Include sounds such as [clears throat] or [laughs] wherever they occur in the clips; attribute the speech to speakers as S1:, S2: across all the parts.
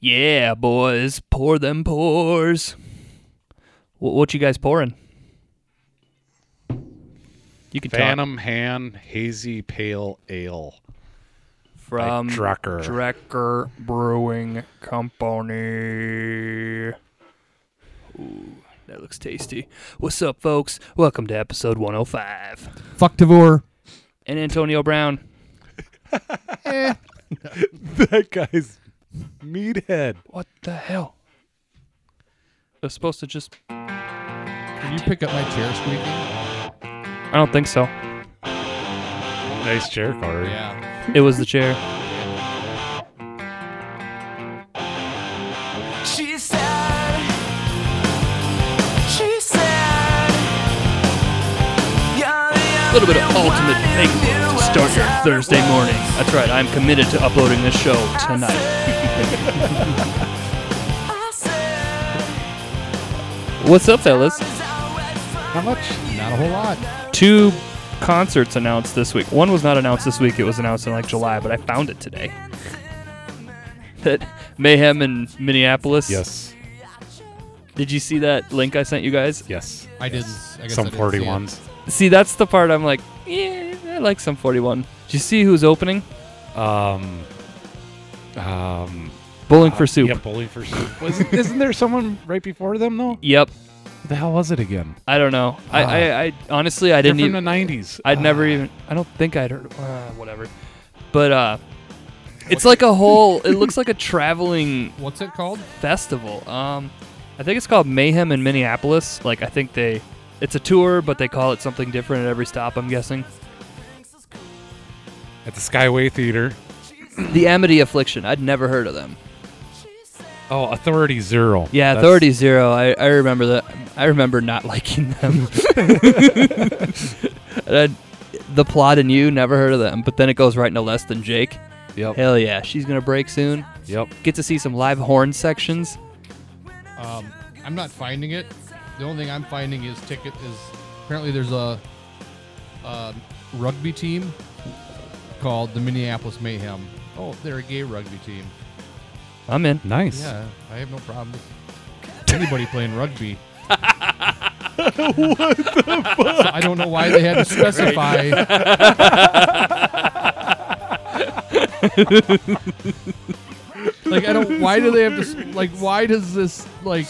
S1: Yeah, boys, pour them pours. What, what you guys pouring? You can talk
S2: Phantom Han Hazy Pale Ale. Um,
S1: from
S2: Drucker.
S1: Drucker Brewing Company. Ooh, that looks tasty. What's up, folks? Welcome to episode 105.
S3: Fuck Tavor.
S1: And Antonio Brown.
S2: [laughs] that guy's meathead.
S1: What the hell? It's supposed to just.
S3: Can you pick up my chair squeaking?
S1: I don't think so.
S2: Nice chair, Corey.
S3: Yeah.
S1: It was the chair.
S4: She said, she said,
S1: A little bit of ultimate fake news to start your Thursday morning. That's right, I'm committed to uploading this show [laughs] tonight. What's up, fellas?
S3: How much? Not a whole lot.
S1: Two concerts announced this week. One was not announced this week, it was announced in like July, but I found it today. That Mayhem in Minneapolis.
S2: Yes.
S1: Did you see that link I sent you guys?
S2: Yes.
S3: I didn't. I guess
S2: Some
S3: I didn't see it.
S2: 41s.
S1: See, that's the part I'm like, yeah, I like some 41. Did you see who's opening?
S2: Um. Um.
S1: Bowling for Soup.
S2: Yeah, bowling for soup. Wasn't- isn't there someone right before them though?
S1: Yep.
S2: The hell was it again?
S1: I don't know. I,
S2: Ah.
S1: I, I honestly, I didn't e-
S2: They're
S1: even.
S2: from the nineties.
S1: I'd never even. I don't think I'd heard. Uh, whatever. But uh, it's like a whole. It looks like a traveling
S3: What's it called?
S1: festival. Um, I think it's called Mayhem in Minneapolis. Like I think they, it's a tour, but they call it something different at every stop. I'm guessing.
S2: Uh, at the Skyway Theater.
S1: The Amity Affliction. I'd never heard of them.
S2: Oh, Authority Zero.
S1: Yeah,
S2: That's-
S1: Authority Zero. I, I remember that. I remember not [laughs] liking them. And I- the plot and you never heard of them, but then it goes right into less than Jake.
S2: Yep.
S1: Hell yeah, she's gonna break soon.
S2: Yep.
S1: Get to see some live horn sections.
S3: Um, I'm not finding it. The only thing I'm finding is ticket is apparently there's a, a rugby team called the Minneapolis Mayhem. Oh, they're a gay rugby team.
S1: I'm in.
S2: Nice.
S3: Yeah, I have no problem with anybody
S1: [laughs]
S3: playing rugby. what the fuck? I don't know why they had to specify. like I don't. Why do they have to? s- Like why does this? Like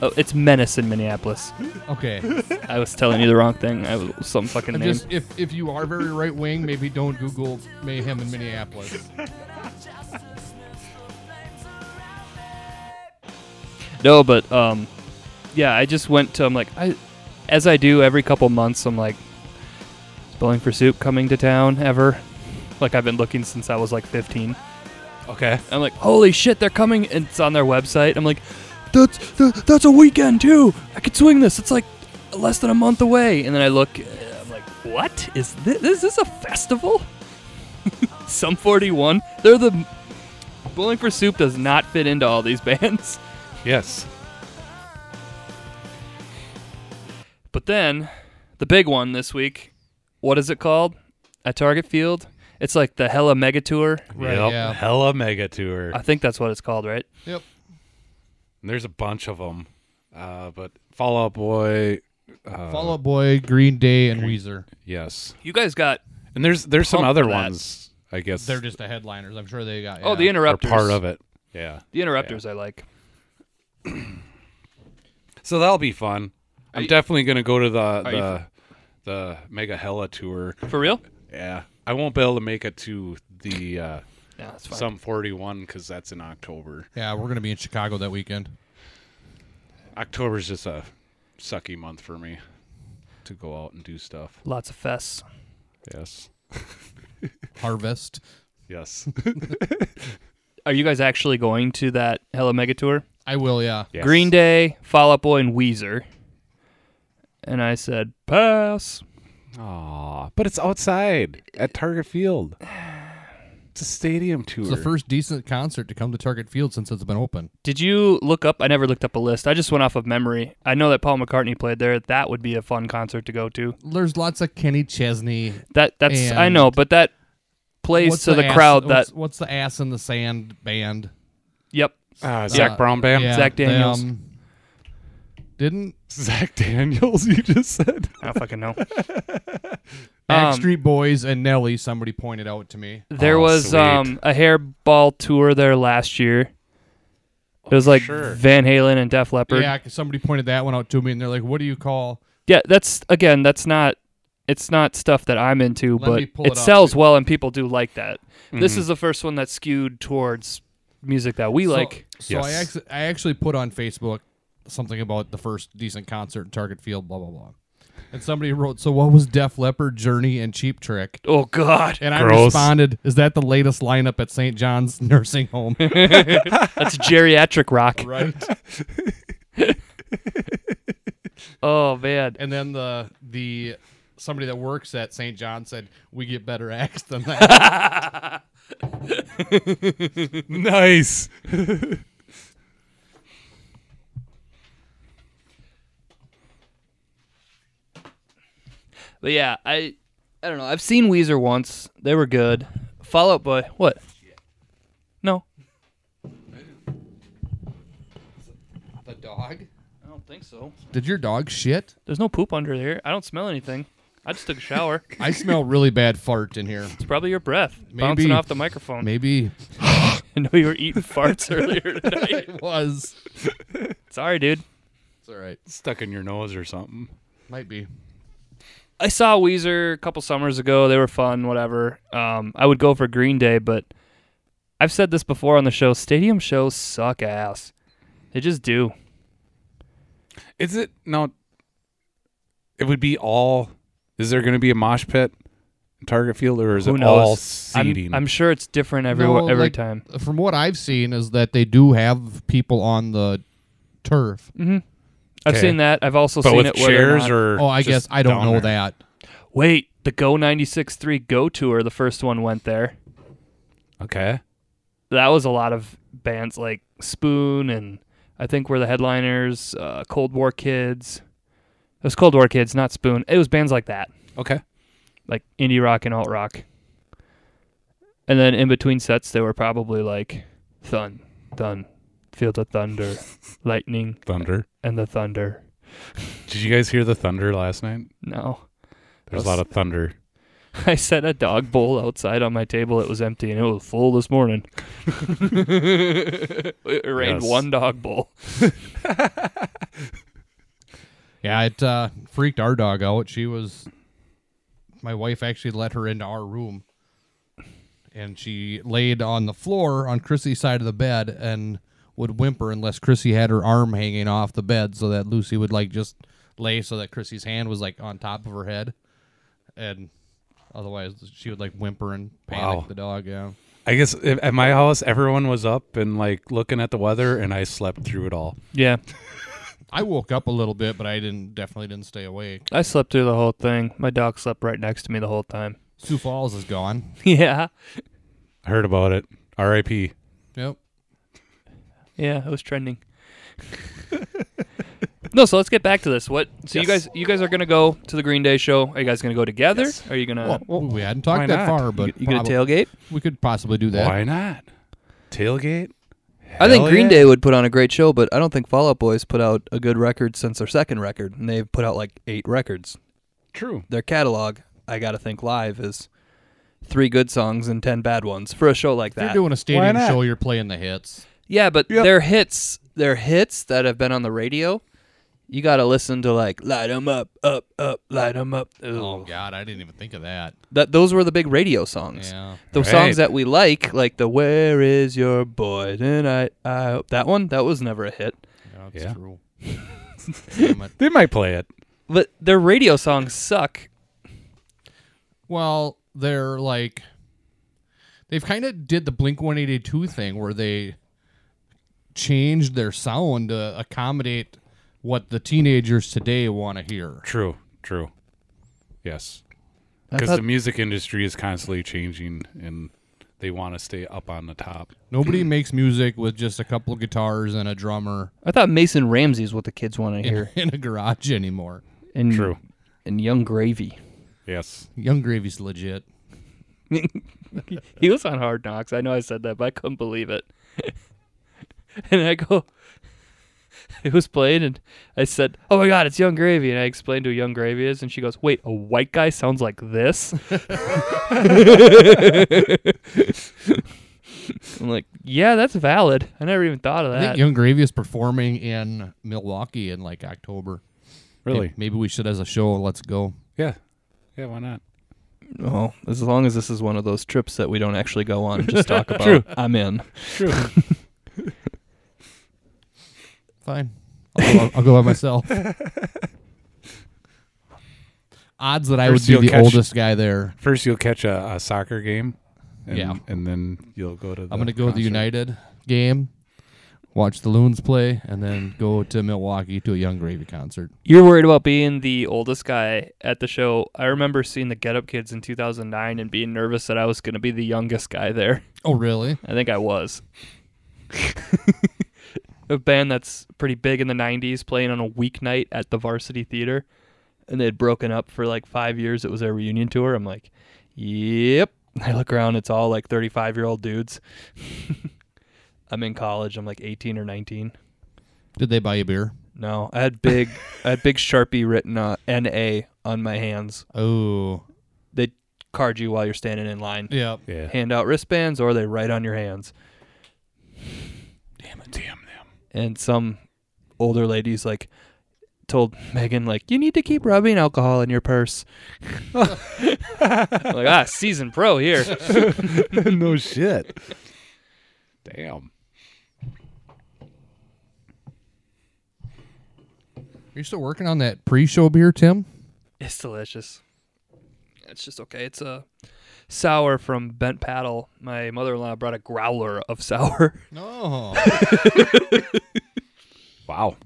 S1: Oh, it's Menace in Minneapolis.
S3: okay.
S1: I was telling you the wrong thing. I was some fucking
S3: I'm
S1: name.
S3: just if if you are very right wing, maybe don't Google mayhem in Minneapolis.
S1: No, but um, yeah, I just went to. I'm like, I, as I do every couple months, I'm like, is Bowling for Soup coming to town ever? Like I've been looking since I was like 15.
S2: Okay.
S1: I'm like, holy shit, they're coming! And it's on their website. I'm like, that's that, that's a weekend too. I could swing this. It's like less than a month away. And then I look, uh, I'm like, what is this? Is this a festival? [laughs] Some 41. They're the Bowling for Soup does not fit into all these bands. [laughs]
S2: Yes.
S1: But then, the big one this week, what is it called? At Target Field? It's like the Hella Mega Tour.
S3: Right,
S2: yep.
S3: yeah.
S2: Hella mega tour.
S1: I think that's what it's called, right?
S3: Yep.
S2: There's a bunch of them. Uh, but Fall Out Boy. Uh,
S3: Fall Out Boy, Green Day, and Weezer.
S2: Yes.
S1: You guys got
S2: And there's there's some
S1: Pump
S2: other
S1: that.
S2: ones. I guess
S3: They're just the headliners. I'm sure they got.
S1: oh the
S3: yeah.
S2: are
S1: interrupters.
S2: part of it. Yeah.
S1: The interrupters I like.
S2: So that'll be fun. I'm definitely gonna go to the
S1: you-
S2: the the Mega Hella tour.
S1: For real?
S2: Yeah. I won't be able to make it to the uh,
S1: Yeah, that's fine.
S2: some 41 because that's in October.
S3: Yeah, we're gonna be in Chicago that weekend.
S2: October's just a sucky month for me to go out and do stuff.
S1: Lots of fests.
S2: Yes.
S3: Harvest.
S2: Yes.
S1: Are you guys actually going to that Hella Mega Tour?
S3: I will. Yeah.
S2: Yes.
S1: Green Day, Fall Out Boy, and Weezer. And I said, pass.
S2: Aw, but it's outside at Target Field. It's a stadium tour.
S3: It's the first decent concert to come to Target Field since it's been open.
S1: Did you look up? I never looked up a list. I just went off of memory. I know that Paul McCartney played there. That would be a fun concert to go to.
S3: There's lots of Kenny Chesney.
S1: That that's I
S3: And-
S1: know, but that plays
S3: What's
S1: to the,
S3: ass-
S1: crowd that
S3: what's, what's the ass in the sand band?
S1: Yep.
S2: Uh, Zach Brown Band.
S3: yeah,
S1: Zach Daniels.
S3: They, um, didn't
S2: [laughs] Zach Daniels, you just said.
S1: I don't fucking know. Um,
S3: Backstreet Boys and Nelly? Somebody pointed out to me.
S1: [laughs] There
S2: Oh,
S1: was
S2: sweet.
S1: um, a hairball tour there last year. It was like
S2: sure.
S1: Van Halen and Def Leppard.
S3: Yeah, somebody pointed that one out to me, and they're like, "What do you call?"
S1: Yeah, that's again, that's not it's not stuff that I'm into,
S3: Let me
S1: but
S3: pull
S1: it,
S3: it up,
S1: sells
S3: too. Mm-hmm.
S1: well and people do like that. This is the first one that's skewed towards music that we like.
S3: So, so I,
S2: Yes.
S3: actually, I actually put on Facebook something about the first decent concert in Target Field, blah blah blah, and somebody wrote, "So what was Def Leppard, Journey, and Cheap Trick?"
S1: Oh god. [laughs]
S3: And I
S2: Gross.
S3: responded, "Is that the latest lineup at St. John's [laughs] Nursing Home?"
S1: That's geriatric rock.
S3: [laughs] right.
S1: Oh man.
S3: And then the the somebody that works at St. John said, "We get better [laughs] acts than that."
S2: Nice.
S1: But yeah, I I don't know. I've seen Weezer once. They were good. Fall Out Boy. What? No.
S3: the dog?
S1: I don't think so.
S3: Did your dog shit?
S1: There's no poop under here. I don't smell anything. I just took a
S3: [laughs]
S1: shower.
S3: I smell really bad fart in here.
S1: It's probably your breath bouncing
S3: Maybe-
S1: off the microphone.
S3: Maybe
S1: [laughs] I know you were eating farts [laughs] earlier
S3: [laughs]
S1: tonight.
S3: it was.
S1: Sorry, dude.
S3: It's all right.
S2: Stuck in your nose or something.
S3: Might be.
S1: I saw Weezer a couple summers ago. They were fun, whatever. Um, I would go for Green Day, but I've said this before on the show. Stadium shows suck ass. They just do.
S2: Is it no? It would be all. Is there going to be a mosh pit, in Target Field, or is
S1: Who
S2: it
S1: knows?
S2: all
S1: I'm-
S2: seating?
S1: I'm, sure it's different every
S3: No,
S1: every
S3: like,
S1: time.
S3: From what I've seen is that they do have people on the turf.
S2: Mm.
S1: I've
S2: Okay.
S1: seen that. I've also
S2: but
S1: seen
S2: with
S1: it. whether
S2: chairs
S1: not-
S2: or
S3: Oh, I guess
S2: just
S3: I don't
S2: down
S3: know
S2: there?
S3: that.
S1: wait, the Go 96.3 Go tour, the first one went there.
S2: Okay,
S1: That was a lot of bands like Spoon and I think were the headliners. Uh, Cold War Kids. It was Cold War Kids, not Spoon. It was bands like that.
S2: okay.
S1: like indie rock and alt rock. And then in between sets, they were probably like thun, thun, feel the thunder, lightning,
S2: Thunder.
S1: and the thunder.
S2: Did you guys hear the thunder last night?
S1: No, [laughs] That's-
S2: There's a lot of thunder.
S1: I set a dog bowl outside on my table. It was empty and it was full this morning. [laughs] it rained
S2: Yes.
S1: one dog bowl.
S3: Yeah, it uh, freaked our dog out. She was. My wife actually let her into our room. And she laid on the floor on Chrissy's side of the bed and would whimper unless Chrissy had her arm hanging off the bed so that Lucy would like just lay so that Chrissy's hand was like on top of her head. And otherwise she would like whimper and panic
S2: Wow.
S3: the dog. Yeah.
S2: I guess if, at my house, everyone was up and like looking at the weather, and I slept through it all.
S1: Yeah,
S3: I woke up a little bit, but I didn't definitely didn't stay awake.
S1: I slept through the whole thing. My dog slept right next to me the whole time. [laughs]
S3: Sioux Falls is gone.
S1: yeah,
S2: I heard about it. R.I.P.
S3: Yep.
S1: Yeah, it was trending. no, so let's get back to this. What? So you guys, you guys are gonna go to the Green Day show. Are you guys gonna go together? Are you gonna?
S3: Well, we hadn't talked
S2: why not?
S3: that far, but
S1: you gonna
S3: probab-
S1: tailgate?
S3: We could possibly do that.
S2: Why not? Tailgate.
S5: I think
S2: Hell
S5: Green
S2: yeah.
S5: Day would put on a great show, but I don't think Fall Out Boys put out a good record since their second record, and they've put out like eight records.
S2: True.
S5: Their catalog, I gotta think live, is three good songs and ten bad ones for a show like
S3: If you're
S5: that.
S3: doing a stadium
S2: not?
S3: show, you're playing the hits.
S5: yeah, but
S2: Yep.
S5: their hits, their hits that have been on the radio, you gotta listen to like "Light 'Em Up, Up, Up, Light 'Em Up."
S3: Oh
S5: Ugh.
S3: God, I didn't even think
S2: [laughs]
S3: of that.
S5: That those were the big radio songs.
S3: Yeah.
S5: The
S2: Right.
S5: songs that we like, like the "Where Is Your Boy Tonight," I, that one, that was never a hit.
S3: that's
S2: Yeah. [laughs]
S3: true. Damn it.
S2: They might play it.
S1: But their radio songs suck.
S3: Well, they're like they've kind of did the Blink 182 thing where they changed their sound to accommodate what the teenagers today want to hear.
S2: True. True. Yes.
S5: I
S2: Because
S5: thought-
S2: the music industry is constantly changing, and they want to stay up on the top. [clears throat]
S3: Nobody makes music with just a couple of guitars and a drummer
S5: I thought Mason Ramsey's what the kids want to
S3: in,
S5: hear.
S3: [laughs] in a garage anymore.
S5: And,
S2: True.
S5: And Young Gravy.
S2: Yes.
S3: Young Gravy's legit.
S1: He was on Hard Knocks. I know I said that, but I couldn't believe it.
S6: [laughs] and I go, it was playing, and I said, "Oh my God, it's Young Gravy," and I explained who Young Gravy is, and she goes, "Wait, a white guy sounds like this." [laughs] I'm like, "Yeah, that's valid. I never even thought of
S3: I think
S6: that."
S3: Young Gravy is performing in Milwaukee in like October.
S2: Really?
S3: Hey, Maybe we should, as a show, let's go.
S2: Yeah. Yeah, why not?
S1: Oh, as long as this is one of those trips that we don't actually go on and just
S6: [laughs]
S1: talk about,
S2: True.
S1: I'm in.
S2: True.
S3: Fine. I'll go, I'll go by
S2: [laughs]
S3: myself. Odds that I would
S2: First
S3: be
S2: you'll
S3: the
S2: catch-
S3: oldest guy there.
S2: First, you'll catch a, a soccer game. And,
S3: Yeah.
S2: And then you'll go to the
S3: I'm going to go to the
S2: concert.
S3: United game, watch the Loons play, and then go to Milwaukee to a Young Gravy concert.
S6: You're worried about being the oldest guy at the show. I remember seeing the Get Up Kids in 2009 and being nervous that I was going to be the youngest guy there.
S3: Oh, really?
S6: I think I was. [laughs] a band that's pretty big in the 90s playing on a weeknight at the Varsity Theater. And they had broken up for like five years. It was their reunion tour. I'm like, yep. [laughs] I look around, it's all like 35 year old dudes. [laughs] I'm in college. I'm like 18 or 19.
S3: Did they buy you beer?
S1: No, I had big, I had big Sharpie written uh, N.A. on my hands.
S3: Oh,
S1: They card you while you're standing in line,
S3: yeah.
S2: Yeah.
S1: hand out wristbands, or they write on your hands.
S2: Damn them.
S1: And some older ladies like told Megan like, you need to keep rubbing alcohol in your purse. [laughs]
S6: I'm like, ah, season pro [laughs] here.
S2: [laughs] no shit. Damn.
S3: Are you still working on that pre-show beer, Tim?
S6: It's delicious. It's just okay. It's a sour from Bent Paddle. My mother in law brought a growler of sour.
S1: [laughs]
S3: No.
S2: Wow.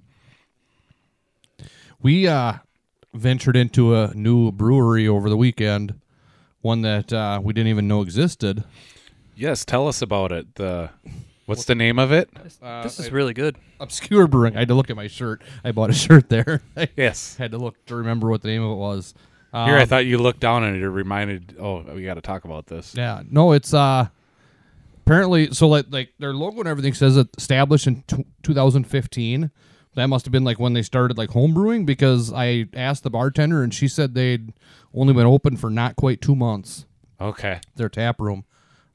S3: we uh, ventured into a new brewery over the weekend, one that uh, we didn't even know existed.
S2: Yes, tell us about it. The what's the name of it?
S6: this is really good.
S3: Obscure Brewing. I had to look at my shirt. I bought a [laughs] shirt there. I
S2: Yes.
S3: had to look to remember what the name of it was. Um,
S2: Here I thought you looked down and it reminded oh we gotta talk about this.
S3: Yeah. No, it's uh apparently so like like their logo and everything says it established in t- 2015. That must have been like when they started like homebrewing because I asked the bartender and she said they'd only been open for not quite 2 months
S2: Okay.
S3: their tap room.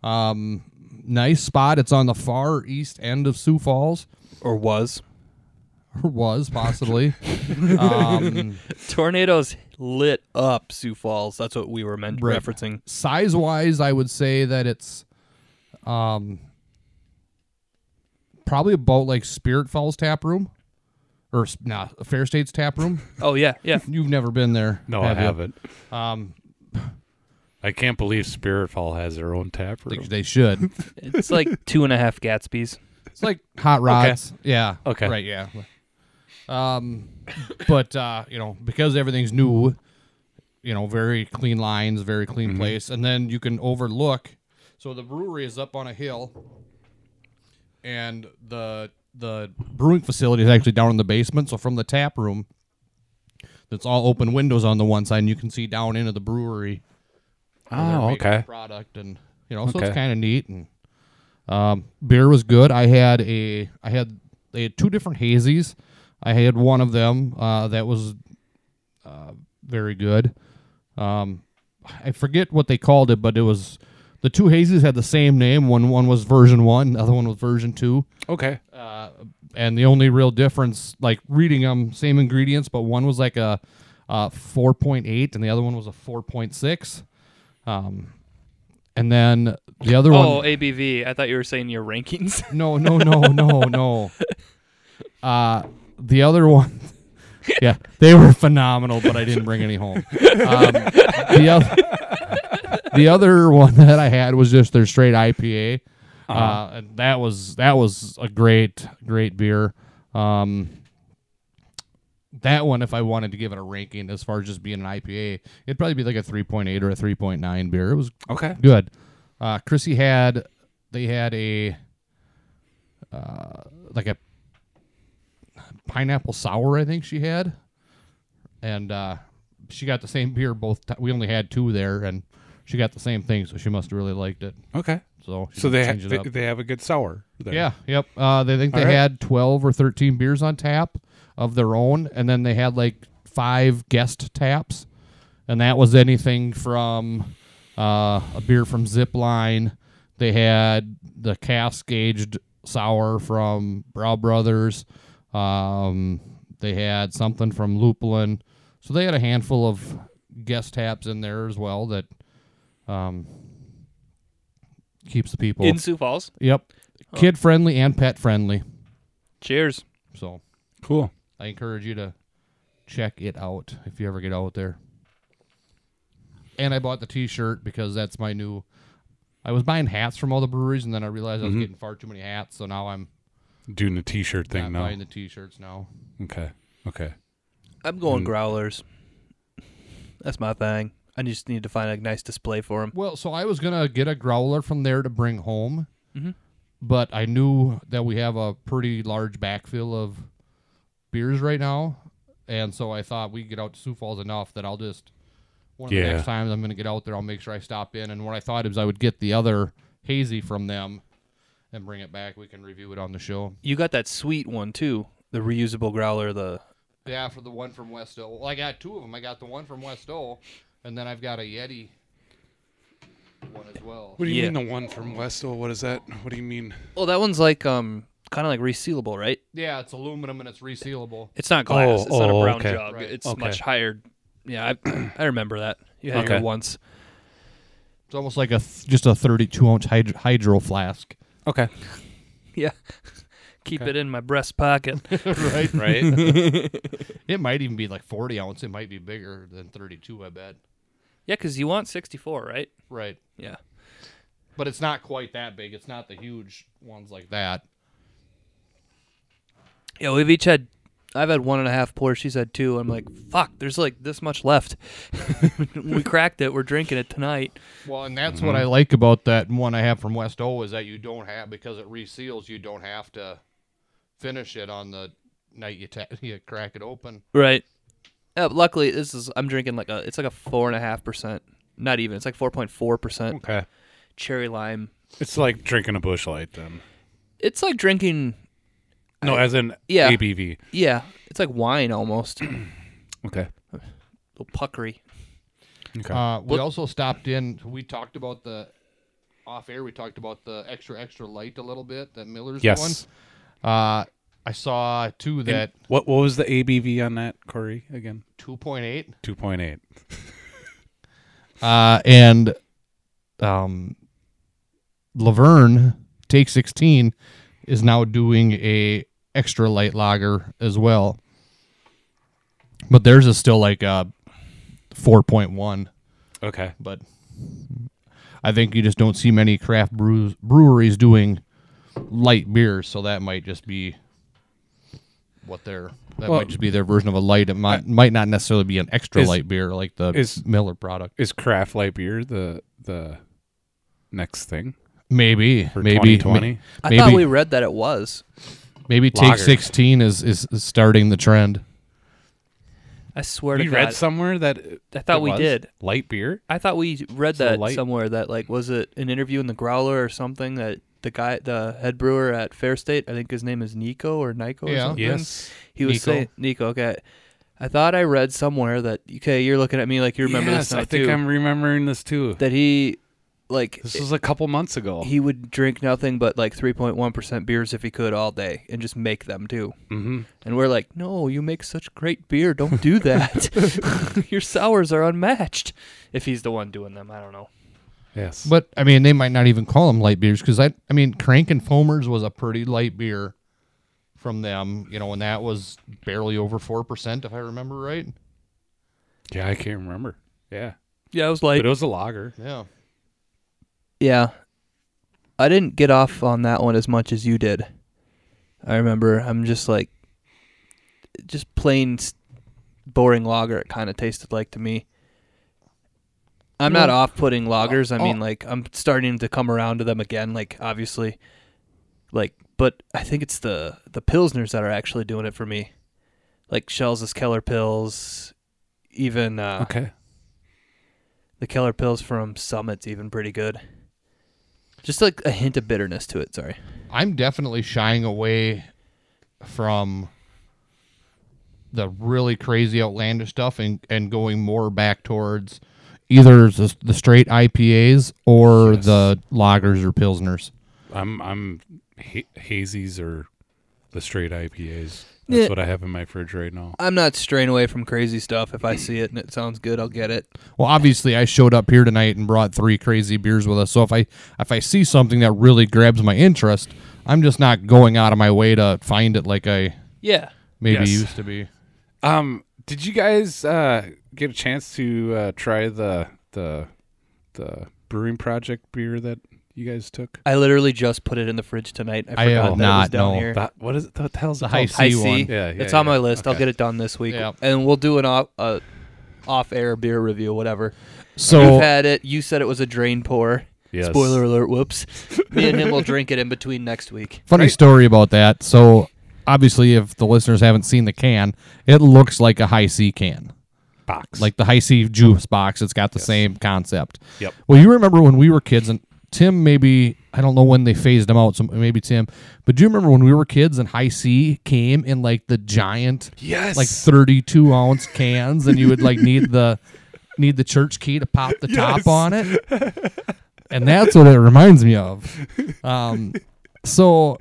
S3: Um nice spot. It's on the far east end of Sioux Falls
S1: Or was.
S3: or was possibly. Um,
S1: Tornadoes lit up Sioux Falls. That's what we were meant
S3: Right.
S1: referencing.
S3: size wise, I would say that it's um probably about like Spirit Falls tap room or s- nah, Fair States tap room.
S6: Oh, yeah, yeah.
S3: You've never been there.
S2: No,
S3: have
S2: I
S3: you?
S2: haven't.
S3: Um,
S2: [laughs] I can't believe Spiritfall has their own tap
S3: they,
S2: room.
S3: they should.
S6: It's
S2: [laughs]
S6: like two and a half Gatsby's.
S3: It's like hot rods. Yeah.
S2: Okay.
S3: Right. Yeah. Um, but uh, you know, because everything's new, you know, very clean lines, very clean place, and then you can overlook. So the brewery is up on a hill, and the the brewing facility is actually down in the basement. So from the tap room, that's all open windows on the one side, and you can see down into the brewery where they're
S2: Oh,
S3: making the
S2: okay.
S3: Product and you know, so
S2: Okay.
S3: it's kind of neat. And um, beer was good. I had a, I had they had two different hazies. I had one of them uh, that was uh, very good. Um, I forget what they called it, but it was the two hazies had the same name. One one was version one, the other one was version two
S2: Okay.
S3: uh, and the only real difference, like reading them, same ingredients, but one was like a, uh 4.8 and the other one was a 4.6. Um, and then the other one
S6: Oh, ABV. I thought you were saying your rankings.
S3: no, no, no, no, no. Uh, the other one, [laughs] yeah, they were phenomenal, but I didn't bring any home. Um, the other, the other one that I had was just their straight IPA. uh and that was that was a great great beer. Um, that one, if I wanted to give it a ranking as far as just being an IPA, it'd probably be like a three point eight or a three point nine beer. It was
S2: Okay.
S3: good. Uh, Chrissy had they had a uh, like a pineapple sour, I think she had, and uh, she got the same beer both. T- we only had two there, and she got the same thing, so she must have really liked it.
S2: Okay.
S3: So
S2: So they, ha-
S3: change it
S2: they
S3: up.
S2: they have a good sour. There.
S3: Yeah, yep. Uh, they think
S2: All
S3: they
S2: right.
S3: had 12 or 13 beers on tap of their own, and then they had like five guest taps, and that was anything from uh, a beer from Zipline. They had the cask aged sour from Brow Brothers. Um, they had something from Lupulin. So they had a handful of guest taps in there as well that um, keeps the
S1: [laughs]
S3: people
S1: in Sioux Falls.
S3: Yep. Kid friendly and pet friendly.
S1: Cheers.
S3: So
S2: Cool.
S3: I encourage you to check it out if you ever get out there. And I bought the t shirt because that's my new. I was buying hats from all the breweries and then I realized
S2: Mm-hmm.
S3: I was getting far too many hats. So now I'm
S2: Doing the t-shirt
S3: not
S2: thing now.
S3: buying the t shirts now.
S2: Okay. Okay.
S1: I'm
S2: Mm.
S1: going growlers. That's my thing. I just need to find a nice display for them.
S3: Well, so I was gonna get a growler from there to bring home, but I knew that we have a pretty large backfill of beers right now, and so I thought we get out to Sioux Falls enough that I'll just one of
S2: Yeah.
S3: the next times I'm gonna get out there, I'll make sure I stop in. And what I thought is I would get the other hazy from them and bring it back. We can review it on the show.
S1: You got that sweet one too, the reusable growler. The
S3: Yeah, for the one from West Ole. Well, I got two of them. I got the one from West Ole, and then I've got a Yeti one as well.
S2: What do you
S1: Yeah.
S2: mean the one from Westall? What is that? What do you mean?
S1: well, Oh, that one's like um, kind of like resealable, right?
S3: Yeah, it's aluminum and it's resealable.
S1: It's not glass.
S2: Oh,
S1: it's not
S2: oh,
S1: a brown
S2: okay.
S1: jug.
S3: Right.
S1: It's
S2: Okay.
S1: much higher. Yeah, I, [clears throat] I remember that. You had it
S2: Okay.
S1: once.
S3: It's almost like a th- just a 32 ounce hyd- hydro flask.
S2: Okay.
S1: [laughs] Yeah. Keep it in my breast pocket.
S3: [laughs] [laughs] right.
S2: Right.
S3: [laughs] It might even be like 40 ounce. It might be bigger than 32. I bet.
S1: yeah, because you want 64, right?
S3: Right.
S1: Yeah.
S3: But it's not quite that big. It's not the huge ones like that.
S1: Yeah, we've each had. I've had one and a half pour. She's had two. I'm like, fuck. There's like this much left. [laughs] we cracked it. We're drinking it tonight.
S3: Well, and that's what I like about that one I have from West O is that you don't have because it reseals. You don't have to finish it on the night you ta- [laughs] you crack it open.
S1: Right. Yeah, but Uh, luckily, this is. I'm drinking like a. It's like a four and a half percent. Not even. It's like 4.4 percent
S2: okay.
S1: cherry lime.
S2: It's like drinking a bush light then.
S1: It's like drinking.
S2: No, as in
S1: Yeah.
S2: ABV.
S1: Yeah, it's like wine almost. [clears throat] a
S2: Okay.
S1: little puckery.
S2: Okay.
S3: Uh, we
S1: But-
S3: also stopped in. We talked about the off air. We talked about the extra extra light a little bit. That Miller's
S2: yes.
S3: one. Uh, I saw too that
S2: What what was the ABV on that, Corey? Again,
S3: 2.8.
S2: two point eight.
S3: Uh, and um, Laverne Take 16 is now doing a extra light lager as well. But theirs is still like uh 4.1,
S2: Okay.
S3: but I think you just don't see many craft brews, breweries doing light beers, so that might just be what their that
S2: Well-
S3: might just be their version of a light. It might might not necessarily be an extra
S2: Is-
S3: light beer like the
S2: is-
S3: Miller product.
S2: Is craft light beer the the next thing
S3: Maybe,
S2: for
S3: maybe,
S2: 2020?
S3: ma-
S1: I
S3: maybe,
S1: thought we read that it was.
S3: maybe take
S2: Lager.
S3: sixteen is, is is starting the trend.
S1: I swear
S2: We
S1: to
S2: read
S1: God.
S2: somewhere that it-
S1: I thought
S2: it
S1: we
S2: was
S1: did.
S2: light beer.
S1: I thought we read
S2: So
S1: that
S2: light.
S1: somewhere that like was it an interview in the Growler or something that the guy the head brewer at Fair State I think his name is Nico or Nico or
S3: Yeah.
S1: something.
S2: Yes.
S1: He was
S3: Nico.
S1: saying Nico. Okay, I thought I read somewhere that okay you're looking at me like you remember
S2: yes,
S1: this now
S2: I think
S1: too
S2: I'm remembering this too.
S1: that he like
S2: This was a couple months ago.
S1: he would drink nothing but like 3.1 percent beers if he could all day and just make them too.
S2: mm-hmm.
S1: And we're like, no, you make such great beer. Don't do
S2: [laughs]
S1: that. [laughs] Your sours are unmatched. If he's the one doing them, I don't know.
S2: Yes.
S3: But I mean, they might not even call them light beers because I I mean, Crank and Foamers was a pretty light beer from them, you know, and that was barely over four percent if I remember right.
S2: yeah, I can't remember. Yeah,
S1: Yeah, I was
S2: but
S1: like,
S2: it was a lager.
S3: Yeah,
S1: Yeah. I didn't get off on that one as much as you did. I remember I'm just like just plain s- boring lager it kind of tasted like to me. I'm not off putting lagers. I mean like I'm starting to come around to them again like obviously like but I think it's the the pilsners that are actually doing it for me. Like Shell's is Keller Pills, even uh
S2: Okay.
S1: the Keller Pills from Summit's even pretty good. Just like a hint of bitterness to it. Sorry.
S3: I'm definitely shying away from the really crazy outlandish stuff and, and going more back towards either the, the straight IPAs or the lagers or pilsners.
S2: I'm I'm ha- hazies or the straight IPAs. That's
S1: Yeah.
S2: what I have in my fridge right now.
S1: I'm not straying away from crazy stuff. If I see it and it sounds good, I'll get it.
S3: Well, obviously, I showed up here tonight and brought three crazy beers with us. So if I if I see something that really grabs my interest, I'm just not going out of my way to find it like I
S1: Yeah.
S3: maybe
S2: Yes.
S3: used to be.
S2: Um, did you guys uh, get a chance to uh, try the the the brewing project beer that you guys took?
S1: I literally just put it in the fridge tonight. I
S3: I
S1: forgot that
S3: have
S1: it was
S3: not,
S1: down
S3: no.
S1: here.
S2: That- what is it? What the hell's
S3: The
S2: it called?
S3: Heist.
S1: I
S3: see
S1: see.
S3: one.
S2: Yeah, yeah,
S1: it's on
S2: yeah.
S1: my list. I'll
S2: Okay.
S1: get it done this week,
S3: Yep.
S1: and we'll do an off, uh, off-air beer review, whatever.
S3: So
S1: You've had it. You said it was a drain pour.
S2: Yes.
S1: Spoiler alert! Whoops. Me and him will drink it in between next week.
S3: Funny story about that. So obviously, if the listeners haven't seen the can, it looks like a high C can,
S2: box.
S3: like the high C juice box. It's got the same concept.
S2: Yep.
S3: Well, you remember when we were kids, and Tim maybe I don't know when they phased them out. So maybe Tim, but do you remember when we were kids and high C came in like the giant,
S2: yes,
S3: like thirty-two ounce cans, and you would like need the need the church key to pop the top on it. And that's what it reminds me of. Um, so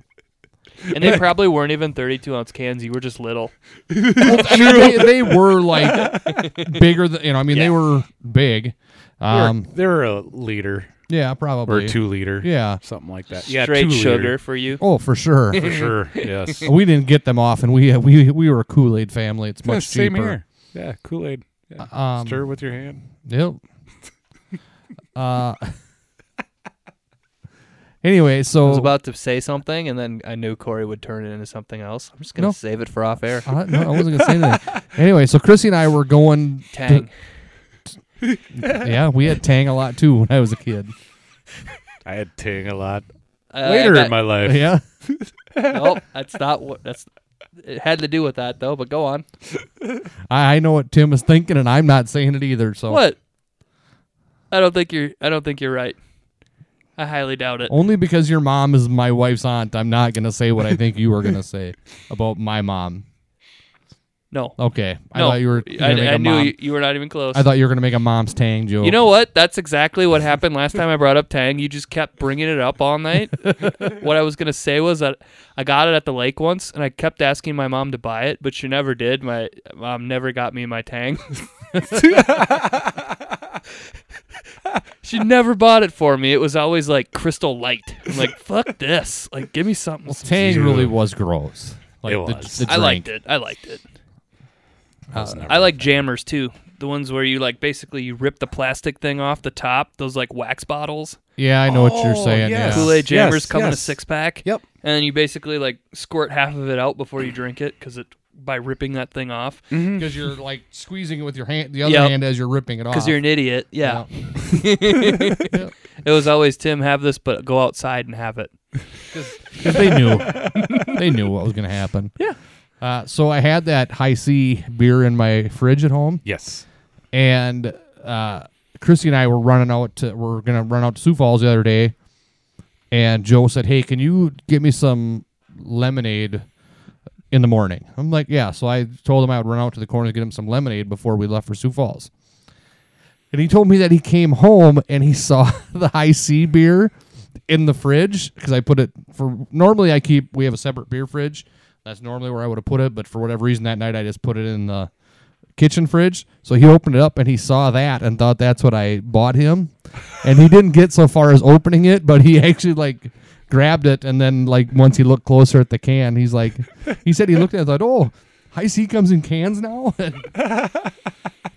S6: And they probably weren't even 32 ounce cans. You were just little.
S3: I mean, they, they were like
S2: [laughs]
S3: bigger than you know. I mean, they
S6: Yeah.
S3: were big. Um,
S2: they're a liter
S3: yeah,
S2: or
S3: probably
S2: two liter,
S3: Yeah.
S2: something like that. Yeah,
S6: Straight
S2: two
S6: sugar
S2: liter,
S6: for you.
S3: Oh,
S2: [laughs]
S3: for sure.
S2: for sure. [laughs] Yes,
S3: we didn't get them off, and we we we were a Kool Aid family. It's much
S2: Yeah, same
S3: cheaper.
S2: here. Yeah, Kool Aid. Yeah.
S3: Um,
S2: Stir with your hand.
S3: Yep. uh. [laughs] Anyway,
S1: I was
S3: so
S1: about to say something, and then I knew Corey would turn it into something else. I'm just gonna
S3: No.
S1: save it for off-air. [laughs]
S3: Uh, no, I wasn't gonna say anything. anyway, so Chrissy and I were going. to- [laughs]
S1: Tang.
S3: yeah, we had Tang a lot too when I was a kid. [laughs]
S2: I had Ting a lot
S1: Uh, I
S2: later in
S1: got-
S2: my life.
S3: Yeah.
S1: Nope, that's not what. That's. It had to do with that though. But go on.
S3: I, I know what Tim is thinking, and I'm not saying it either. So
S6: What? I don't think you're. I don't think you're right. I highly doubt it.
S3: only because your mom is my wife's aunt, I'm not gonna say what I think you were gonna say about my mom.
S6: No.
S3: Okay, I
S6: no.
S3: thought you were. you were
S6: I,
S3: gonna make
S6: I
S3: a
S6: knew
S3: mom-
S6: you, you were not even close.
S3: I thought you were gonna make a mom's tang joke.
S6: You know what? That's exactly what happened last time I brought up Tang. You just kept bringing it up all night. what I was going to say was that I got it at the lake once and I kept asking my mom to buy it, but she never did. My mom never got me my Tang. she never bought it for me. It was always like crystal light. I'm like, fuck this. Like, give me something.
S3: tang
S2: You-
S3: really was gross. Like
S2: It
S3: the-
S2: was.
S3: The,
S6: I liked
S3: drink.
S6: it. I liked it.
S2: I was never-
S6: I like jammers too. The ones where you like basically you rip the plastic thing off the top, those like wax bottles.
S3: Yeah, I know what you're
S2: Oh,
S3: saying.
S2: yes.
S3: Yeah.
S6: Kool Aid jammers
S2: yes,
S6: come in a
S2: yes.
S6: six pack.
S2: Yep.
S6: And then you basically like squirt half of it out before you drink it because it by ripping that thing off
S3: Because you're like squeezing it with your hand, the other
S6: Yep.
S3: hand as you're ripping it
S1: Ah.
S3: off.
S6: because you're an idiot. Yeah.
S3: Yeah.
S6: It was always Tim have this, but go outside and have it.
S3: 'Cause they knew, they knew what was gonna happen.
S6: Yeah.
S3: Uh, so I had that high C beer in my fridge at home.
S2: Yes.
S3: and uh, Christy and I were running out to we're gonna run out to Sioux Falls the other day, and Joe said, "Hey, can you get me some lemonade in the morning?" I'm like, "Yeah." So I told him I would run out to the corner to get him some lemonade before we left for Sioux Falls, and he told me that he came home and he [laughs] saw the high C beer in the fridge because I put it for normally I keep we have a separate beer fridge. That's normally where I would have put it, but for whatever reason that night I just put it in the kitchen fridge. So he opened it up and he saw that and thought that's what I bought him. And he didn't get so far as opening it, but he [laughs] actually like grabbed it and then like once he looked closer at the can, he's like he said he looked at it and thought, Oh, high C comes in cans now [laughs] and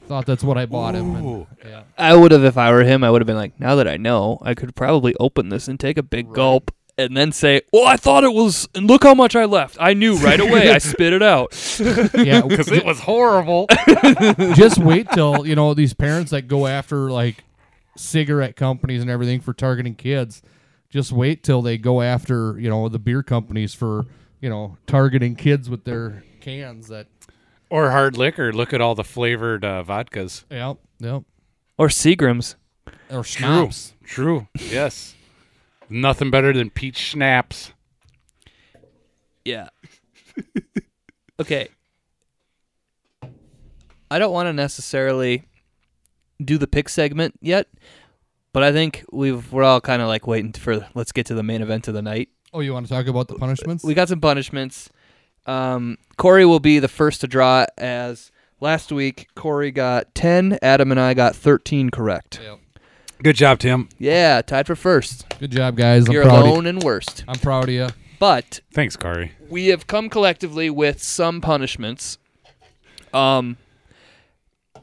S3: thought that's what I bought him. and-
S2: Ooh.
S3: yeah.
S1: I would have, if I were him, I would have been like, now that I know, I could probably open this and take a big
S6: Gulp and then say, "Well, I thought it was, and look how much I left. I knew [laughs] right away. I spit it out."
S3: Yeah,
S2: Because it was [laughs] horrible.
S3: just wait till you know these parents that go after like cigarette companies and everything for targeting kids just wait till they go after you know the beer companies for you know targeting kids with their cans that
S2: or hard liquor. Look at all the flavored uh, vodkas.
S3: yep yep
S6: Or Seagrams.
S3: or schnapps
S2: True. Yes. Nothing better than peach schnapps.
S1: Yeah. okay. I don't want to necessarily do the pick segment yet, but I think we've we're all kind of like waiting for let's get to the main event of the night.
S3: Oh, you want to talk about the punishments?
S1: We got some punishments. Um, Corey will be the first to draw as last week Corey got 10, Adam and I got 13 correct.
S3: Yep.
S2: Good job, Tim.
S1: Yeah, tied for first.
S3: Good job, guys. I'm
S1: You're
S3: proud. Of
S1: alone and worst.
S3: I'm proud of you.
S1: But
S2: Thanks, Kari.
S1: we have come collectively with some punishments. Um,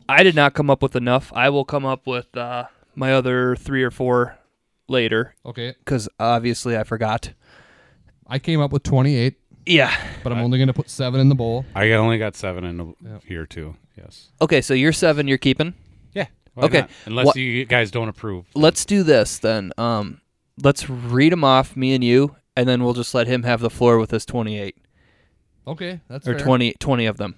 S6: I did not come up with enough. I will come up with uh, my other three or four later.
S3: Okay,
S1: because obviously I forgot.
S3: I came up with 28,
S6: Yeah.
S3: but I'm only going to put seven in the bowl.
S2: I only got seven in the,
S3: Yep.
S2: here too. Yes.
S1: Okay, so you're seven. You're keeping.
S2: Yeah. Why
S1: Okay.
S2: not? Unless
S1: What-
S2: you guys don't approve.
S1: Let's do this then. Um, let's read them off, me and you, and then we'll just let him have the floor with his 28
S3: Okay, that's
S1: or
S3: fair.
S1: twenty, twenty 20, of them.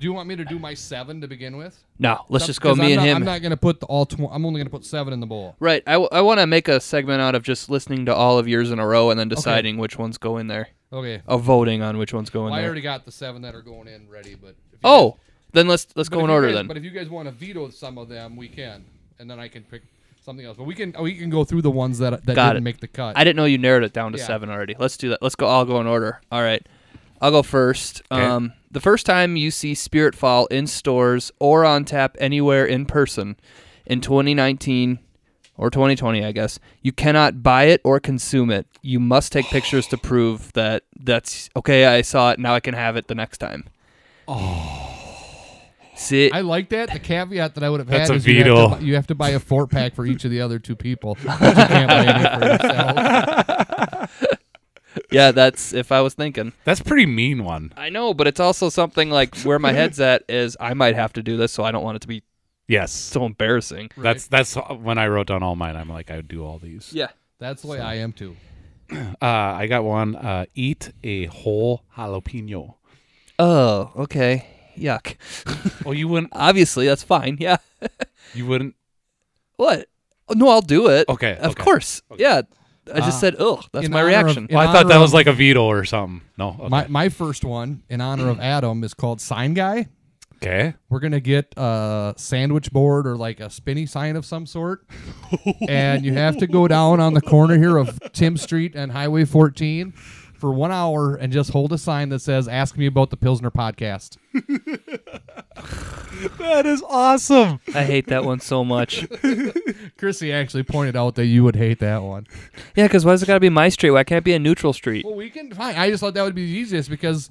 S3: Do you want me to do my seven to begin with?
S1: No, let's
S3: Some-
S1: just go
S3: 'cause
S1: me
S3: I'm
S1: and
S3: not-
S1: him.
S3: I'm not going to put the all. Tw- I'm only going to put seven in the bowl.
S1: Right. I, w- I want to make a segment out of just listening to all of yours in a row and then deciding which ones go in there.
S3: Okay.
S1: Or voting on which ones go in
S3: Well, I
S1: there.
S3: already got the seven that are going in ready, but if you
S1: oh,
S3: guys-
S1: then let's let's
S3: but
S1: go
S3: if
S1: in
S3: you
S1: order
S3: guys-
S1: then.
S3: But if you guys want to veto some of them, we can, and then I can pick something else. But we can we can go through the ones that that
S1: Got
S3: didn't
S1: it.
S3: make the cut.
S1: I didn't know you narrowed it down to
S3: Yeah.
S1: seven already. Let's do that. Let's go. I'll go in order. All right. I'll go first. Um, the first time you see Spirit Fall in stores or on tap anywhere in person in 2019 or 2020, I guess, you cannot buy it or consume it. You must take pictures to prove that that's okay. I saw it. Now I can have it the next time. Oh. See,
S3: I like that. The caveat that I would have
S2: That's
S3: had
S2: a
S3: is you have,
S2: veto.
S3: to, bu- you have to buy a four pack for each of the other
S1: [laughs]
S3: two people. but you can't buy any for yourself.
S1: yeah, that's if I was thinking.
S2: That's a pretty mean one.
S1: I know, but it's also something like where my head's at is I might have to do this, so I don't want it to be
S2: Yes.
S1: so embarrassing.
S2: That's that's when I wrote down all mine. I'm like, I would do all these.
S1: Yeah.
S3: That's the way I am too.
S2: Uh, I got one. Uh, eat a whole jalapeno.
S1: Oh, okay. Yuck.
S2: Oh, you wouldn't.
S1: Obviously, that's fine. Yeah. [laughs]
S2: You wouldn't.
S1: What? Oh, no, I'll do it.
S2: Okay,
S1: Of
S2: okay,
S1: course. Yeah. I
S3: Ah.
S1: just said, ugh. That's
S3: In
S1: my
S3: honor of-
S1: reaction.
S3: in
S2: Well, I thought
S3: honor
S2: that
S3: of-
S2: was like a veto or something. No. Okay.
S3: My my first one in honor of Adam is called Sign Guy.
S2: okay.
S3: We're gonna get a sandwich board or like a spinny sign of some sort, and you have to go down on the corner here of Tim Street and Highway 14 for one hour and just hold a sign that says "Ask me about the Pilsner podcast."
S2: That is awesome.
S1: [laughs] I hate that one so
S3: [laughs]
S1: much.
S3: Chrissy actually pointed out that you would hate that one.
S1: yeah, because why's it got to be my street? Why can't it be a neutral street?
S3: Well, we can find. I just thought that would be the easiest because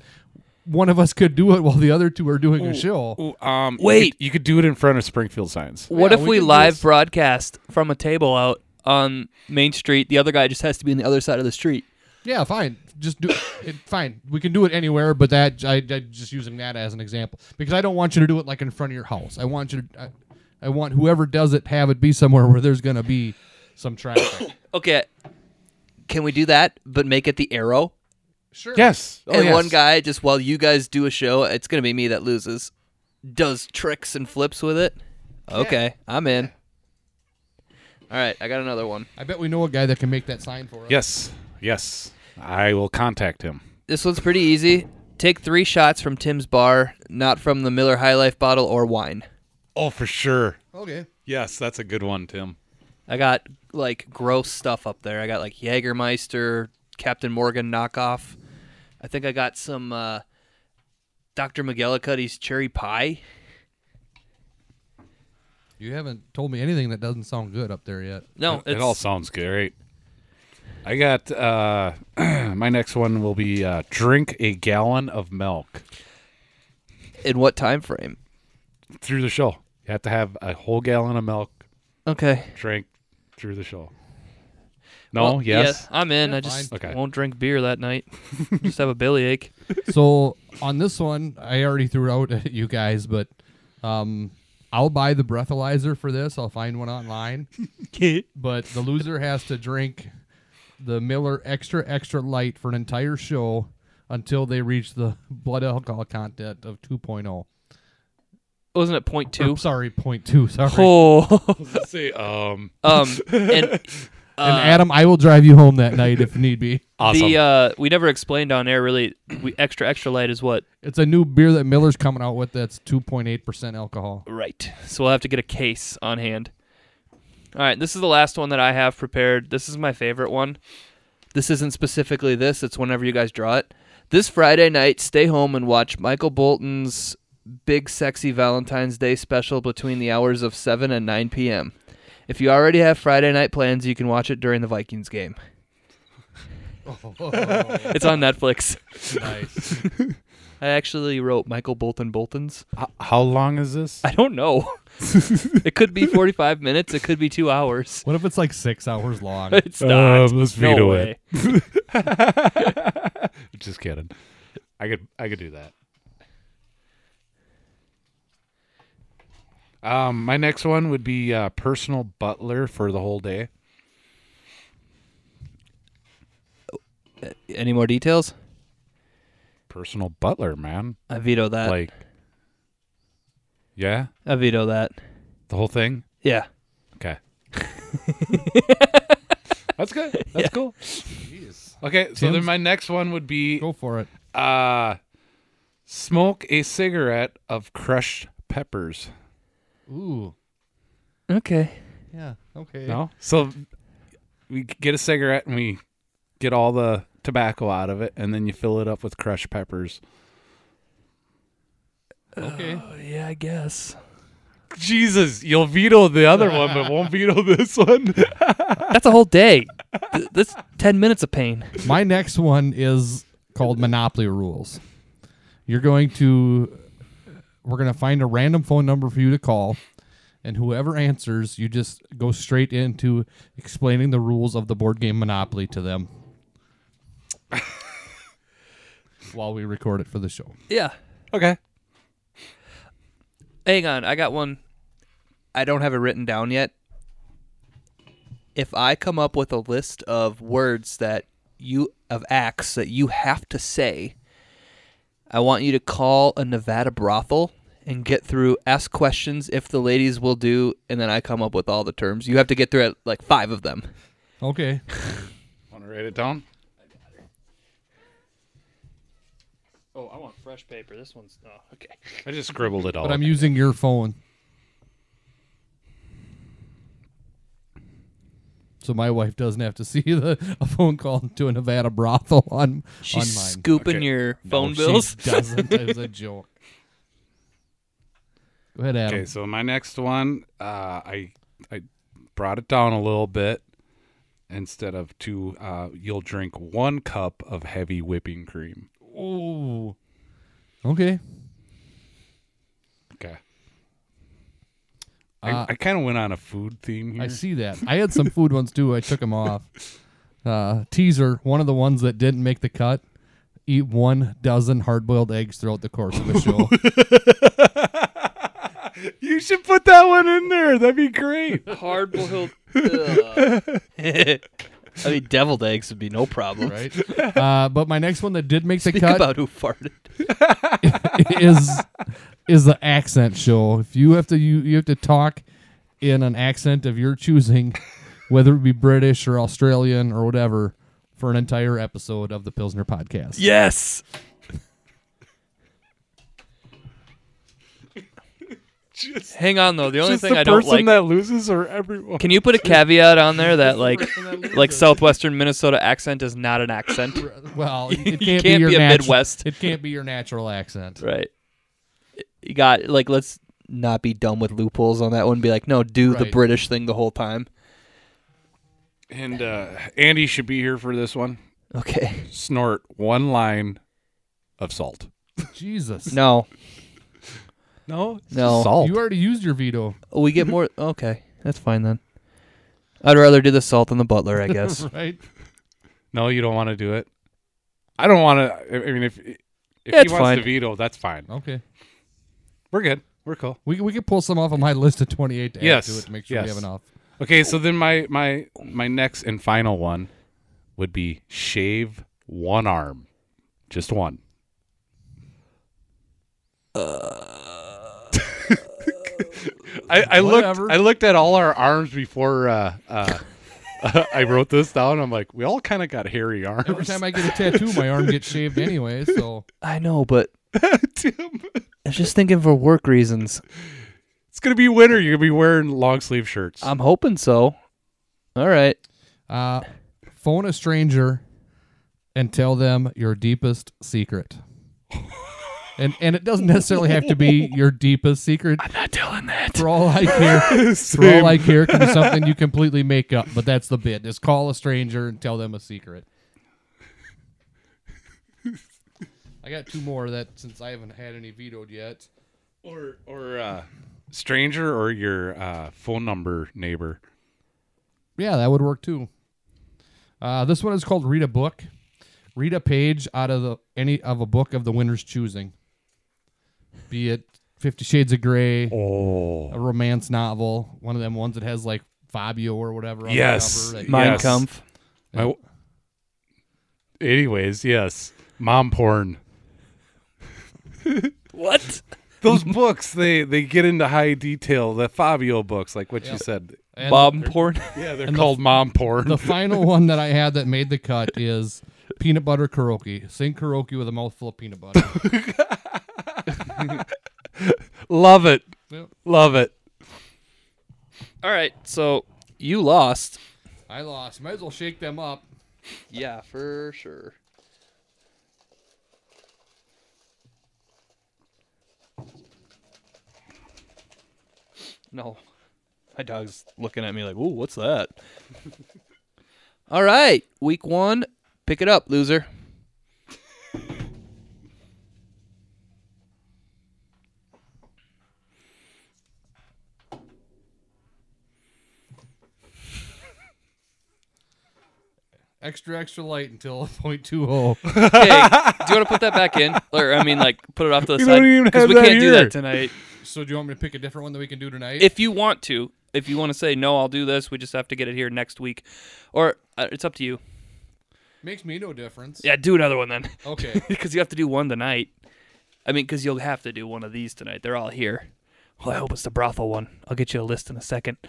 S3: one of us could do it while the other two are doing a show.
S2: um, you
S1: Wait.
S2: could, you could do it in front of Springfield signs.
S1: What
S3: Yeah,
S1: if
S3: we
S1: we,
S3: can do
S1: live
S3: this.
S1: broadcast from a table out on Main Street? The other guy just has to be on the other side of the street.
S3: Yeah, fine. Just do [coughs] it. Fine. We can do it anywhere, but that I, I just using that as an example because I don't want you to do it like in front of your house. I want you to. I, I want whoever does it have it be somewhere where there's gonna be some traffic. [coughs]
S1: Okay. Can we do that, but make it the arrow?
S3: sure.
S2: Yes. Oh,
S1: and
S2: yes.
S1: one guy just while you guys do a show, it's gonna be me that loses, does tricks and flips with it. Okay, I'm in. All right, I got another one.
S3: I bet we know a guy that can make that sign for us.
S2: Yes. Yes. I will contact him.
S1: This one's pretty easy. Take three shots from Tim's bar, not from the Miller High Life bottle or wine.
S2: Oh, for sure.
S3: Okay.
S2: Yes, that's a good one, Tim.
S1: I got like gross stuff up there. I got like Jägermeister, Captain Morgan knockoff. I think I got some uh, Dr. McGillicuddy's cherry pie.
S3: You haven't told me anything that doesn't sound good up there yet.
S1: No,
S2: it,
S1: it's
S2: it all sounds great. I got uh, [clears throat] my next one will be uh, drink a gallon of milk
S1: in what time frame?
S2: through the show. You have to have a whole gallon of milk
S1: Okay.
S2: drink through the show. No,
S1: Well,
S2: yes.
S1: yeah, I'm in. I just
S2: fine. Okay.
S1: won't drink beer that
S2: [laughs]
S1: night. just have a bellyache.
S3: so on this one, I already threw it out [laughs] at you guys, but um, I'll buy the breathalyzer for this. I'll find one online. but the loser has to drink the Miller extra extra light for an entire show until they reach the blood alcohol content of oh. 2.0.
S1: Wasn't it point
S3: Or,
S1: two?
S2: [laughs]
S3: sorry, 0.2. Sorry.
S1: Oh,
S2: Let's see. Um,
S1: um, and
S3: and Adam, I will drive you home that night if need be.
S2: Awesome.
S6: The uh, we never explained on air really. We extra extra light is what
S3: It's a new beer that Miller's coming out with that's 2.8% alcohol.
S6: right. So we'll have to get a case on hand. All right, this is the last one that I have prepared. This is my favorite one.
S1: This isn't specifically this, it's whenever you guys draw it. This Friday night, stay home and watch Michael Bolton's Big Sexy Valentine's Day special between the hours of 7 and 9 p.m. If you already have Friday night plans, you can watch it during the Vikings game.
S6: It's on Netflix.
S3: Nice.
S1: I actually wrote Michael Bolton Boltons.
S2: H- how long is this?
S6: I don't
S2: [laughs]
S6: know. it could be 45 minutes. It could be two hours. [laughs]
S3: what if it's like six hours long?
S6: [laughs]
S1: [laughs]
S6: It's not.
S2: Um, let's
S6: no
S2: veto
S6: way.
S2: it. Just kidding. I could I could do that. Um, my next one would be uh, personal butler for the whole day.
S1: Any more details?
S2: Personal butler, man.
S1: I veto
S6: Uh,
S1: that.
S2: Like, yeah,
S1: I veto that.
S2: the whole thing.
S1: Yeah.
S6: [laughs]
S2: Okay. That's good. That's cool. Okay, so then
S3: Tim's-
S2: my next one would be
S3: Go for it.
S2: uh smoke a cigarette of crushed peppers.
S3: Ooh.
S1: Okay.
S3: Yeah. Okay.
S2: No? [laughs] So we get a cigarette and we get all the tobacco out of it and then you fill it up with crushed peppers.
S3: Okay.
S6: Oh, Yeah, I guess.
S2: Jesus, you'll veto the other one but [laughs] won't veto this [laughs] one.
S6: That's a whole day. Th- That's 10 minutes of pain.
S3: My next one is called Monopoly Rules. You're going to, we're going to find a random phone number for you to call, and whoever answers, you just go straight into explaining the rules of the board game Monopoly to them while we record it for the show.
S6: Yeah.
S2: okay.
S6: Hang on. I got one.
S1: I don't have it written down yet. If I come up with a list of words that you of acts that you have to say, I want you to call a Nevada brothel and get through ask questions if the ladies will do and then I come up with all the terms. You have to get through it, like 5 of them.
S3: Okay.
S2: Want to write it down?
S6: Oh, I want fresh paper. This one's. Oh, okay.
S2: I just scribbled it all.
S3: But I'm using your phone. So my wife doesn't have to [laughs] see the, a phone call to a Nevada brothel on
S1: She's
S3: on mine.
S1: scooping
S2: Okay.
S1: your phone
S3: She
S1: bills. [laughs]
S3: [laughs] doesn't. It's a joke. Go ahead, Adam.
S2: Okay, so my next one, uh, I I brought it down a little bit. Instead of two, uh, you'll drink one cup of heavy whipping cream.
S3: Oh. Okay.
S2: Okay.
S3: Uh,
S2: I, I kind of went on a food theme here.
S3: I see that. I had some food ones too. I took them off. Uh, teaser: One of the ones that didn't make the cut. Eat one dozen hard-boiled eggs throughout the course of the [laughs] show.
S2: You should put that one in there. That'd be
S6: [laughs]
S2: great.
S6: Hard boiled.
S1: I mean deviled eggs would be no problem.
S3: right? Uh, but my next one that did make the
S1: Think
S3: cut
S1: about who farted.
S3: is is the accent show. If you have to you, you have to talk in an accent of your choosing, whether it be British or Australian or whatever, for an entire episode of the Pilsner podcast.
S6: Yes.
S2: Just,
S6: Hang on, though. The only
S2: just
S6: thing
S2: the
S6: I don't
S2: person
S6: like.
S2: that loses or everyone.
S6: Can you put a caveat on there
S2: [laughs]
S6: that like like southwestern Minnesota accent is not an accent?
S3: Well, it can't,
S6: can't
S3: be, your
S6: be a
S3: natu-
S6: Midwest.
S3: It can't be your natural accent.
S1: [laughs]
S6: Right.
S1: You got like let's not be dumb with loopholes on that one. Be like, no, do the
S3: Right.
S1: British thing the whole time.
S2: and uh, Andy should be here for this one.
S1: Okay.
S2: [laughs] Snort one line of salt.
S3: Jesus.
S1: No,
S2: No,
S1: No.
S2: salt.
S3: You already used your veto, [laughs]
S1: we get more. Okay, that's fine then. I'd rather do the salt than the butler, I
S2: [laughs]
S1: guess.
S3: right?
S2: no, you don't want to do it. I don't want to. I I mean, if if
S6: It's
S2: he wants
S6: fine.
S2: to veto, that's fine.
S3: Okay.
S2: We're good. We're cool.
S3: We, we could pull some off of my list of 28 to add
S2: Yes.
S3: to it to make sure we
S2: Yes.
S3: have enough.
S2: Okay, so then my my my next and final one would be shave one arm, just one. I, I looked
S3: Whatever.
S2: I looked at all our arms before uh, [laughs] uh, I wrote this down. I'm like, we all kind of got hairy arms.
S3: Every time I get a tattoo, my arm gets shaved anyway. So
S1: I know, but
S2: Tim,
S1: I was just thinking for work reasons.
S2: [laughs] it's gonna be winter. You're gonna be wearing long sleeve shirts. [laughs]
S1: I'm hoping so. All right.
S3: uh, phone a stranger and tell them your deepest secret. And and it doesn't necessarily have to be your deepest secret.
S6: Not telling that.
S3: For all I care, for all I care, it can be something you completely make up. But that's the bit. Just call a stranger and tell them a secret. I got two more that since I haven't had any vetoed yet.
S2: or or uh, stranger or your uh, phone number neighbor.
S3: Yeah, that would work too. Uh, this one is called read a book. Read a page out of the any of a book of the winner's choosing. Be it Fifty Shades of Grey,
S2: Oh,
S3: a romance novel, one of them ones that has like Fabio or whatever. On
S2: Yes.
S3: the cover that-
S2: My-
S1: Mein
S2: Yes.
S1: Kampf.
S2: my. Anyways, yes, mom porn.
S6: What?
S2: Those books, they they get into high detail. The Fabio books, like what you said.
S3: and
S6: Bob porn. [laughs]
S2: Yeah, they're
S3: the-
S2: called mom porn.
S3: The final [laughs] one that I had that made the cut is peanut butter karaoke. Sing karaoke with a mouthful of peanut
S6: [laughs]
S3: butter.
S2: Love it,
S3: Yep.
S2: love it.
S6: All right, so
S1: You lost.
S3: I lost. Might as well shake them up.
S1: Yeah, for sure. No. My dog's looking at me like, ooh, what's that? All right. Week one. Pick it up,
S2: [laughs]
S1: loser.
S3: Extra extra light until [laughs] oh. 0.20.
S6: hey, do you want to put that back in, or I mean, like, put it off to the
S2: We
S6: side
S2: don't even
S6: because
S2: have
S6: we
S2: that
S6: can't do
S2: here.
S6: that tonight.
S3: so do you want me to pick a different one that we can do tonight?
S6: If you want to, if you want to say no, I'll do this. We just have to get it here next week, or uh, it's up to you.
S3: Makes me no difference.
S6: Yeah, do another one then, [laughs]
S3: Okay.
S6: because you have to do one tonight. I mean, because you'll have to do one of these tonight. They're all here. Well, I hope it's the brothel one. I'll get you a list in a second. [laughs]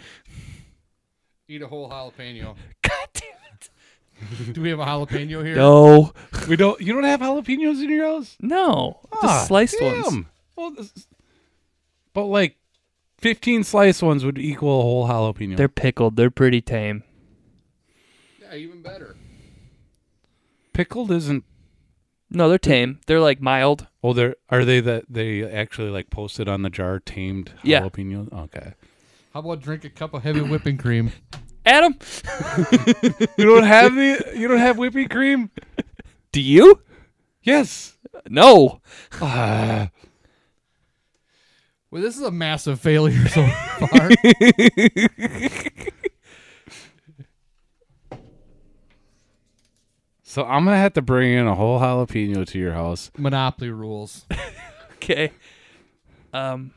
S3: Eat a whole jalapeno.
S6: God damn it!
S3: Do we have a jalapeno here?
S1: No.
S2: We don't. You don't have jalapenos in your house?
S6: No,
S2: Ah,
S6: just sliced ones.
S2: damn. Well, this is- but like, fifteen sliced ones would equal a whole jalapeno.
S6: They're pickled. They're pretty tame.
S3: Yeah, even better.
S2: pickled isn't.
S6: No, they're tame. They're like mild.
S2: Oh, they're are they that they actually like posted on the jar tamed
S6: Yeah.
S2: jalapeno? Okay,
S3: How about drink a cup of heavy whipping cream?
S6: Adam,
S2: [laughs] you don't have the you don't have whipping cream.
S6: do you?
S2: [sighs] Yes,
S6: No.
S2: Ah,
S3: Well, this is a massive failure so far.
S2: so I'm gonna have to bring in a whole jalapeno to your house.
S3: Monopoly rules.
S6: Okay. Um.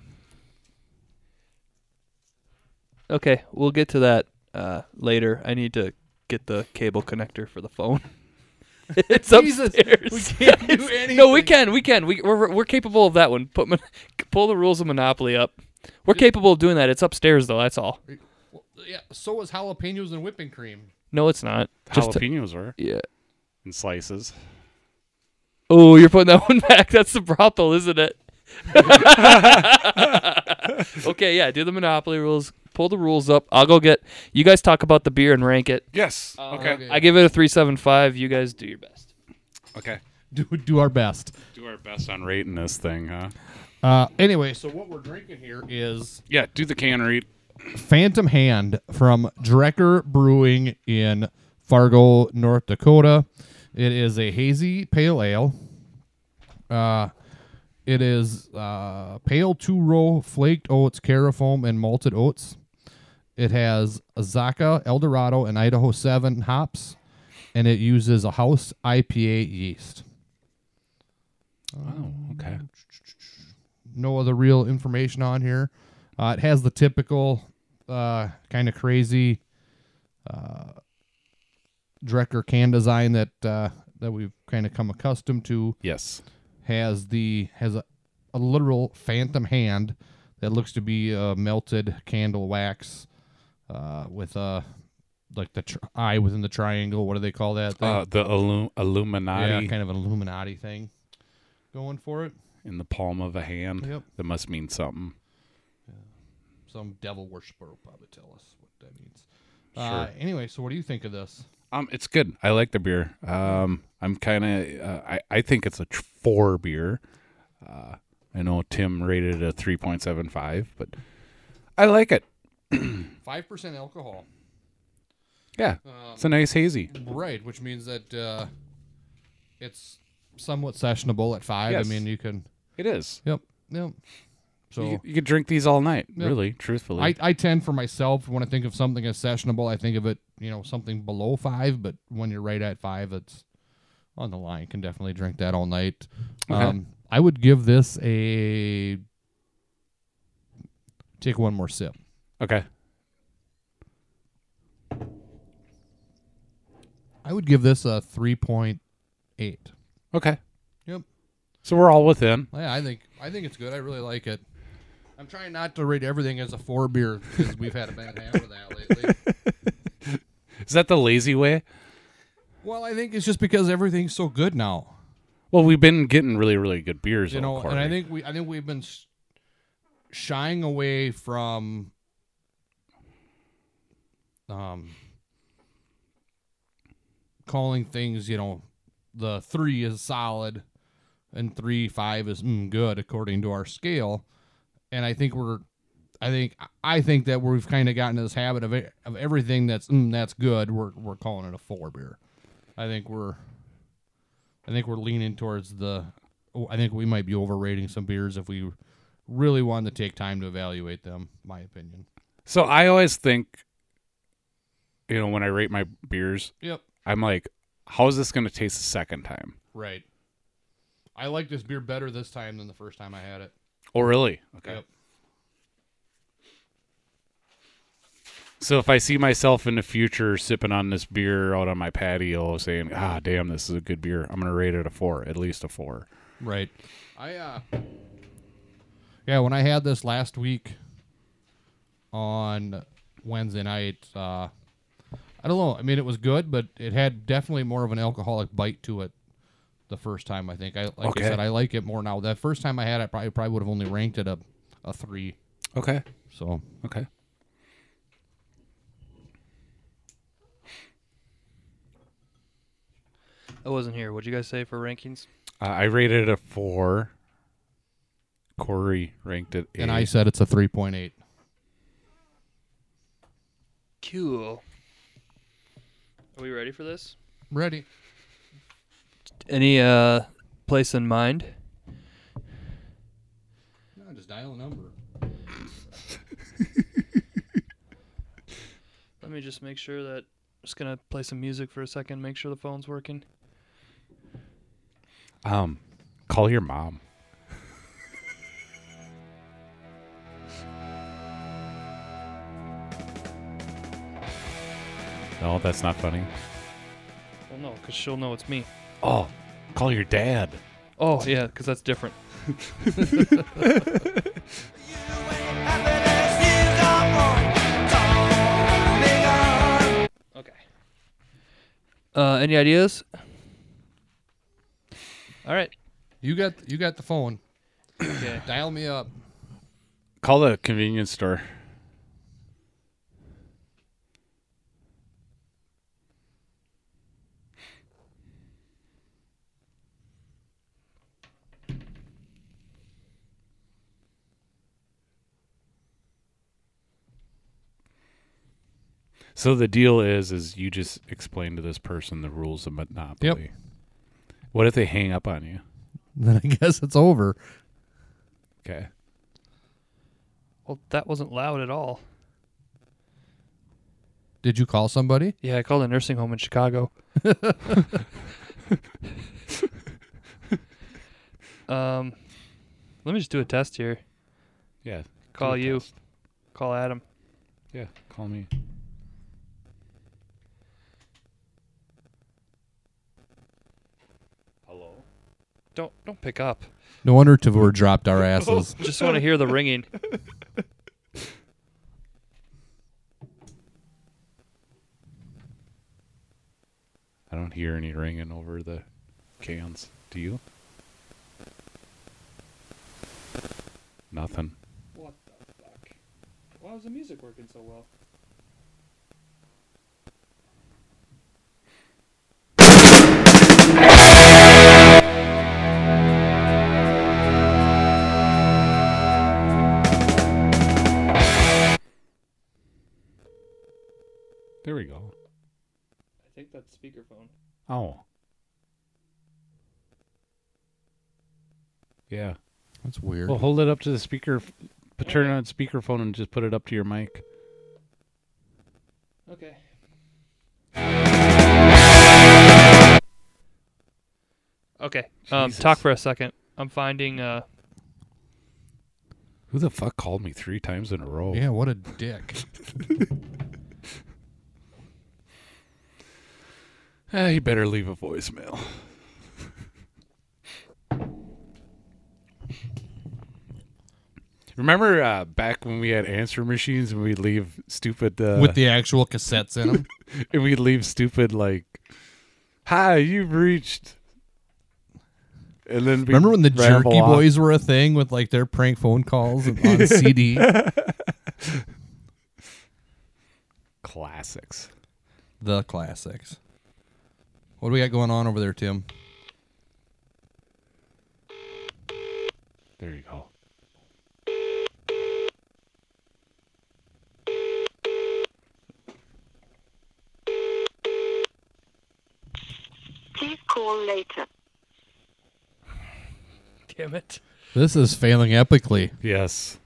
S1: Okay, we'll get to that uh, later. I need to get the cable connector for the phone.
S6: [laughs] It's
S3: Jesus, we
S6: upstairs.
S3: can't do
S6: [laughs] It's- No, we
S3: anything.
S6: can. We can. We, we're, we're capable of that one. Put mon- pull the rules of Monopoly up. We're capable of doing that. It's upstairs though. That's all.
S3: Well, yeah, so was jalapenos and whipping cream.
S6: No, it's not. Just
S2: jalapenos were
S6: yeah.
S2: in slices.
S6: Oh, you're putting that [laughs] one back. That's the brothel, isn't it? [laughs] okay, yeah. Do the Monopoly rules. Pull the rules up. I'll go get. You guys talk about the beer and rank it.
S2: Yes.
S3: okay.
S6: I give it a three seven five. You guys do your best.
S2: Okay.
S3: Do do our best.
S2: Do our best on rating this thing, huh?
S3: Uh, anyway, so what we're drinking here is
S2: Yeah. Do the can read.
S3: Phantom Hand from Drecker Brewing in Fargo, North Dakota. It is a hazy pale ale. Uh, it is uh, pale two row flaked oats, carafoam, and malted oats. It has Azaka, Eldorado, and Idaho 7 hops, and it uses a house IPA yeast.
S2: Oh, okay.
S3: no other real information on here. Uh, it has the typical uh, kind of crazy uh, Drecker can design that uh, that we've kind of come accustomed to.
S2: Yes.
S3: Has the has a, a literal phantom hand that looks to be a melted candle wax uh, with a like the tr- eye within the triangle. What do they call that? Thing?
S2: Uh, the Illu-
S3: yeah,
S2: Illuminati
S3: kind of an Illuminati thing going for it.
S2: in the palm of a hand.
S3: Yep.
S2: That must mean something.
S3: Some devil worshiper will probably tell us what that means. Uh, anyway, so what do you think of this?
S2: Um, it's good. I like the beer. Um, I'm kind of. Uh, I I think it's a tr- four beer. Uh, I know Tim rated it a three point seven five, but I like it.
S3: Five percent alcohol,
S2: Yeah,
S3: Um,
S2: it's a nice hazy.
S3: right? Which means that uh, it's somewhat sessionable at five.
S2: Yes.
S3: I mean, you can.
S2: It is.
S3: Yep. Yep. So
S2: You, you could drink these all night.
S3: Yeah.
S2: Really, truthfully.
S3: I, I tend for myself when I think of something as sessionable, I think of it, you know, something below five. But when you're right at five, it's on the line. Can definitely drink that all night.
S2: Okay.
S3: Um, I would give this a take one more sip.
S2: okay.
S3: I would give this a three point eight.
S2: Okay.
S3: Yep.
S2: So we're all within.
S3: Yeah, I think I think it's good. I really like it. I'm trying not to rate everything as a four beer because we've had a bad habit of that [laughs] lately.
S2: Is that the lazy way?
S3: Well, I think it's just because everything's so good now.
S2: Well, we've been getting really, really good beers.
S3: you
S2: though,
S3: know, and
S2: Corey.
S3: I think we I think we've been sh- shying away from um calling things, you know, the 3 is solid and 3 5 is mm, good according to our scale. And I think we're I think I think that we've kind of gotten to this habit of it, of everything that's mm, that's good, we're we're calling it a 4 beer. I think we're I think we're leaning towards the. oh, I think we might be overrating some beers if we really wanted to take time to evaluate them. My opinion.
S2: so. I always think, you know, when I rate my beers,
S3: Yep.
S2: I'm like, how is this going to taste the second time?
S3: Right. I like this beer better this time than the first time I had it.
S2: Oh, really? Okay.
S3: Yep.
S2: So if I see myself in the future sipping on this beer out on my patio, saying, "Ah, damn, this is a good beer," I'm gonna rate it a four, at least a four.
S3: Right. I uh. Yeah, when I had this last week on Wednesday night, uh, I don't know. I mean, it was good, but it had definitely more of an alcoholic bite to it the first time. I think I like
S2: Okay.
S3: I said, I like it more now. That first time I had it, probably probably would have only ranked it a a three.
S2: Okay.
S3: So
S2: Okay.
S1: I wasn't here. What'd you guys say for rankings?
S2: Uh, I rated it a four. Corey ranked it.
S3: and
S2: a-
S3: I said it's a three point eight.
S1: Cool. Are we ready for this?
S3: Ready?
S1: Any uh place in mind?
S3: No, just dial a number.
S1: Let me just make sure that just gonna play some music for a second, make sure the phone's working.
S2: um, call your mom. [laughs] no, that's not funny.
S1: Well no, because she'll know it's me.
S2: Oh, call your dad.
S1: Oh yeah, because that's different. Okay. Uh any ideas? All right.
S3: You got you got the phone.
S1: Okay.
S3: Dial me up.
S2: Call the convenience store. So the deal is, is you just explain to this person the rules of monopoly. What if they hang up on you?
S3: Then I [laughs] guess it's over.
S2: Okay.
S1: Well that wasn't loud at all.
S3: Did you call somebody?
S1: Yeah, I called a nursing home in Chicago. [laughs] um, let me just do a test here.
S2: Yeah.
S1: Call
S2: do a
S1: you.
S2: test.
S1: Call Adam.
S2: Yeah. Call me. Hello.
S1: Don't don't pick up.
S3: No wonder Tavor dropped our asses.
S1: Just want to hear the [laughs] ringing.
S2: I don't hear any ringing over the cans. Do you? Nothing.
S6: What the fuck? Why was the music working so well?
S2: There we go.
S6: I think that's speakerphone.
S2: Oh. Yeah.
S3: That's weird.
S2: Well, hold it up to the speaker. f- p- Turn on speakerphone and just put it up to your mic.
S6: Okay. Okay. Um,
S2: Jesus.
S6: talk for a second. I'm finding. Uh,
S2: Who the fuck called me three times in a row?
S3: Yeah, what a dick.
S2: Eh, you better leave a voicemail. Remember uh, back when we had answer machines and we'd leave stupid uh,
S3: With the actual cassettes in them.
S2: and we'd leave stupid like, "Hi, you've reached." And then we'd
S3: Remember when the
S2: ramble
S3: Jerky
S2: off.
S3: Boys were a thing with like their prank phone calls and on CD?
S2: classics?
S3: The classics. What do we got going on over there, Tim?
S2: There you go.
S7: Please call later.
S6: [laughs] damn it.
S3: This is failing epically.
S2: Yes.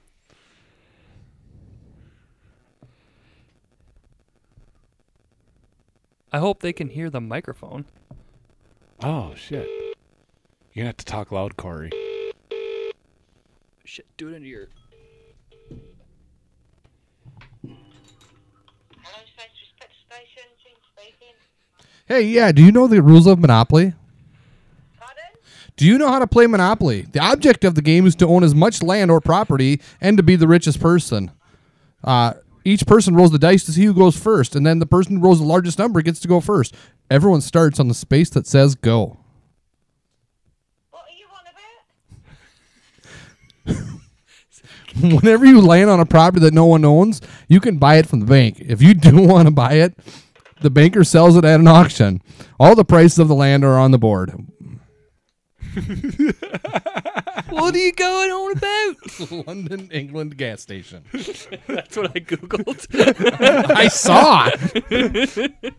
S6: I hope they can hear the microphone.
S2: Oh shit. You're gonna have to talk loud, Corey.
S6: Shit, do it into your.
S7: Hello, Central Spec- Station. Jean speaking.
S3: Hey, yeah, do you know the rules of Monopoly?
S7: Pardon?
S3: Do you know how to play Monopoly? The object of the game is to own as much land or property and to be the richest person. Uh, each person rolls the dice to see who goes first, and then the person who rolls the largest number gets to go first. Everyone starts on the space that says go. [laughs]
S7: What are you on about?
S3: Whenever you land on a property that no one owns, you can buy it from the bank. If you [laughs] do want to buy it, the banker sells it at an auction. All the prices of the land are on the board.
S6: What are you going on [laughs] about?
S3: [laughs] London, England gas station.
S6: [laughs] That's what I googled.
S3: [laughs] I saw it.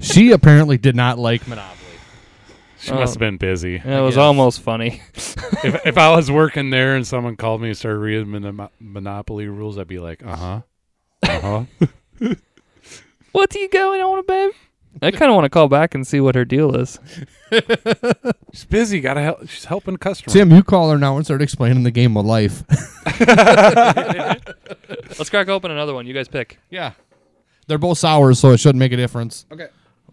S3: she apparently did not like Monopoly.
S2: She
S6: Oh.
S2: must have been busy.
S6: that was
S3: guess.
S6: almost funny.
S2: if, if I was working there and someone called me and started reading mon- Monopoly rules, I'd be like, uh huh,
S6: [laughs]
S2: uh huh.
S6: [laughs] What are you going on about? I kind of want to call back and see what her deal is.
S2: She's busy. Gotta help. She's helping customers.
S3: Tim, you call her now and start explaining the game of life. [laughs]
S6: Let's crack open another one. You guys pick.
S3: yeah. They're both sours, so it shouldn't make a difference. Okay.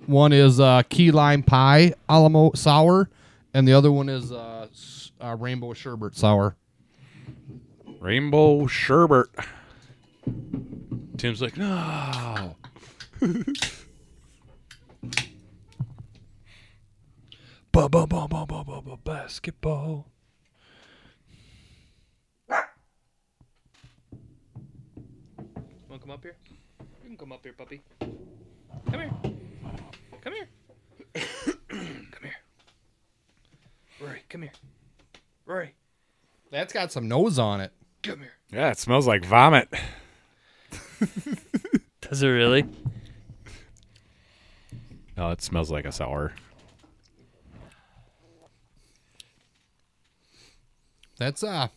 S3: One is uh, key lime pie Alamo sour, and the other one is uh, s- uh, rainbow sherbet sour.
S2: Rainbow sherbet. Tim's like, no.
S6: Ba ba ba ba ba ba ba basketball. Want to come up here? You can come up here, puppy. Come here. Come here. come here. Rory, come here. Rory,
S3: That's got some nose on it.
S6: come here.
S2: Yeah, it smells like vomit.
S6: Does it really?
S2: No, it smells like a sour.
S3: That's uh,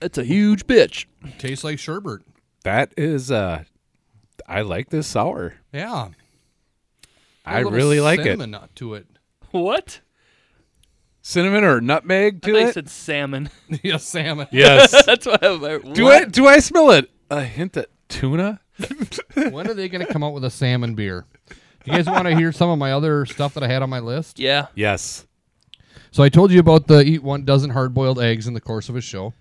S6: That's a huge bitch.
S3: tastes like sherbet.
S2: That is, uh, I like this sour.
S3: Yeah.
S2: I really like it.
S3: Nut to it. [laughs]
S6: What?
S2: Cinnamon or nutmeg
S6: I
S2: to
S6: thought you
S2: it?
S6: said salmon.
S3: yeah, salmon.
S2: yes.
S6: [laughs] That's what I'm like,
S2: Do
S6: what?
S2: I do I smell it? A hint at tuna?
S3: when are they going to come out with a salmon beer? You guys want to hear some of my other stuff that I had on my list?
S6: Yeah.
S2: Yes.
S3: So I told you about the eat one dozen hard boiled eggs in the course of a show.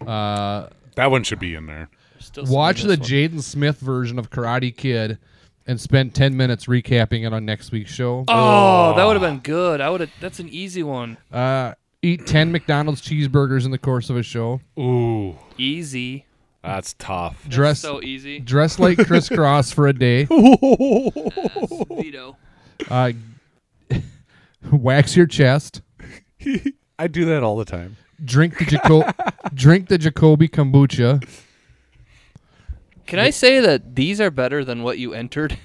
S2: That one should be in there.
S6: Still
S3: Watch
S6: seeing this
S3: the
S6: one.
S3: Jaden Smith version of Karate Kid and spent 10 minutes recapping it on next week's show.
S6: Oh, that would have been good. I would have. That's an easy one.
S3: Uh, eat 10 McDonald's cheeseburgers in the course of a show.
S2: Ooh,
S6: Easy.
S2: that's [laughs] tough.
S3: Dress
S6: So easy.
S3: dress like Chris Cross for a
S6: [laughs]
S3: day.
S6: Vito.
S3: Uh, [laughs] wax your chest.
S2: I do that all the time.
S3: Drink the Jaco- drink the Jacoby kombucha.
S6: Can I say that these are better than what you entered?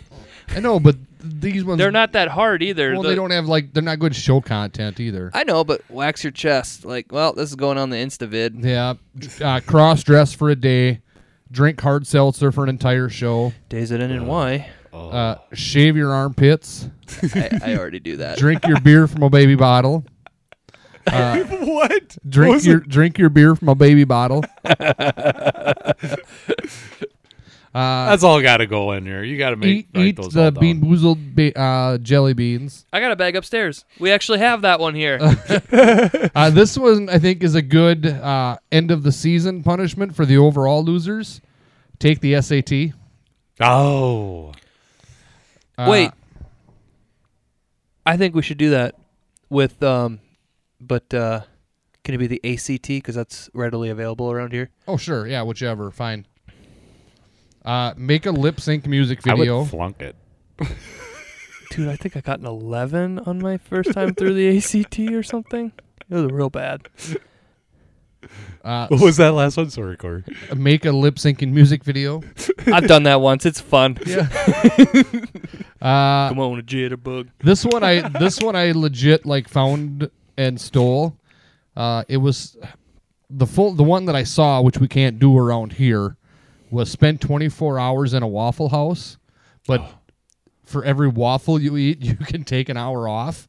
S3: I know, but these ones
S6: They're not that hard either.
S3: Well,
S6: The-
S3: they don't have like they're not good show content either.
S1: I know, but wax your chest. Like, well, this is going on the InstaVid.
S3: yeah, uh, cross dress for a day. Drink hard seltzer for an entire show.
S1: Days it in and why?
S3: Uh, shave your armpits.
S1: I, [laughs] I already do that.
S3: Drink your beer from a baby bottle.
S2: What?
S3: Drink your drink your beer from a baby bottle.
S2: That's all got to go in there. You got to make
S3: eat
S2: write
S3: eat
S2: those all
S3: the
S2: down.
S3: bean boozled ba- uh, jelly beans.
S6: I got a bag upstairs. We actually have that one here.
S3: Uh, this one, I think, is a good uh, end of the season punishment for the overall losers. Take the SAT.
S2: Oh,
S3: Uh,
S1: [laughs] Wait. I think we should do that with, um, but uh, can it be the ACT because that's readily available around here?
S3: Oh, sure. Yeah, whichever. Fine. Uh, make a lip sync music
S2: I
S3: video.
S2: would flunk it.
S6: Dude, I think I got an 11 on my first time through the ACT or something. It was real bad.
S2: [laughs]
S3: uh,
S2: What was that last one? Sorry, Corey.
S3: make a lip syncing music video.
S6: I've done that once. It's fun.
S1: [laughs]
S6: [laughs]
S3: Uh,
S6: Come on, a jitterbug.
S3: this one, I this one I legit like found and stole. Uh, it was the full the one that I saw, which we can't do around here, was spend 24 hours in a Waffle House, but.
S2: Oh.
S3: For every waffle you eat, [laughs] you can take an hour off.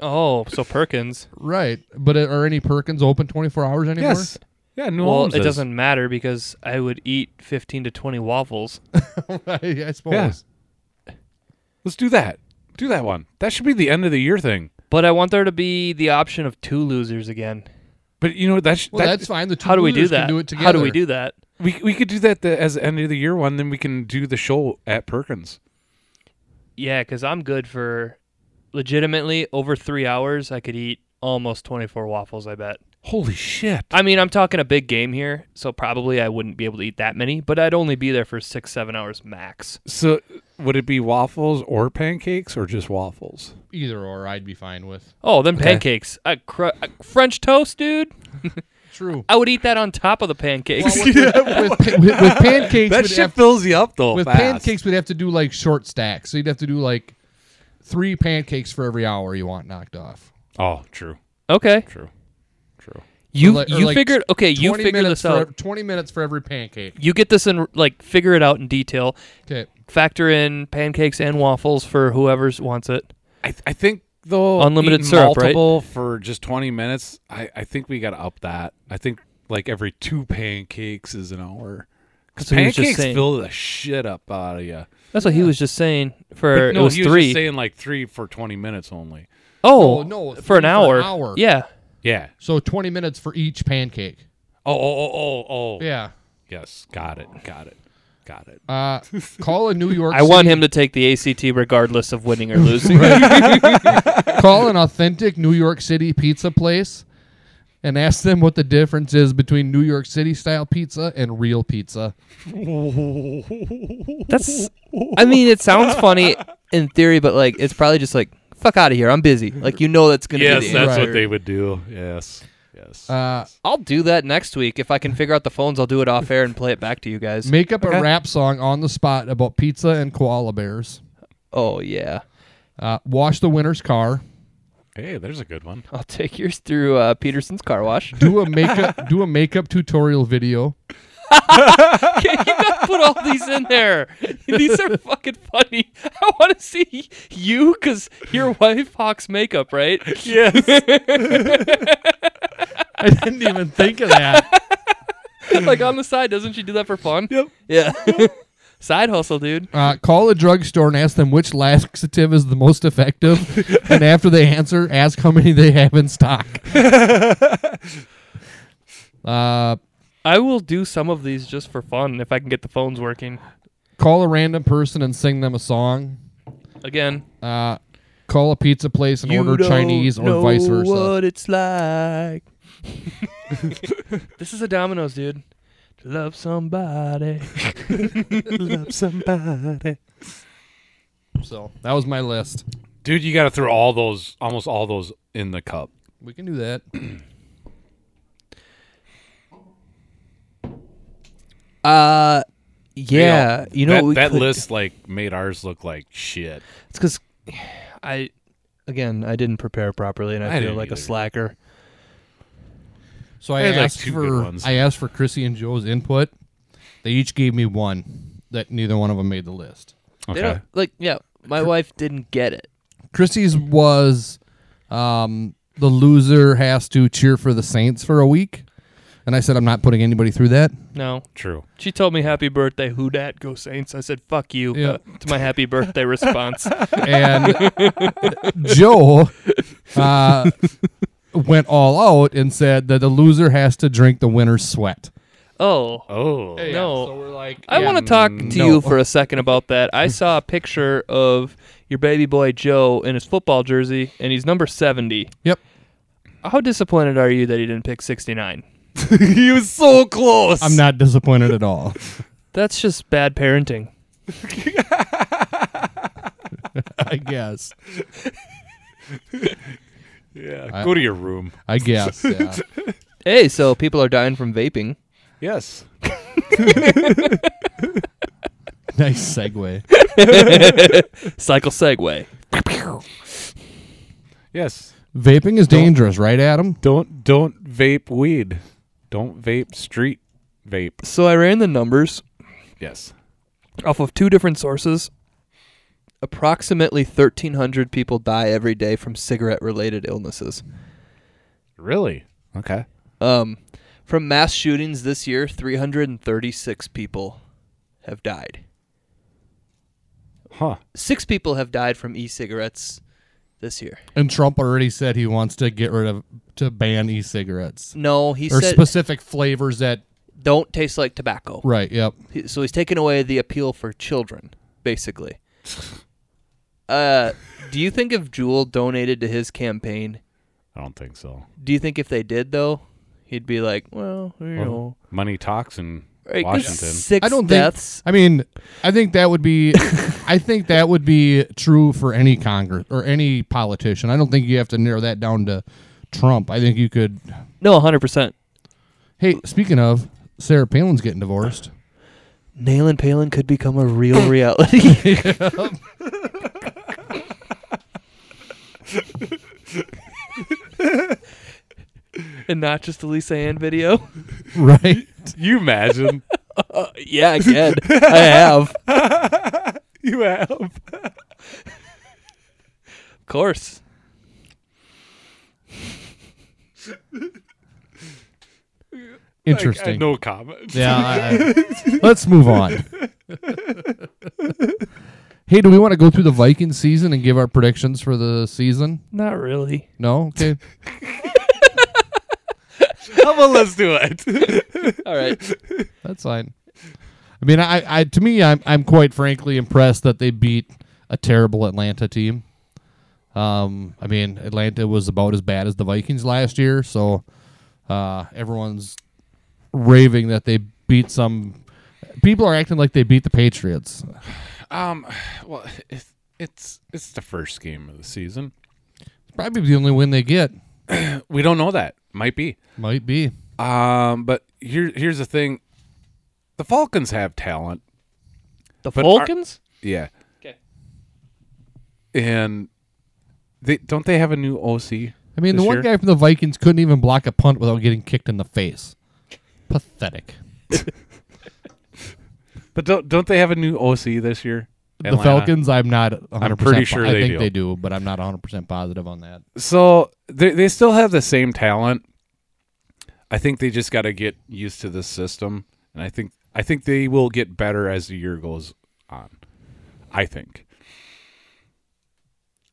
S6: Oh, so Perkins.
S3: right. But uh, are any Perkins open 24 hours anymore?
S2: Yes. Yeah, New
S6: Well,
S2: Orleans
S6: it
S2: is.
S6: doesn't matter because I would eat 15 to 20 waffles.
S3: [laughs] I suppose.
S2: Yeah. Let's do that. Do that one. That should be the end of the year thing.
S6: But I want there to be the option of two losers again.
S2: But you know that, sh-
S3: Well,
S2: that
S3: that's fine. The two
S6: How do we do
S3: losers
S6: that?
S3: Can do it
S6: How do we
S3: together.
S6: do that?
S2: we we could do that the, as the end of the year one. Then we can do the show at Perkins.
S6: Yeah, because I'm good for legitimately over three hours. I could eat almost 24 waffles, I bet.
S2: Holy shit!
S6: I mean, I'm talking a big game here, so probably I wouldn't be able to eat that many, but I'd only be there for six, seven hours max.
S2: So would it be waffles or pancakes or just waffles?
S3: Either or, I'd be fine with.
S6: Oh, then pancakes. A cr- a French toast, dude.
S3: [laughs] True.
S6: I would eat that on top of
S3: [laughs]
S6: the pancakes.
S3: with, with, with,
S6: [laughs]
S3: with pancakes,
S2: That
S3: we'd
S2: shit
S3: have-
S2: fills you up though.
S3: with
S2: fast.
S3: pancakes, we'd have to do like short stacks. So you'd have to do like three pancakes for every hour you want knocked off.
S2: Oh, true,
S6: okay.
S2: true, true.
S6: You
S3: like- or
S6: you
S3: like
S6: figured okay, you
S3: 20
S6: figure
S3: minutes
S6: this out.
S3: For, Twenty minutes for every pancake.
S6: you get this in like figure it out in detail.
S3: Okay.
S6: Factor in pancakes and waffles for whoever's wants it.
S2: I th- I think though
S6: Unlimited
S2: eating
S6: syrup, right?
S2: multiple for just twenty minutes. I I think we got to up that. I think like every two pancakes is an hour. Because
S6: So he was just
S2: pancakes
S6: saying-
S2: fill the shit up out of you.
S6: That's what he was just saying for
S2: no,
S6: it was
S2: he was
S6: three.
S2: just saying like three for twenty minutes only.
S6: oh,
S3: No, no,
S6: for an
S3: three
S6: hour.
S3: hour.
S6: Yeah.
S2: Yeah.
S3: So twenty minutes for each pancake.
S2: Oh oh oh oh. oh.
S3: Yeah.
S2: Yes. Got it. Got it. Got it.
S6: [laughs]
S3: Uh, call a New York.
S6: I want
S3: City-
S6: him to take the ACT regardless of winning
S2: [laughs]
S6: or losing.
S3: call an authentic New York City pizza place and ask them what the difference is between New York City style pizza and real pizza.
S1: That's. I mean, it sounds funny in theory, but like it's probably just like fuck out of here. I'm busy. Like you know that's gonna be.
S2: Yes,
S1: the
S2: that's
S1: answer.
S2: what they would do. Yes. Yes.
S3: Uh,
S1: I'll do that next week if I can figure out the phones. I'll do it off air and play it back to you guys.
S3: make up a rap song on the spot about pizza and koala bears.
S1: Oh yeah,
S3: Uh, wash the winner's car.
S2: hey, there's a good one.
S1: I'll take yours through uh, Peterson's car wash.
S3: Do a [laughs] makeup do a makeup tutorial video.
S6: [laughs] put all these in there. These are fucking funny. I want to see you because your wife hawks makeup, right?
S3: I didn't even think of that.
S6: like on the side, doesn't she do that for fun? Yep.
S1: [laughs] Yeah.
S6: Side hustle, dude.
S3: Uh, call a drugstore and ask them which laxative is the most effective, and after they answer, ask how many they have in [laughs] stock. uh,
S6: I will do some of these just for fun if I can get the phones working.
S3: call a random person and sing them a song.
S6: Again,
S3: Uh, call a pizza place and order Chinese or vice versa.
S1: what it's like.
S6: this is a Domino's, dude. To love somebody.
S2: Love somebody.
S3: So that was my list.
S2: Dude, you got to throw all those, almost all those in the cup.
S3: We can do that.
S1: Uh, yeah. you know
S2: that,
S1: what we
S2: that
S1: could-
S2: list like made ours look like shit.
S1: It's because
S6: I
S1: again I didn't prepare properly and I,
S2: I
S1: feel
S2: didn't
S1: like
S2: either.
S1: a slacker.
S3: So I,
S2: I had, like,
S3: asked
S2: two good
S3: for
S2: ones.
S3: I asked for Chrissy and Joe's input. They each gave me one that neither one of them made the list.
S6: they
S2: Okay.
S6: don't like. Yeah, my wife didn't get it.
S3: Chrissy's was um, the loser has to cheer for the Saints for a week, and I said I'm not putting anybody through that.
S6: No,
S2: True.
S6: she told me happy birthday. Who dat? Go Saints. I said fuck you
S3: Yeah.
S6: uh, to my
S3: [laughs]
S6: happy birthday response.
S2: [laughs]
S3: And Joe uh, went all out and said that the loser has to drink the winner's sweat.
S6: Oh,
S2: Oh.
S3: [laughs]
S6: No.
S3: so we're like,
S6: I
S3: yeah.
S6: want to talk to
S3: no.
S6: you for a second about that.
S3: [laughs]
S6: I saw a picture of your baby boy Joe in his football jersey, and he's number seventy.
S3: Yep.
S6: How disappointed are you that he didn't pick sixty nine?
S2: he was so close.
S3: I'm not disappointed at all.
S2: [laughs]
S6: That's just bad parenting.
S3: I guess.
S2: Yeah.
S3: I-
S2: go to your room.
S3: I
S2: [laughs]
S3: guess. Yeah.
S1: Hey, so people are dying from vaping.
S2: Yes.
S3: nice segue.
S6: Cycle segue.
S2: Yes.
S3: Vaping is dangerous, right, Adam?
S2: Don't don't vape weed. Don't vape street vape.
S1: So I ran the numbers
S2: Yes.
S6: Off of two different sources.
S1: approximately 1300 people die every day from cigarette related illnesses
S2: Really? Okay.
S1: um, from mass shootings this year 336 people have died
S2: Huh.
S1: six people have died from e-cigarettes this year
S3: And Trump already said he wants to get rid of to ban e-cigarettes
S1: no he
S3: or
S1: said
S3: specific flavors that.
S1: don't taste like tobacco
S3: Right. Yep.
S1: He- so he's taking away the appeal for children [laughs] basically uh, do you think if jewel donated to his campaign
S2: I don't think so.
S1: do you think if they did though he'd be like well you
S2: Well,
S1: know
S2: Money talks in
S1: Right, 'cause
S2: Washington.
S1: Six
S3: I don't
S1: deaths.
S3: think. I mean, I think that would be. [laughs] I think that would be true for any Congress or any politician. I don't think you have to narrow that down to Trump. I think you could.
S6: No, hundred percent.
S3: Hey, speaking of, Sarah Palin's getting divorced.
S1: Nayland Palin could become a
S3: [laughs]
S1: real reality. [laughs]
S6: And not just the Lisa Ann video.
S3: Right.
S2: You [laughs] imagine.
S1: Uh, yeah, I
S6: [laughs]
S1: can. I have. Of
S2: you have.
S1: course.
S3: Interesting.
S2: no comment.
S3: [laughs] Yeah. I- I- let's move [laughs] on. hey, do we want to go through the Viking season and give our predictions for the season?
S6: Not really.
S3: No.
S1: [laughs]
S3: Okay.
S2: How about let's do it?
S1: All right.
S3: That's fine. I mean, I, I to me, I'm I'm quite frankly impressed that they beat a terrible Atlanta team. Um, I mean, Atlanta was about as bad as the Vikings last year, so uh, everyone's raving that they beat some. People are acting like they beat the Patriots.
S2: um well it's it's it's the first game of the season.
S3: Probably the only win they get
S2: We don't know that. Might be.
S3: might be.
S2: Um but here here's the thing. The Falcons have talent.
S6: The
S2: But are-
S6: Falcons?
S2: Yeah.
S6: Okay.
S2: And they don't they have a new OC?
S3: I mean,
S2: this
S3: the one
S2: year?
S3: guy from the Vikings couldn't even block a punt without getting kicked in the face. Pathetic.
S2: But don't don't they have a new OC this year?
S3: The
S2: Atlanta?
S3: Falcons, I'm not. 100%
S2: pretty sure
S3: I
S2: they
S3: think
S2: do.
S3: they do, but I'm not 100 percent positive on that.
S2: So they they still have the same talent. I think they just got to get used to this system, and I think I think they will get better as the year goes on. I think.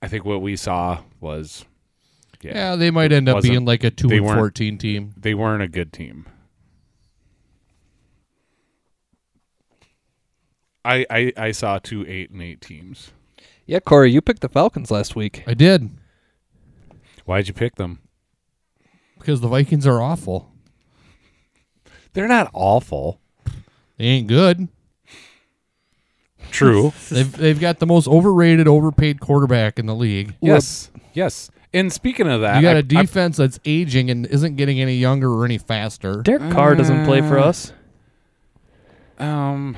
S2: I think what we saw was, yeah,
S3: Yeah, they might end up
S2: wasn't-
S3: being like a two
S2: they
S3: and
S2: weren't-
S3: fourteen team.
S2: they weren't a good team. I, I I saw two eight and eight teams.
S1: Yeah, Corey, you picked the Falcons last week.
S3: I did
S2: Why'd you pick them?
S3: because the Vikings are awful.
S2: They're not awful.
S3: They ain't good.
S2: [laughs] True.
S3: They've they've got the most overrated, overpaid quarterback in the league.
S2: yes. Yes. And speaking of that,
S3: You got
S2: I-
S3: a
S2: I-
S3: defense that's aging and isn't getting any younger or any faster.
S6: Derek Carr doesn't play for us.
S2: um,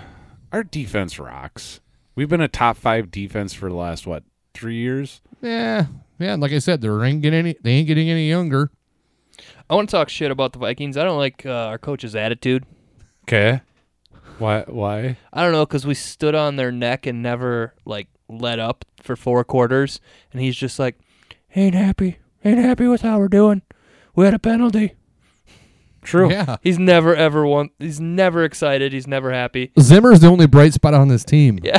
S2: our defense rocks. We've been a top five defense for the last what three years.
S3: Yeah, yeah. and Like I said, they ain't getting any. They ain't getting any younger.
S6: I want to talk shit about the Vikings. I don't like uh, our coach's attitude.
S2: Okay. Why? Why?
S6: I don't know because we stood on their neck and never like let up for four quarters, and he's just like, "Ain't happy, ain't happy with how we're doing. We had a penalty."
S2: True.
S3: Yeah,
S6: He's never ever won. He's never excited. He's never happy.
S3: Zimmer's the only bright spot on this team. Yeah,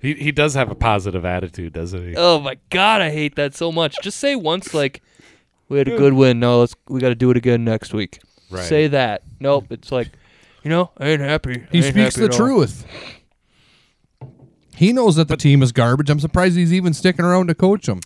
S2: He he does have a positive attitude, doesn't he?
S6: Oh my god, I hate that so much. Just say once like, "We had a good win. No, let's we got to do it again next week."
S2: Right.
S6: Say that. Nope. It's like, you know, I ain't happy. I
S3: he
S6: ain't
S3: speaks
S6: happy
S3: the
S6: at all."
S3: truth. He knows that the team is garbage. I'm surprised he's even sticking around to coach them.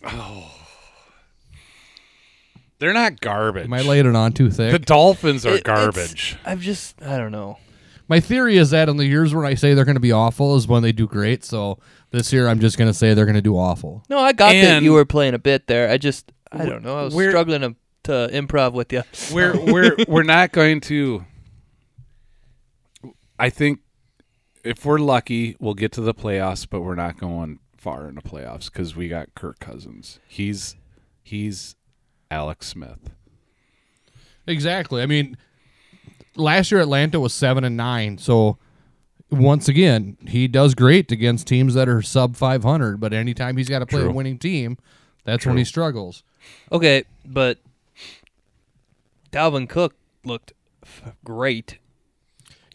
S2: They're not garbage.
S3: Am I laying it on too thick?
S2: The Dolphins are
S6: It- it's-
S2: garbage.
S6: I've just, I don't know.
S3: My theory is that in the years when I say they're going to be awful is when they do great. So this year I'm just going to say they're going to do awful.
S6: No, I got that
S2: And-
S6: you were playing a bit there. I just, I don't know. I was
S2: We're-
S6: struggling to, to improv with you.
S2: [laughs] we're we're we're not going to I think if we're lucky, we'll get to the playoffs, but we're not going far in the playoffs cuz we got Kirk Cousins. He's he's Alex Smith.
S3: Exactly. I mean, last year Atlanta was seven and nine. So once again, he does great against teams that are sub 500. But anytime he's got to play a
S2: True.
S3: winning team, that's when he struggles.
S6: Okay, but Dalvin Cook looked f- great.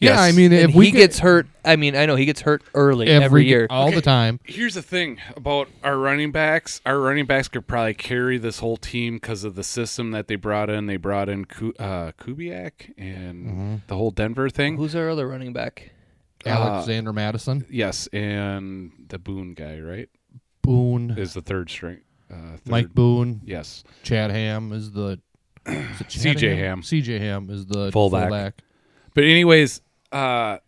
S3: Yeah, I mean,
S6: And
S3: if we
S6: he
S3: could-
S6: gets hurt, I mean, I know he gets hurt early every,
S1: [laughs]
S3: every,
S6: year.
S3: all the time,
S2: Here's the thing about our running backs. Our running backs could probably carry this whole team because of the system that they brought in. They brought in Ku- uh, Kubiak and
S3: Mm-hmm.
S2: the whole Denver thing.
S6: Who's our other running back?
S3: Alexander Madison,
S2: yes, and the Boone guy, right?
S3: Boone,
S2: Is the third string. Uh, third.
S3: Mike Boone,
S2: Yes.
S3: Chad Ham is the is it Chad
S2: C.J. Ham.
S3: CJ Ham is the
S2: Fullback. But anyways, uh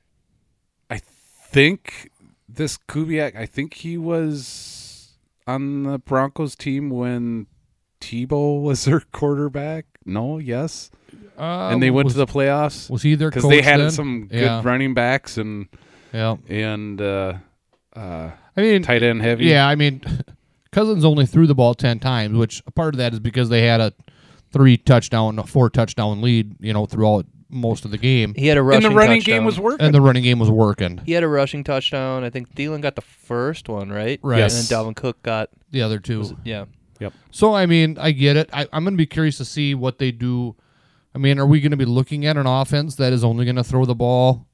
S2: I think this Kubiak, I think he was on the Broncos team when Tebow [laughs] was their quarterback. No, yes.
S3: Uh,
S2: and they went
S3: was,
S2: to the playoffs
S3: was he their
S2: cuz they
S3: coach
S2: had
S3: then?
S2: some good
S3: yeah,
S2: running backs and
S3: Yeah,
S2: and uh uh
S3: I mean,
S2: tight end heavy.
S3: yeah, I mean, [laughs] Cousins only threw the ball ten times, which a part of that is because they had a three touchdown, a four touchdown lead, you know, throughout most of the game,
S6: He had a
S2: And
S6: rushing
S2: the running
S6: touchdown.
S2: game was working.
S3: and the running game was working.
S6: He had a rushing touchdown. I think Thielen got the first one, right?
S3: Right.
S2: Yes.
S6: And then Dalvin Cook got,
S3: The other two,
S6: yeah.
S3: So I mean, I get it. I, I'm going to be curious to see what they do. I mean, are we going to be looking at an offense that is only going to throw the ball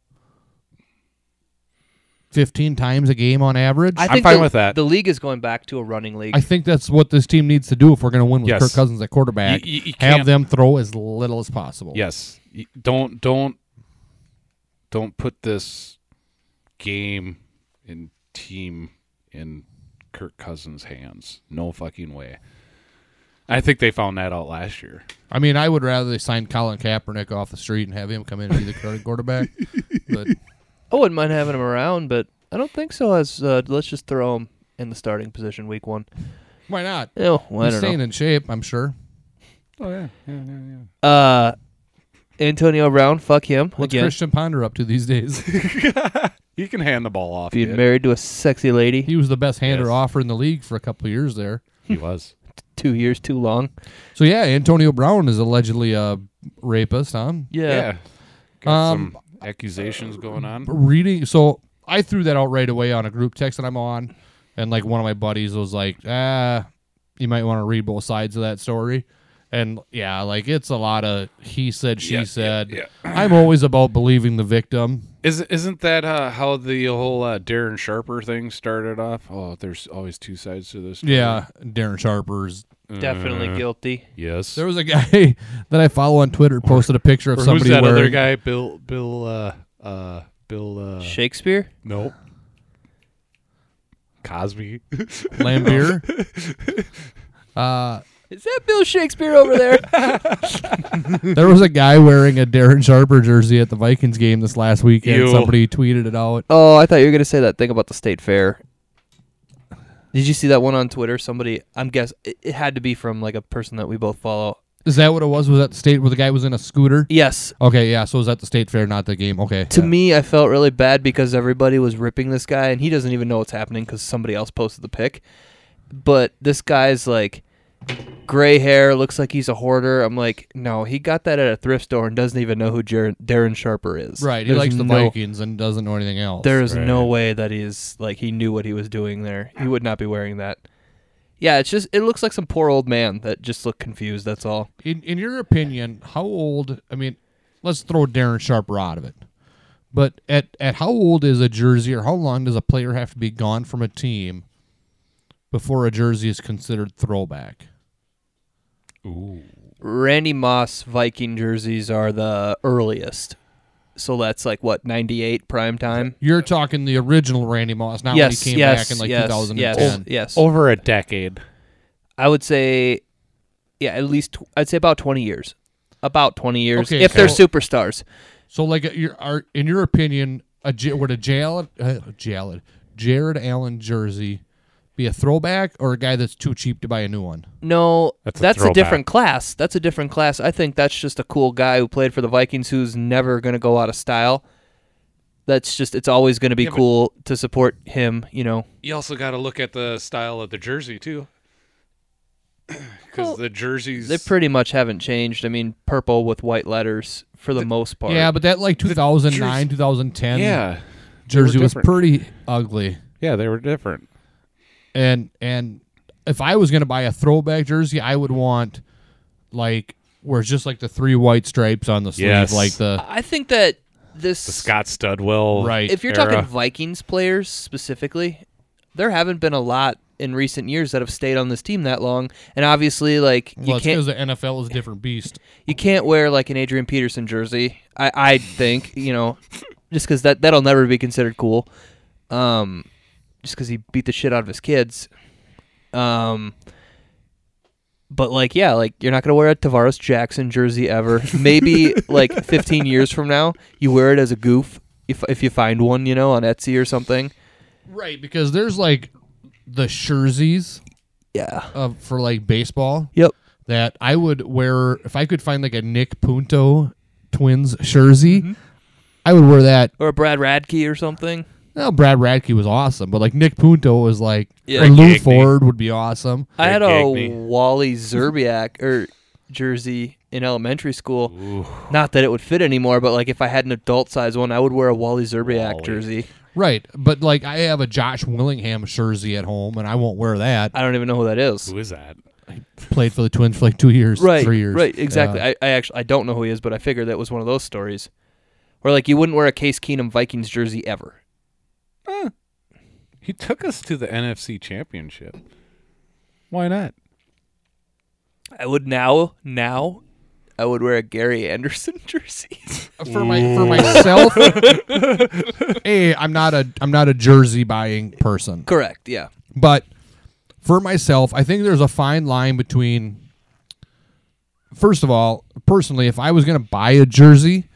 S3: 15 times a game on average? I,
S6: I think
S2: fine
S6: the,
S2: with that.
S6: The league is going back to a running league.
S3: think that's what this team needs to do if we're going to win with
S2: Yes.
S3: Kirk Cousins at quarterback.
S2: You- you- you
S3: have
S2: can't-
S3: them throw as little as possible.
S2: Yes. Y- Don't don't don't put this game and team in Kirk Cousins' hands. No fucking way. I think they found that out last year.
S3: I mean, I would rather they sign Colin Kaepernick off the street and have him come in and be the starting quarterback. But
S6: I wouldn't mind having him around, but I don't think so. As uh, let's just throw him in the starting position week one.
S3: why not?
S6: Oh, well, I
S3: He's
S6: don't
S3: staying
S6: know.
S3: in shape, I'm sure.
S2: Oh yeah.
S6: Uh, Antonio Brown, fuck him
S3: What's
S6: again.
S3: Christian Ponder up to these days?
S2: He can hand the ball off.
S6: Being
S2: kid.
S6: married to a sexy lady,
S3: he was the best hander
S2: Yes.
S3: offer in the league for a couple of years there.
S2: he was.
S6: two years too long.
S3: So yeah, Antonio Brown is allegedly a rapist, huh?
S6: Yeah.
S2: [laughs] Yeah. Got
S3: Um,
S2: some accusations going on.
S3: Reading, so I threw that out right away on a group text that I'm on, and like one of my buddies was like, "Ah, you might want to read both sides of that story." And yeah, like it's a lot of he said, she
S2: Yeah, yeah,
S3: said.
S2: yeah.
S3: I'm always about believing the victim.
S2: Isn't isn't that uh, how the whole uh, Darren Sharper thing started off? Oh, there's always two sides to this. story. Uh-huh.
S3: Yeah, Darren Sharper's.
S2: Mm-hmm.
S6: Definitely guilty.
S2: Yes.
S3: [laughs] There was a guy that I follow on Twitter posted a picture of
S2: Or
S3: somebody
S2: who's that
S3: wearing
S2: other guy? Bill Bill uh, uh, Bill. Uh,
S1: Shakespeare?
S2: nope. Cosby.
S3: Lambier.
S2: [laughs]
S3: uh,
S1: Is that Bill Shakespeare over there?
S3: there was a guy wearing a Darren Sharper jersey at the Vikings game this last weekend.
S2: Ew.
S3: Somebody tweeted it out.
S1: [laughs] oh, I thought you were gonna say that thing about the state fair. Did you see that one on Twitter? Somebody, I'm guess it, it had to be from like a person that we both follow.
S3: Is that what it was? Was that the state where the guy was in a scooter?
S1: Yes.
S3: Okay, yeah. So it was at the state fair, not the game. Okay.
S1: To
S3: yeah.
S1: me, I felt really bad because everybody was ripping this guy, and he doesn't even know what's happening because somebody else posted the pic. But this guy's like gray hair, looks like he's a hoarder. I'm like, no, he got that at a thrift store and doesn't even know who Jer- Darren Sharper is.
S3: right. He
S1: There's
S3: likes the
S1: no-
S3: Vikings and doesn't know anything else.
S1: There is no
S2: Right.
S1: way that he is like he knew what he was doing there. He would not be wearing that. Yeah, it's just it looks like some poor old man that just looked confused. That's all.
S3: in in your opinion, how old? I mean, let's throw Darren Sharper out of it. But at at how old is a jersey, or how long does a player have to be gone from a team before a jersey is considered throwback?
S1: Randy Moss Viking jerseys are the earliest, so that's like what ninety eight prime time.
S3: You're talking the original Randy Moss, not
S1: yes,
S3: when he came
S1: yes,
S3: back in like
S1: yes,
S3: 2010.
S1: yes, yes.
S2: [laughs] Over a decade.
S1: I would say, yeah, at least tw- I'd say about twenty years, about twenty years
S3: Okay,
S1: if they're
S3: so-
S1: superstars.
S3: So, like, uh, your are, in your opinion, a J- would a Jared, uh, Jared Jared Allen jersey be a throwback or a guy that's too cheap to buy a new one?
S1: No,
S2: That's
S1: that's,
S2: a
S1: a,
S2: throwback.
S1: different class. That's a different class. I think that's just a cool guy who played for the Vikings who's never going to go out of style. That's just it's always going to be
S2: Yeah, but-
S1: cool to support him, you know.
S2: You also got to look at the style of the jersey too, because
S1: Well,
S2: the jerseys.
S1: They pretty much haven't changed. I mean, purple with white letters for the, most part.
S3: Yeah, but that like 2009,
S2: jersey-
S3: 2010
S2: yeah,
S3: jersey
S2: were
S3: was
S2: different.
S3: pretty ugly.
S2: yeah, they were different.
S3: and and if I was gonna buy a throwback jersey, I would want like where it's just like the three white stripes on the sleeve,
S2: Yes.
S3: like the
S1: I think that this
S2: The Scott Studwell.
S3: right.
S1: if you're
S2: era.
S1: talking Vikings players specifically, there haven't been a lot in recent years that have stayed on this team that long, and obviously like you
S3: well, it's
S1: can't
S3: 'cause the NFL is a different beast.
S1: you can't wear like an Adrian Peterson jersey. I I think you know, just because that that'll never be considered cool. Um, just because he beat the shit out of his kids. Um, but like yeah, like you're not gonna wear a Tavares Jackson jersey [laughs] ever. Maybe like 15 years from now, you wear it as a goof if if you find one, you know, on Etsy or something.
S3: Right, because there's like the jerseys
S1: Yeah.
S3: uh, for like baseball
S1: Yep.
S3: that I would wear if I could find like a Nick Punto Twins jersey. I would wear that.
S1: Or a Brad Radke or something.
S3: Well, Brad Radke was awesome, but like Nick Punto was like,
S1: Yeah.
S3: or Lou
S2: Gagne.
S3: Ford would be awesome.
S1: I
S2: Greg
S1: had a
S2: Gagne.
S1: Wally Zerbiak or jersey in elementary school. Not that it would fit anymore, but like if I had an adult size one, I would wear a Wally Zerbiak
S2: Wally.
S1: jersey.
S3: Right, but like I have a Josh Willingham jersey at home, and I won't wear that.
S1: I don't even know who that is.
S2: Who is that?
S3: Played for the Twins for like two years,
S1: Right,
S3: three years, Uh,
S1: right, exactly.
S3: Yeah.
S1: I, I actually I don't know who he is, but I figured that was one of those stories. Or like you wouldn't wear a Case Keenum Vikings jersey ever.
S2: He took us to the NFC Championship. Why not?
S1: I would now now I would wear a Gary Anderson [laughs] jersey.
S3: for my for
S1: [laughs]
S3: myself. hey, I'm not a I'm not a jersey buying person,
S1: Correct, yeah.
S3: but for myself, I think there's a fine line between. First of all, personally, if I was going to buy a jersey,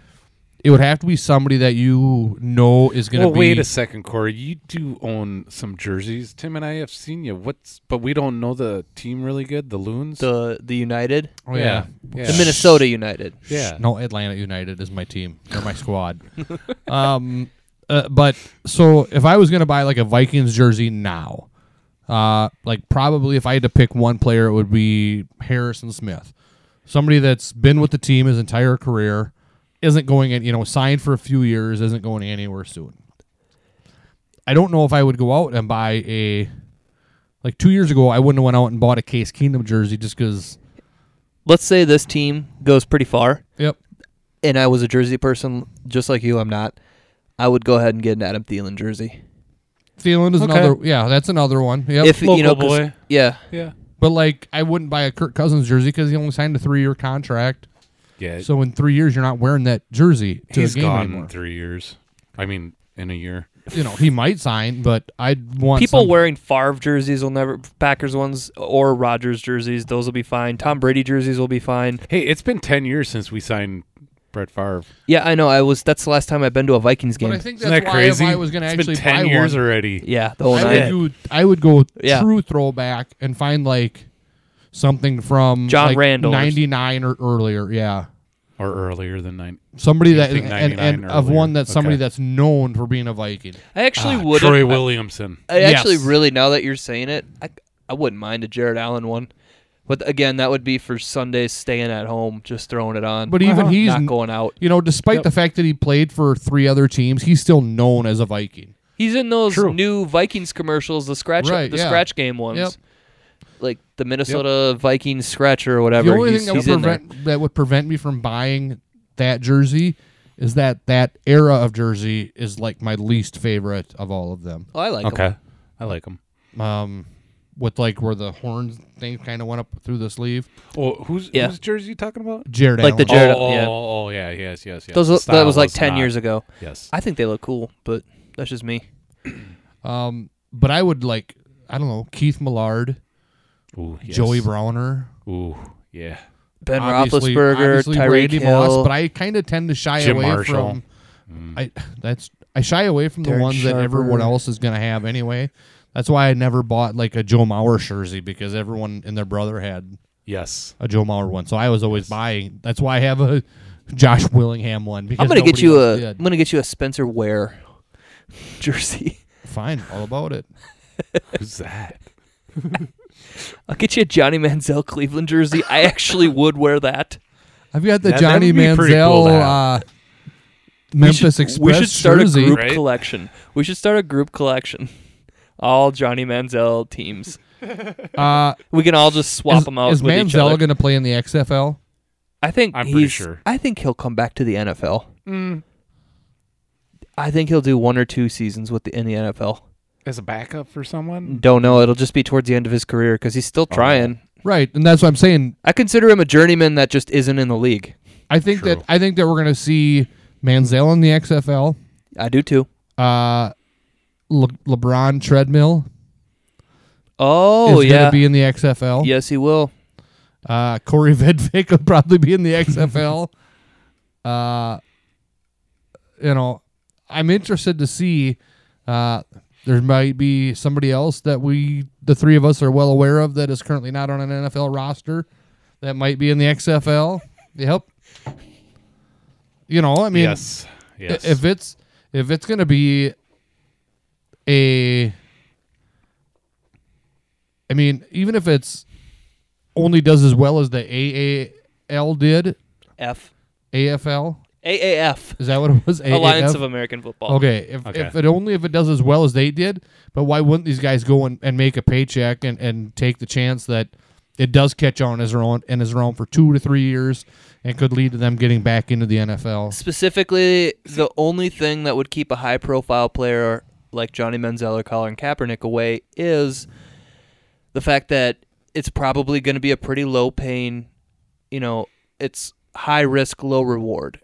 S3: it would have to be somebody that you know is going to
S2: Well,
S3: be.
S2: wait a second, Corey. You do own some jerseys. Tim and I have seen you. What's but we don't know the team really good. The Loons.
S1: The the United.
S3: Oh, yeah.
S2: yeah.
S1: The Minnesota United.
S2: Yeah.
S3: No, Atlanta United is my team or my squad. [laughs] um, uh, but so if I was gonna buy like a Vikings jersey now, uh, like probably if I had to pick one player, it would be Harrison Smith, somebody that's been with the team his entire career, isn't going in, you know, signed for a few years, isn't going anywhere soon. I don't know if I would go out and buy a. Like two years ago, I wouldn't have went out and bought a Case Kingdom jersey just because.
S1: Let's say this team goes pretty far.
S3: Yep.
S1: and I was a Jersey person, just like you, I'm not. I would go ahead and get an Adam Thielen jersey.
S3: Thielen is
S2: Okay.
S3: another. Yeah, that's another one. Yep.
S1: if you know,
S2: local
S1: 'cause-
S2: boy.
S1: yeah,
S2: Yeah.
S3: But like, I wouldn't buy a Kirk Cousins jersey because he only signed a three-year contract.
S2: Yeah.
S3: So in three years, you're not wearing that jersey to
S2: he's
S3: a game
S2: gone
S3: anymore.
S2: in three years. I mean, in a year.
S3: You know, he might sign, but I'd want
S6: People
S3: some-
S6: wearing Favre jerseys will never Packers ones or Rogers jerseys. Those will be fine. Tom Brady jerseys will be fine.
S2: Hey, it's been ten years since we signed Brett Favre.
S1: Yeah, I know. I was. That's the last time I've been to a Vikings game.
S3: But I think that's
S2: Isn't that
S3: why
S2: crazy?
S3: if I was going to
S2: It's
S3: actually
S2: been ten
S3: buy
S2: years
S3: one,
S2: already.
S1: yeah, the whole
S3: I
S1: night.
S3: would, do, I would go
S1: Yeah.
S3: true throwback and find like something from
S6: John
S3: like
S6: Randall or s-
S3: 99 or earlier. Yeah.
S2: Or earlier than nine.
S3: Somebody that
S2: think
S3: and, and,
S2: 99 or
S3: of one
S2: earlier.
S3: that's somebody
S2: Okay.
S3: that's known for being a Viking.
S1: I actually
S2: Ah,
S1: would.
S2: Troy Williamson.
S1: I actually
S3: Yes.
S1: really now that you're saying it, I, I wouldn't mind a Jared Allen one. But again, that would be for Sundays staying at home, just throwing it on.
S3: But even he's
S1: not going out.
S3: You know, despite the fact that he played for three other teams, he's still known as a Viking.
S1: He's in those
S2: True.
S1: new Vikings commercials, the scratch
S3: Right,
S1: the
S3: yeah.
S1: scratch game ones.
S3: Yep.
S1: Like the Minnesota Vikings scratch or whatever.
S3: The only
S1: he's
S3: thing that would,
S1: he's in there.
S3: prevent, that would prevent me from buying that jersey is that that era of jersey is like my least favorite of all of them.
S1: Oh, I like him.
S2: Okay, I like him.
S3: Um, with like where the horns thing kind of went up through the sleeve.
S2: Well, Oh, who's
S1: Yeah.
S2: whose jersey you talking about?
S3: Jared
S1: Like the
S3: Allen.
S1: Jer- Jared-
S2: oh, oh,
S1: yeah.
S2: oh, yeah, yes, yes, yes.
S1: Those
S2: The
S1: lo- that
S2: style
S1: was like ten
S2: not-
S1: years ago.
S2: Yes.
S1: I think they look cool, but that's just me.
S3: um, but I would like I don't know Keith Millard,
S2: Ooh, yes.
S3: Joey Browner,
S2: Ooh, yeah.
S1: Ben
S3: obviously-
S1: Roethlisberger,
S3: obviously
S1: Tyreek
S3: Randy Moss,
S1: Hill.
S3: but I kind of tend to shy
S2: Jim
S3: away
S2: Marshall.
S3: from.
S1: Mm.
S3: I that's I shy away from
S1: Derek
S3: the ones that
S1: Sharper.
S3: everyone else is gonna have anyway. That's why I never bought like a Joe Mauer jersey because everyone and their brother had
S2: Yes.
S3: a Joe Mauer one, so I was always buying. That's why I have a Josh Willingham one. Because
S1: I'm gonna get
S3: nobody
S1: you
S3: else
S1: a. am
S3: did.
S1: gonna get you a Spencer Ware [laughs] jersey.
S3: fine, all about it.
S2: Who's that?
S1: I'll get you a Johnny Manziel Cleveland jersey. I actually would wear that.
S3: I've got the
S2: That- that
S3: Johnny
S2: would be pretty
S3: Manziel
S2: cool to have.
S3: uh, Memphis
S1: we should,
S3: Express
S1: We should start
S3: jersey.
S1: a group
S2: Right?
S1: collection. We should start a group collection. [laughs] All Johnny Manziel teams.
S3: Uh,
S1: We can all just swap
S3: is,
S1: them out
S3: Is
S1: with each
S3: Manziel
S1: other.
S3: going to play in the XFL?
S1: I think
S2: I'm pretty
S1: he's-
S2: sure.
S1: I think he'll come back to the NFL.
S3: Mm.
S1: I think he'll do one or two seasons with the in the NFL.
S2: As a backup for someone?
S1: Don't know. It'll just be towards the end of his career because he's
S3: Oh,
S1: still trying.
S3: Right, and that's what I'm saying.
S1: I consider him a journeyman that just isn't in the league.
S3: I think
S2: True.
S3: that I think that we're going to see Manziel in the XFL,
S1: I do too.
S3: uh, Le- LeBron treadmill
S1: Oh
S3: is
S1: yeah.
S3: going to be in the XFL.
S1: yes, he will.
S3: Uh, Corey [laughs] Vedvik will probably be in the XFL. uh, you know, I'm interested to see. Uh, there might be somebody else that we, the three of us, are well aware of that is currently not on an NFL roster that might be in the XFL. Yep. You know, I mean,
S2: yes.
S3: i-
S2: Yes.
S3: if it's if it's going to be a I mean, even if it's only does as well as the AAL did,
S1: F.
S3: AFL,
S1: AAF.
S3: is that what it was?
S1: Alliance
S3: AAF?
S1: of American Football.
S3: Okay, if,
S2: Okay.
S3: if it only if it does as well as they did, but why wouldn't these guys go and, and make a paycheck and, and take the chance that it does catch on as around and is around for two to three years and could lead to them getting back into the NFL?
S1: Specifically, the only thing that would keep a high profile player like Johnny Manziel or Colin Kaepernick away is the fact that it's probably going to be a pretty low paying, you know, it's high risk, low reward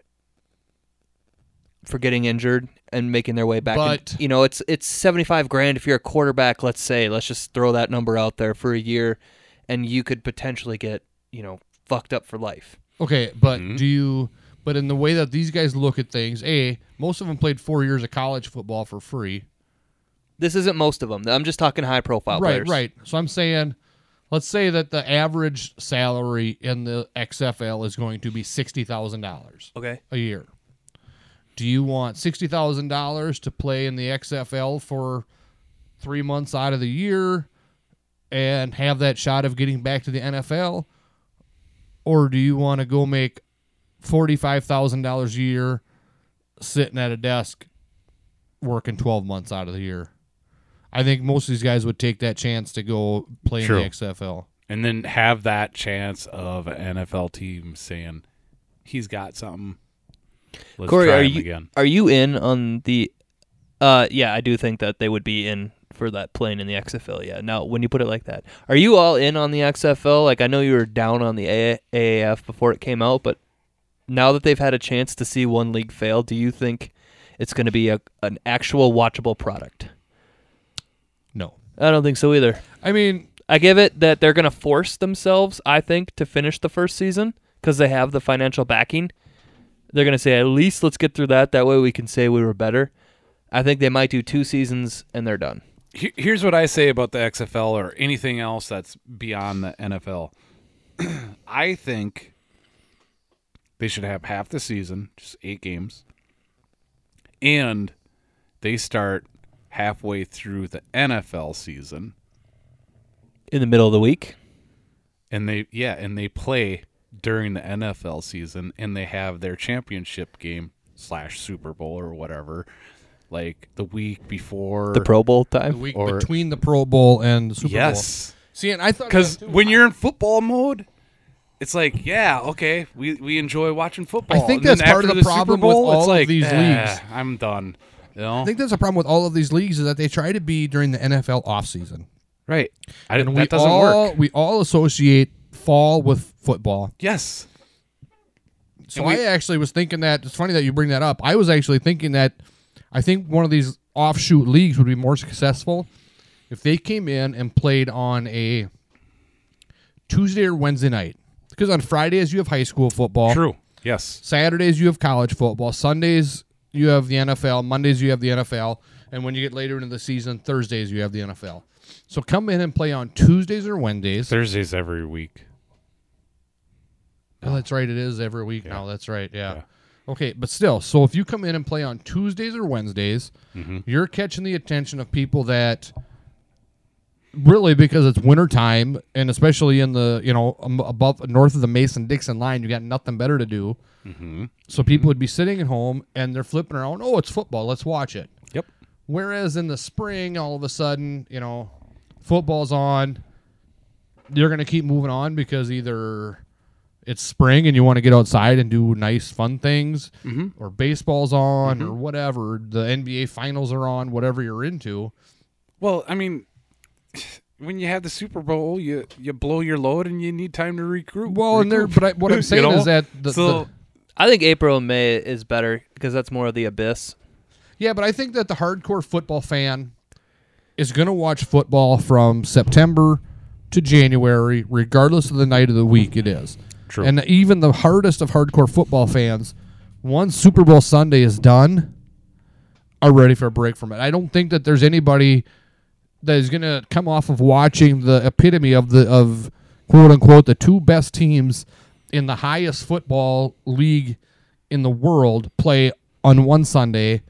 S1: for getting injured and making their way back. in-
S3: But-
S1: you know, it's it's 75 grand if you're a quarterback, let's say, let's just throw that number out there for a year and you could potentially get, you know, fucked up for life.
S3: Okay, but do you? But in the way that these guys look at things, a most of them played four years of college football for free.
S1: This isn't most of them. I'm just talking high profile
S3: right,
S1: players.
S3: right. So I'm saying, let's say that the average salary in the XFL is going to be sixty thousand dollars
S1: Okay.
S3: a year. Do you want sixty thousand dollars to play in the XFL for three months out of the year and have that shot of getting back to the NFL, or do you want to go make forty five thousand dollars a year sitting at a desk working twelve months out of the year? I think most of these guys would take that chance to go play
S2: True.
S3: in the XFL.
S2: and then have that chance of an NFL team saying he's got something. Let's
S1: Corey,
S2: try
S1: are
S2: him
S1: you
S2: again.
S1: are you in on the? Uh, yeah, I do think that they would be in for that playing in the XFL. Yeah. Now, when you put it like that, are you all in on the XFL? Like, I know you were down on the A- AAF before it came out, but now that they've had a chance to see one league fail, do you think
S6: it's going to be a, an actual watchable product.
S3: No.
S6: I don't think so either.
S3: I mean,
S6: I give it that they're going to force themselves, I think, to finish the first season because they have the financial backing. They're going to say, at least let's get through that. That way we can say we were better. I think they might do two seasons and they're done.
S2: He- Here's what I say about the XFL or anything else that's beyond the NFL. [clears throat] I think they should have half the season, just eight games, and they start halfway through the NFL season,
S6: In the middle of the week?
S2: and they yeah, and they play during the NFL season, and they have their championship game slash Super Bowl or whatever, like the week before
S6: The Pro Bowl
S3: the
S6: time?
S3: week
S2: Or-
S3: between the Pro Bowl and the Super Bowl.
S2: Yes.
S3: See, and I thought
S2: Because
S3: that too.
S2: when you're in football mode, it's like, yeah, okay, we, we enjoy watching football.
S3: I think
S2: And then
S3: that's part
S2: after
S3: of the
S2: Super
S3: problem with
S2: Bowl,
S3: all
S2: it's
S3: of
S2: like,
S3: these
S2: "Eh,
S3: leagues."
S2: I'm done. You know?
S3: I think that's a problem with all of these leagues is that they try to be during the NFL offseason.
S2: right. I,
S3: And we
S2: that doesn't
S3: all
S2: work.
S3: we all associate fall with football.
S2: Yes.
S3: So
S2: And we-
S3: I actually was thinking that it's funny that you bring that up. I was actually thinking that I think one of these offshoot leagues would be more successful if they came in and played on a Tuesday or Wednesday night. Because on Fridays you have high school football.
S2: True. Yes.
S3: Saturdays you have college football. Sundays you have the NFL. Mondays you have the NFL. And when you get later into the season, Thursdays you have the NFL. So come in and play on Tuesdays or Wednesdays.
S2: Thursdays every week.
S3: Oh, that's right. It is every week now. That's right. Yeah. Okay, but still, so if you come in and play on Tuesdays or Wednesdays, you're catching the attention of people that really because it's winter time and especially in the you know um, above north of the Mason Dixon line, you got nothing better to do. So people would be sitting at home and they're flipping around. Oh, it's football. Let's watch it.
S2: Yep.
S3: Whereas in the spring, all of a sudden, you know, football's on. You're going to keep moving on because either it's spring and you want to get outside and do nice, fun things, or baseball's on, or whatever. The NBA finals are on, whatever you're into.
S2: Well, I mean, [sighs] when you have the Super Bowl, you, you blow your load and you need time to recruit.
S3: Well, and there,
S2: recoup.
S3: but I, what
S2: You
S3: [laughs] I'm saying
S2: know?
S3: is that the,
S2: so
S3: the-
S6: I think April and May is better because that's more of the abyss.
S3: yeah, but I think that the hardcore football fan is going to watch football from September to January, regardless of the night of the week it is.
S2: True.
S3: And even the hardest of hardcore football fans, once Super Bowl Sunday is done, are ready for a break from it. I don't think that there's anybody that is going to come off of watching the epitome of the of quote unquote the two best teams in the highest football league in the world play on one Sunday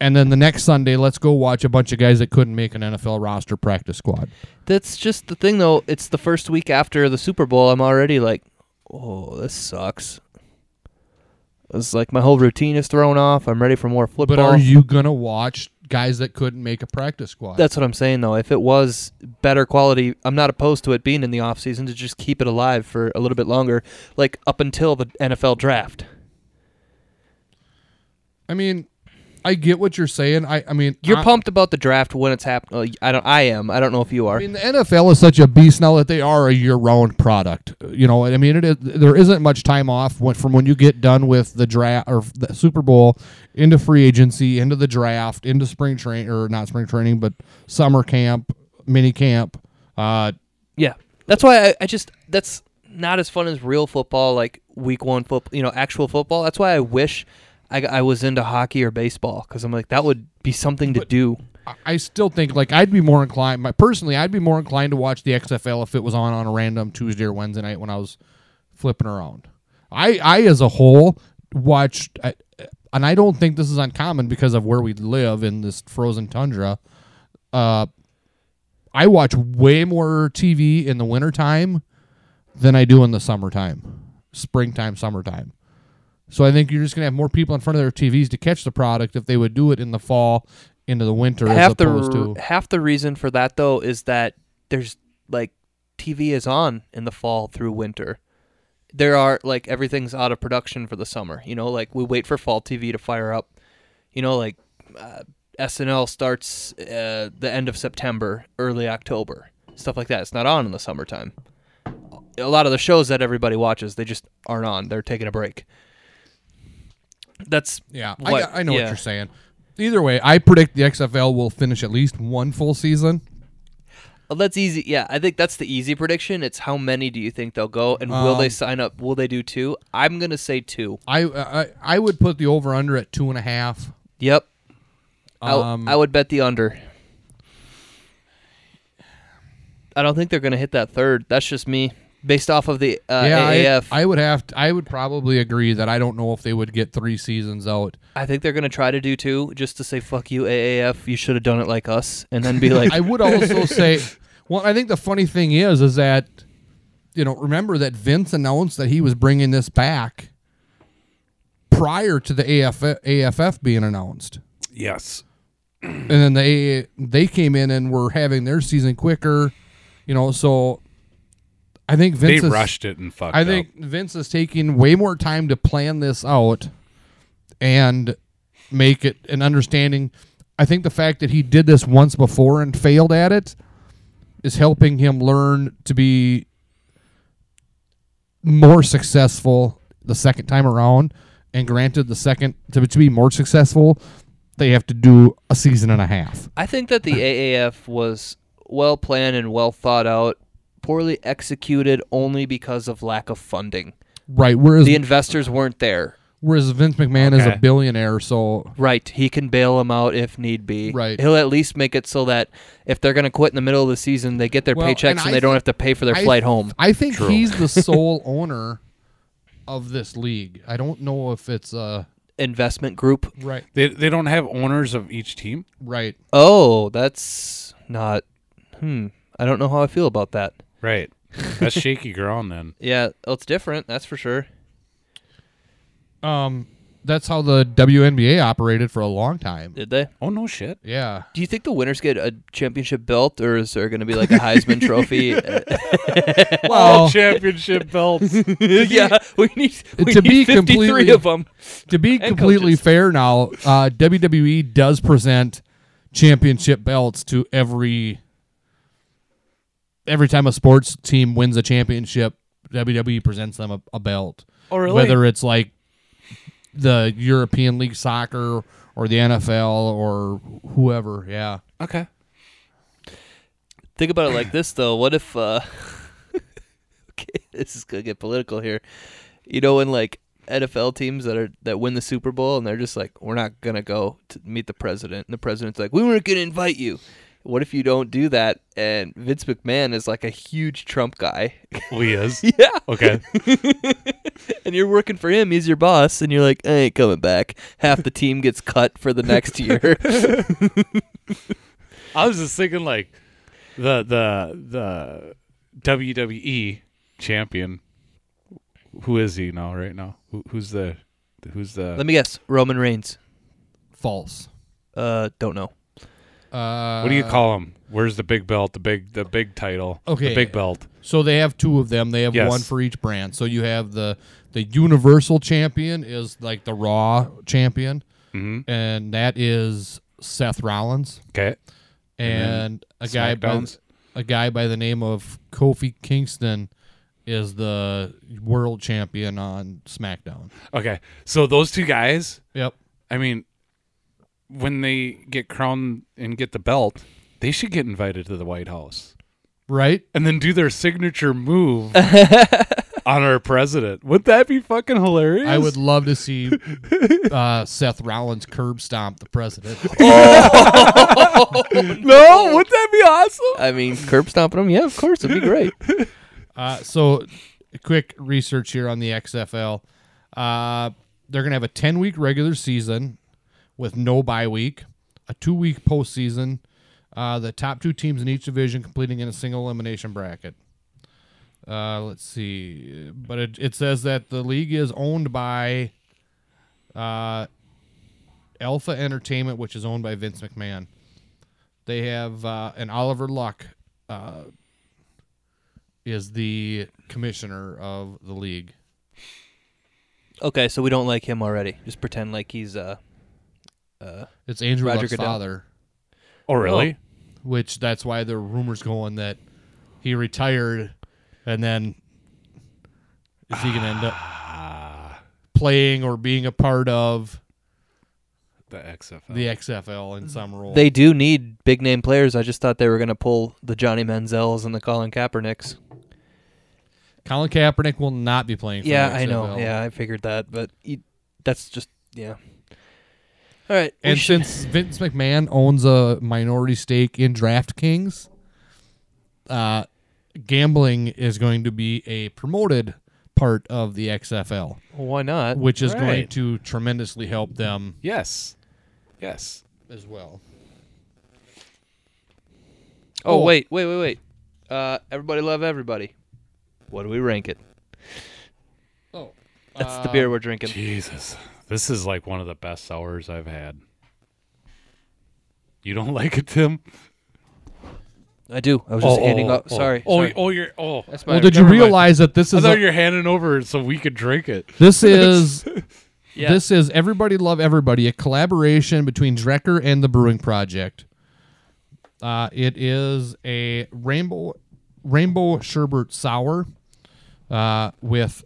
S3: and then the next Sunday let's go watch a bunch of guys that couldn't make an NFL roster practice squad.
S6: That's just the thing, though. It's the first week after the Super Bowl. I'm already like, oh, this sucks. It's like my whole routine is thrown off. I'm ready for more football.
S3: But are you going to watch guys that couldn't make a practice squad?
S6: That's what I'm saying, though. If it was better quality, I'm not opposed to it being in the off season to just keep it alive for a little bit longer, like up until the NFL draft.
S3: I mean, I get what you're saying. I, I mean,
S6: You're
S3: I,
S6: pumped about the draft when it's happening. I don't. I am. I don't know if you are.
S3: I mean, the NFL is such a beast now that they are a year-round product. You know, I mean, it is, there isn't much time off when, from when you get done with the draft or the Super Bowl into free agency, into the draft, into spring training or not spring training, but summer camp, mini camp. Uh,
S6: yeah, that's why I, I just that's not as fun as real football, like week one football. You know, actual football. That's why I wish I, I was into hockey or baseball because I'm like that would be something to do.
S3: I- I still think like I'd be more inclined. My personally, I'd be more inclined to watch the XFL if it was on on a random Tuesday or Wednesday night when I was flipping around. I I as a whole watched, I- and I don't think this is uncommon because of where we live in this frozen tundra. Uh, I watch way more TV in the wintertime than I do in the summertime, springtime, summertime. So I think you're just gonna have more people in front of their TVs to catch the product if they would do it in the fall into the winter as
S6: half the
S3: opposed to
S6: half the reason for that though is that there's like TV is on in the fall through winter. There are like everything's out of production for the summer. You know, like we wait for fall TV to fire up. You know, like uh, SNL starts uh, the end of September, early October, stuff like that. It's not on in the summertime. A lot of the shows that everybody watches, they just aren't on. They're taking a break. That's
S3: Yeah, I,
S6: What-
S3: got- I know what
S6: yeah.
S3: you're saying. Either way, I predict the XFL will finish at least one full season.
S1: Well, Oh, that's easy. Yeah, I think that's the easy prediction. It's how many do you think they'll go, and will they
S3: Um,
S1: sign up? Will they do two? I'm gonna say two.
S3: I I, I would put the over under at two and a half.
S1: Yep.
S3: Um,
S1: I, I would bet the under. I don't think they're gonna hit that third. That's just me, based off of the uh,
S3: yeah, I-
S1: AAF.
S3: I, would have. To, I would probably agree that I don't know if they would get three seasons out.
S1: I think they're gonna try to do two, just to say fuck you AAF. You should have done it like us, and
S3: [laughs]
S1: then be like,
S3: I would also say, well, I think the funny thing is, is that you know, remember that Vince announced that he was bringing this back prior to the AF, AFF being announced.
S2: Yes.
S3: and then they they came in and were having their season quicker, you know. So I think Vince
S2: they
S3: is,
S2: rushed it and fucked
S3: I think Vince is taking way more time to plan this out and make it an understanding. I think the fact that he did this once before and failed at it is helping him learn to be more successful the second time around. And granted, the second to, to be more successful, they have to do a season and a half.
S1: I think that the AAF was well planned and well thought out, poorly executed only because of lack of funding.
S3: Right. Whereas
S1: The investors weren't there.
S3: whereas Vince McMahon is
S2: Okay.
S3: a billionaire, so
S1: Right, he can bail them out if need be.
S3: Right.
S1: he'll at least make it so that if they're going to quit in the middle of the season, they get their
S3: Well,
S1: paychecks
S3: and
S1: and,
S3: I
S1: they don't
S3: th-
S1: have to pay for their
S3: I-
S1: flight home.
S3: I think he's the sole owner of this league. I don't know if it's uh
S1: Investment group.
S3: right
S2: They they don't have owners of each team.
S3: right.
S1: Oh, that's not. Hmm. I don't know how I feel about that.
S2: Right. That's shaky ground then.
S1: Yeah, well, it's different. That's for sure.
S3: Um that's how the WNBA operated for a long time.
S1: Did they?
S2: Oh no
S3: [laughs]
S2: shit.
S3: yeah.
S1: Do you think the winners get a championship belt, or is there going to be like a Heisman Trophy?
S3: [laughs]
S1: [laughs]
S2: [laughs]
S3: Well,
S2: Championship
S3: [laughs]
S2: belts.
S1: [laughs] yeah, we need we
S3: To
S1: need 53
S3: be completely-
S1: of them.
S3: to be
S1: and
S3: completely
S1: coaches.
S3: fair now, uh WWE does present championship belts to every every time a sports team wins a championship, WWE presents them a, a belt.
S2: Oh really?
S3: whether it's like the European League soccer or the NFL or whoever. Yeah.
S2: okay.
S1: Think about it like this, though. What if? uh Okay, [laughs] this is gonna get political here. You know, when like NFL teams that are that win the Super Bowl and they're just like, we're not gonna go to meet the president, and the president's like, we weren't gonna invite you. What if you don't do that? And Vince McMahon is like a huge Trump guy. [laughs]
S2: We is.
S1: Yeah.
S2: Okay.
S1: and you're working for him. He's your boss, and you're like, I ain't coming back. Half the team gets cut for the next
S2: [laughs]
S1: year.
S2: I was just thinking like the the the WWE champion. Who is he now? Right now, who, who's the who's the
S1: Let me guess, Roman Reigns.
S3: False.
S1: Uh, don't know.
S3: Uh,
S2: what do you call him? Where's the big belt? The big the big title.
S3: Okay.
S2: The big belt.
S3: So they have two of them. They have
S2: Yes.
S3: one for each brand. So you have the the Universal Champion is like the Raw Champion,
S2: Mhm.
S3: and that is Seth Rollins
S2: Okay.
S3: and, a guy by
S2: SmackDown's?
S3: a guy by the name of Kofi Kingston is the World Champion on SmackDown.
S2: Okay. So those two guys.
S3: Yep.
S2: I mean, when they get crowned and get the belt, they should get invited to the White House
S3: Right.
S2: and then do their signature move on our president. Would that be fucking hilarious?
S3: I would love to see uh, Seth Rollins curb stomp the president.
S2: No, would that be awesome?
S1: Oh. I mean, curb stomping him. Yeah, of course, it'd be
S2: [laughs]
S1: great.
S3: Uh, so, quick research here on the XFL. Uh, they're going to have a 10 week regular season with no bye week, a two week postseason, uh, the top two teams in each division completing in a single elimination bracket. Uh, let's see. But it, it says that the league is owned by uh, Alpha Entertainment, which is owned by Vince McMahon. They have uh, an Oliver Luck uh, is the commissioner of the league.
S1: Okay, so we don't like him already. Just pretend like he's uh,
S3: It's Andrew
S1: Roger
S3: Luck's
S1: Goodell.
S3: father,
S2: Oh, really?
S3: which that's why there are rumors going that he
S1: Ah.
S3: retired, and then is he going to end up playing or being a part of
S2: The XFL.
S3: the XFL in some role.
S1: Oh. They do need big name players. I just thought they were going to pull the Johnny Manziels and the Colin Kaepernicks.
S3: Colin Kaepernick will not be playing. For
S1: Yeah,
S3: the
S1: I know.
S3: XFL.
S1: Yeah, I figured that, but you, that's just yeah. All right, we
S3: And
S1: should-
S3: since Vince McMahon owns a minority stake in DraftKings, uh, gambling is going to be a promoted part of the XFL,
S1: well, why not?
S3: which is going
S2: Right.
S3: to tremendously help them
S2: Yes. Yes.
S3: as well.
S1: Oh, wait, wait, wait, wait. Uh, everybody love everybody. What do we rank it?
S3: Oh,
S1: That's the beer we're drinking.
S2: Jesus. This is like one of the best hours I've had. You don't [laughs] like it, Tim?
S1: I do. I was just handing up. Sorry.
S2: Oh,
S1: sorry.
S2: oh, you're. Oh,
S1: That's my-
S3: Well, did you
S1: never mind.
S3: realize that this
S2: I
S3: is
S2: thought
S3: a-
S2: you're handing over so we could drink it.
S3: this is
S1: Yeah.
S3: this is everybody love everybody, a collaboration between Drecker and the Brewing Project. Uh, it is a rainbow rainbow sherbet sour uh, with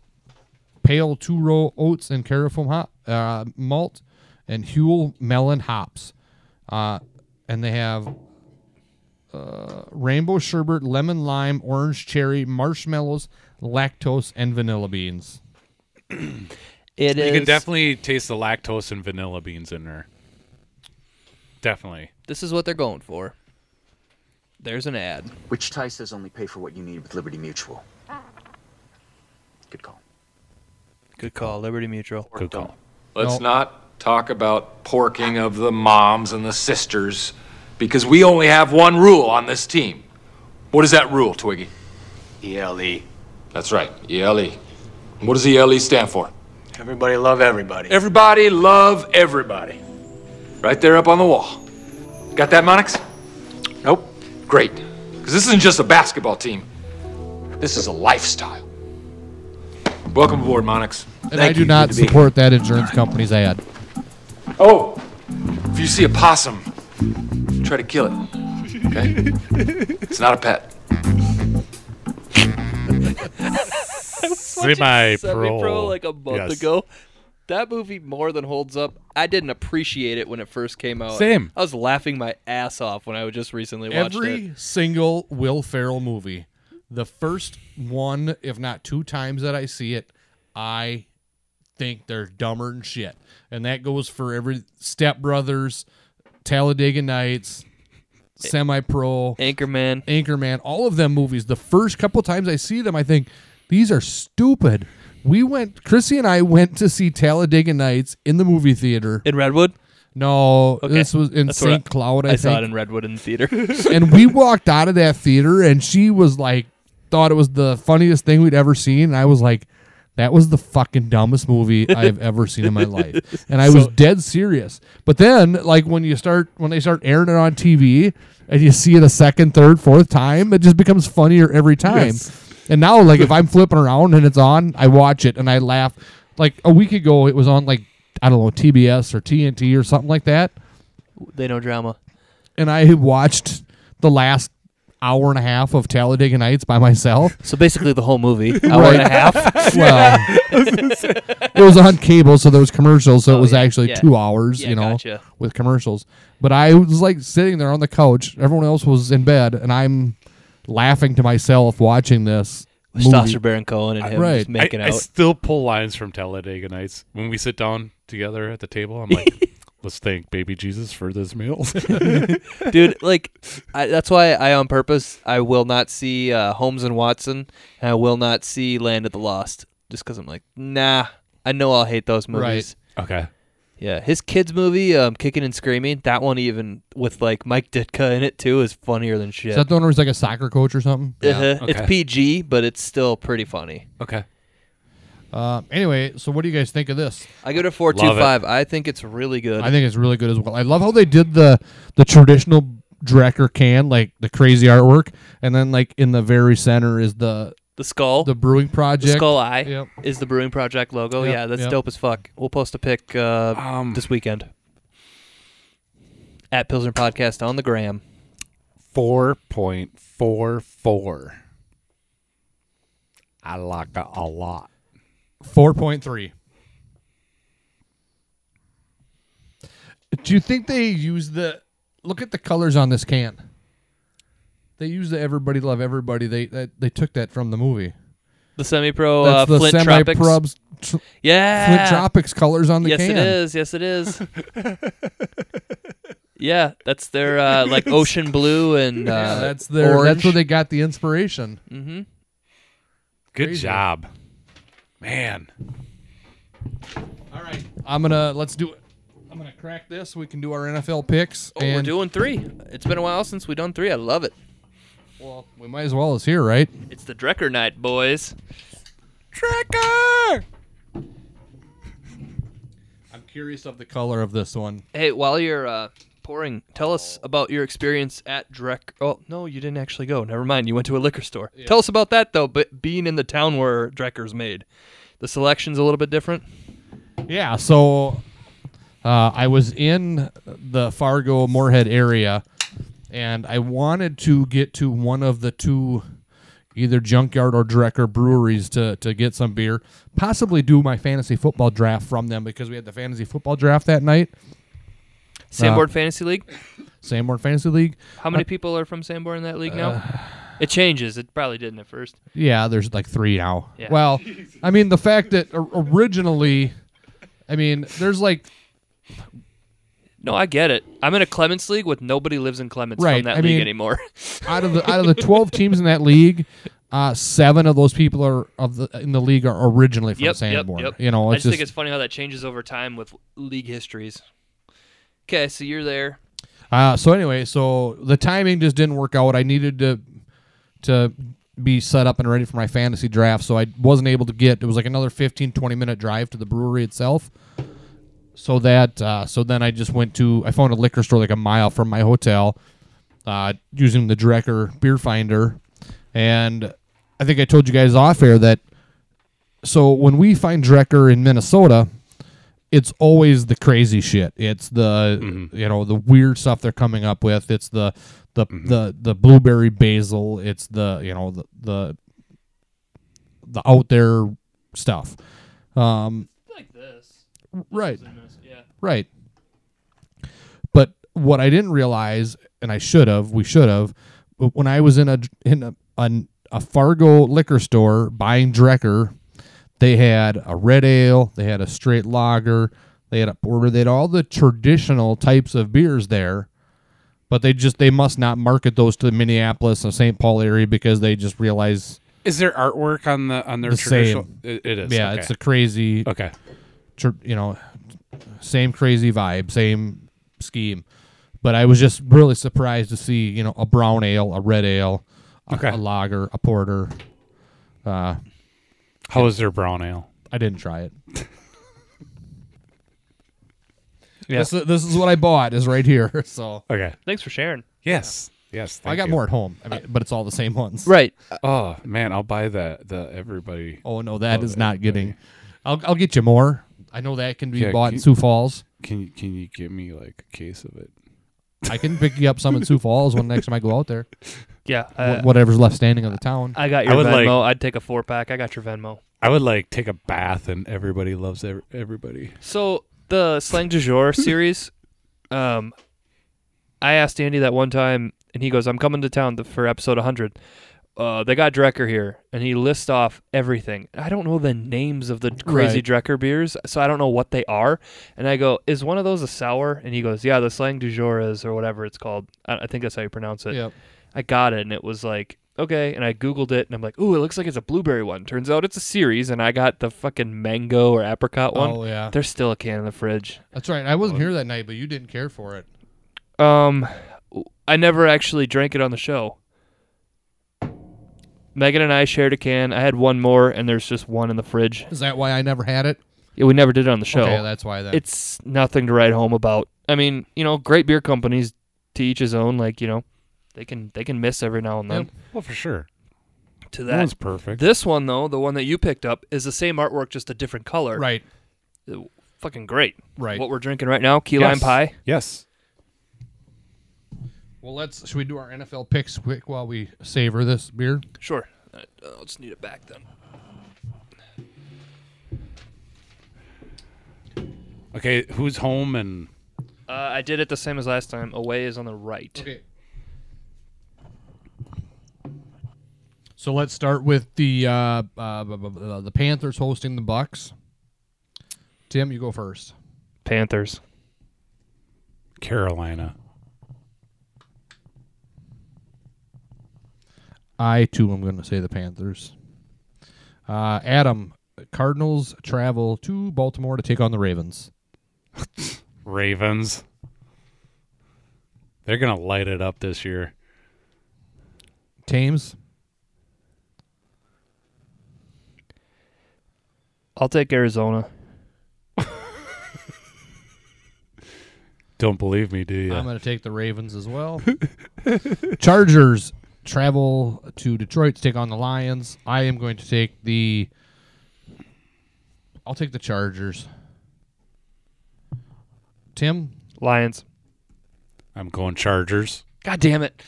S3: pale two row oats and carafoam hop, uh, malt and Huel melon hops, uh, and they have. Uh, rainbow sherbet, lemon lime, orange cherry, marshmallows, lactose, and vanilla beans.
S1: It
S2: You can
S1: is-
S2: definitely taste the lactose and vanilla beans in there. Definitely.
S1: This is what they're going for. There's an ad.
S8: Which Ty says only pay for what you need with Liberty Mutual. Good call.
S1: Good call, Liberty Mutual.
S2: Good call.
S9: Let's
S3: No.
S9: not talk about porking of the moms and the sisters because we only have one rule on this team. What is that rule, Twiggy?
S10: ELE.
S9: That's right, ELE. What does ELE stand for?
S10: Everybody love everybody.
S9: Everybody love everybody. Right there up on the wall. Got that, Monix? Nope. Great. Because this isn't just a basketball team, this is a lifestyle. Welcome aboard, Monix.
S3: And I do not support that insurance company's ad.
S9: Oh, if you see a possum, try to kill it. Okay? it's not a pet.
S2: Semi
S1: Semi-pro like a month ago. That movie more than holds up. I didn't appreciate it when it first came out.
S2: Same.
S1: I was laughing my ass off when I just recently watched
S3: Every
S1: it.
S3: single Will Ferrell movie, the first one, if not two times that I see it, I think they're dumber than shit. And that goes for every Step Brothers, Talladega Nights, Semi Pro,
S1: Anchorman.
S3: Anchorman, all of them movies. The first couple times I see them, I think these are stupid. We went, Chrissy and I went to see Talladega Nights in the movie theater.
S1: In Redwood?
S3: No,
S1: Okay.
S3: this was in
S1: That's what
S3: St. Cloud. I,
S1: I
S3: think.
S1: saw it in Redwood in the [laughs] theater.
S3: and we walked out of that theater and she was like thought it was the funniest thing we'd ever seen and i was like that was the fucking
S1: [laughs]
S3: dumbest movie i've ever seen in my life and i was dead serious but then like when you start when they start airing it on tv and you see it a second third fourth time it just becomes funnier every time and now like if i'm flipping around and it's on i watch it and i laugh like a week ago it was on like i don't know tbs or tnt or something like that
S1: they know drama.
S3: and I had watched the last hour and a half of Talladega Nights by myself.
S1: So basically the whole movie. [laughs] Hour and a half.
S3: [laughs] Well, it was on cable, so there was commercials, so
S1: Oh,
S3: it was
S1: yeah,
S3: actually
S1: yeah.
S3: two hours,
S1: Yeah,
S3: you know,
S1: gotcha.
S3: with commercials. But I was like sitting there on the couch. Everyone else was in bed, and I'm laughing to myself watching this. Movie.
S1: Sasha Baron Cohen and him
S3: right.
S1: just
S3: I-
S2: I,
S1: making
S2: I
S1: out.
S2: still pull lines from Talladega Nights when we sit down together at the table. I'm like,
S3: [laughs]
S2: let's thank baby Jesus for this meal.
S1: dude like I, that's why i on purpose i will not see uh, holmes and watson and i will not see land of the lost just because i'm like nah i know i'll hate those movies
S2: okay.
S1: yeah his kids movie um, kicking and screaming that one even with like mike ditka in it too is funnier than shit
S3: Is that the one where he's like a soccer coach or something?
S1: Uh-huh. it's
S2: okay.
S1: pg but it's still pretty funny
S2: Okay.
S3: Uh, anyway, so what do you guys think of this?
S1: i give it a 425 i think it's really good
S3: I think it's really good as well. I love how they did the the traditional Drecker can, like the crazy artwork, and then like in the very center is the
S1: the skull
S3: the brewing
S1: the
S3: project.
S1: skull eye
S3: Yep.
S1: is the brewing project logo
S3: Yep,
S1: yeah that's
S3: yep.
S1: dope as fuck we'll post a pic uh,
S2: Um,
S1: this weekend at pilsner podcast on the gram
S2: Four point four four. I like it a lot.
S3: Four point three. Do you think they use the look at the colors on this can? They use the everybody love everybody. They they, they took that from the movie.
S6: The semi-pro
S3: That's
S6: uh,
S3: the
S6: Flint
S3: semi
S6: Tropics.
S3: probes tr- Flint
S6: yeah.
S3: Tropics colors on the
S6: yes,
S3: can.
S6: it is. Yes, it [laughs] is. yeah, that's their uh, [laughs] like ocean blue and uh,
S3: Yeah, that's their.
S6: orange.
S3: That's where they got the inspiration.
S2: Good
S3: Crazy.
S2: job, man.
S3: All right, I'm gonna let's do it. I'm gonna crack this. We can do our NFL picks.
S6: Oh,
S3: and,
S6: we're doing three. It's been a while since we've done three. I love it.
S3: Well, we might as well as here, right?
S6: It's the Drecker night, boys.
S3: I'm curious of the color of this one.
S6: Hey, while you're uh, pouring, tell us
S3: Oh.
S6: about your experience at Dreck. Oh no, you didn't actually go. Never mind. You went to a liquor store. Tell us about that though. But being in the town where Drecker's made, the selection's a little bit different.
S3: Yeah, so uh, I was in the Fargo Moorhead area, and I wanted to get to one of the two, either Junkyard or Drecker breweries to to get some beer, possibly do my fantasy football draft from them because we had the fantasy football draft that night, Uh,
S6: Sanborn Fantasy League.
S3: Sanborn Fantasy League.
S6: How many people are from Sanborn in that league now?
S3: Uh,
S6: it changes. It probably didn't at first.
S3: Yeah, there's like three now.
S6: Yeah. [laughs]
S3: Well, I mean, the fact that or- originally, I mean, there's like
S6: No, I get it. I'm in a Clements league with nobody lives in Clements
S3: Right,
S6: from that
S3: I
S6: league
S3: mean-
S6: anymore.
S3: out of the out of the 12 teams in that league, uh, seven of those people are of the in the league are originally from
S6: [laughs] yep, yep,
S3: Sanborn.
S6: yep.
S3: You know,
S6: I
S3: it's
S6: just, think it's funny how that changes over time with league histories. Okay, so you're there.
S3: Uh, so anyway, so the timing just didn't work out. I needed to to be set up and ready for my fantasy draft, so I wasn't able to get. It was like another 15, 20 minute drive to the brewery itself. So that uh, so then I just went to I found a liquor store like a mile from my hotel, uh, using the Drecker beer finder, and I think I told you guys off air that. So when we find Drecker in Minnesota, it's always the crazy shit. It's the you know the weird stuff they're coming up with. It's the the the the blueberry basil. It's the you know the the, the out there stuff. Um,
S6: Like this.
S3: right,
S6: Yeah.
S3: right. But what I didn't realize, and I should have, we should have, but when I was in a in a, an a Fargo liquor store buying Drecker, they had a red ale, they had a straight lager, they had a porter, they had all the traditional types of beers there. But they just they must not market those to the Minneapolis and St. Paul area because they just realize
S2: Is there artwork on the on their
S3: The
S2: traditional?
S3: same.
S2: It, it is.
S3: yeah
S2: okay.
S3: it's a crazy
S2: okay.
S3: tr- you know, same crazy vibe, same scheme. But I was just really surprised to see, you know, a brown ale, a red ale, a,
S2: Okay.
S3: a lager, a porter. Uh,
S2: How is their brown ale?
S3: I didn't
S2: [laughs]
S3: try it. yeah. This, this is what I bought is right here. [laughs] So
S2: Okay.
S6: Thanks for sharing.
S2: Yes. Yes.
S3: I
S2: thank
S3: got
S2: you.
S3: more at home. I mean, but it's all the same ones.
S6: Right.
S2: Oh man, I'll buy the the everybody.
S3: Oh no, that is not getting. I'll I'll get you more. I know that can be
S2: Yeah,
S3: bought in
S2: keep-
S3: Sioux Falls.
S2: Can you can you give me like a case of it?
S3: I can pick you up some in Sioux Falls when next time I go out there.
S6: Yeah.
S3: Wh- whatever's left standing of the town.
S6: I got
S2: your
S6: your
S2: I would like-
S6: Venmo.
S2: Venmo.
S6: I'd take a four pack. I got your Venmo.
S2: I would like take a bath and everybody loves ev- everybody.
S6: So the slang du jour series, um, I asked Andy that one time, and he goes, "I'm coming to town to, for episode 100." Uh, they got Drecker here, and he lists off everything. I don't know the names of the crazy
S3: Right.
S6: Drecker beers, so I don't know what they are. And I go, "Is one of those a sour?" And he goes, "Yeah, the slang du jour is, or whatever it's called. I, I think that's how you pronounce it."
S3: Yep.
S6: I got it, and it was like, okay. And I Googled it, and I'm like, ooh, it looks like it's a blueberry one. Turns out it's a series, and I got the fucking mango or apricot one.
S3: Oh yeah,
S6: There's still a can in the fridge.
S3: that's right. I wasn't here that night, but you didn't care for it.
S6: Um, I never actually drank it on the show. Megan and I shared a can. I had one more, and there's just one in the fridge.
S3: Is that why I never had it?
S6: Yeah, we never did it on the show.
S3: okay, that's why. Then
S6: it's nothing to write home about. I mean, you know, great beer companies to each his own. Like you know, they can they can miss every now and then.
S2: Well, for sure.
S6: To
S2: That
S6: that,
S2: one's perfect.
S6: this one though, the one that you picked up is the same artwork, just a different color.
S3: right,
S6: Fucking great.
S3: right.
S6: What we're drinking right now, key lime
S2: Yes.
S6: pie.
S2: Yes.
S3: Well, let's. Should we do our NFL picks quick while we savor this beer?
S6: Sure. Uh, I'll just need it back then.
S2: Okay. Who's home and
S6: Uh, I did it the same as last time. Away is on the right.
S3: Okay. So let's start with the uh, uh, bu- bu- bu- the Panthers hosting the Bucks. Tim, you go first.
S6: Panthers.
S2: Carolina.
S3: I too am going to say the Panthers. Uh, Adam, Cardinals travel to Baltimore to take on the Ravens.
S2: Ravens. They're gonna light it up this year.
S3: Tames,
S6: I'll take Arizona.
S2: Don't believe me, do you?
S3: I'm going to take the Ravens as well. Chargers travel to Detroit to take on the Lions. I am going to take the. I'll take the Chargers. Tim,
S6: Lions.
S2: I'm going Chargers.
S6: God damn it.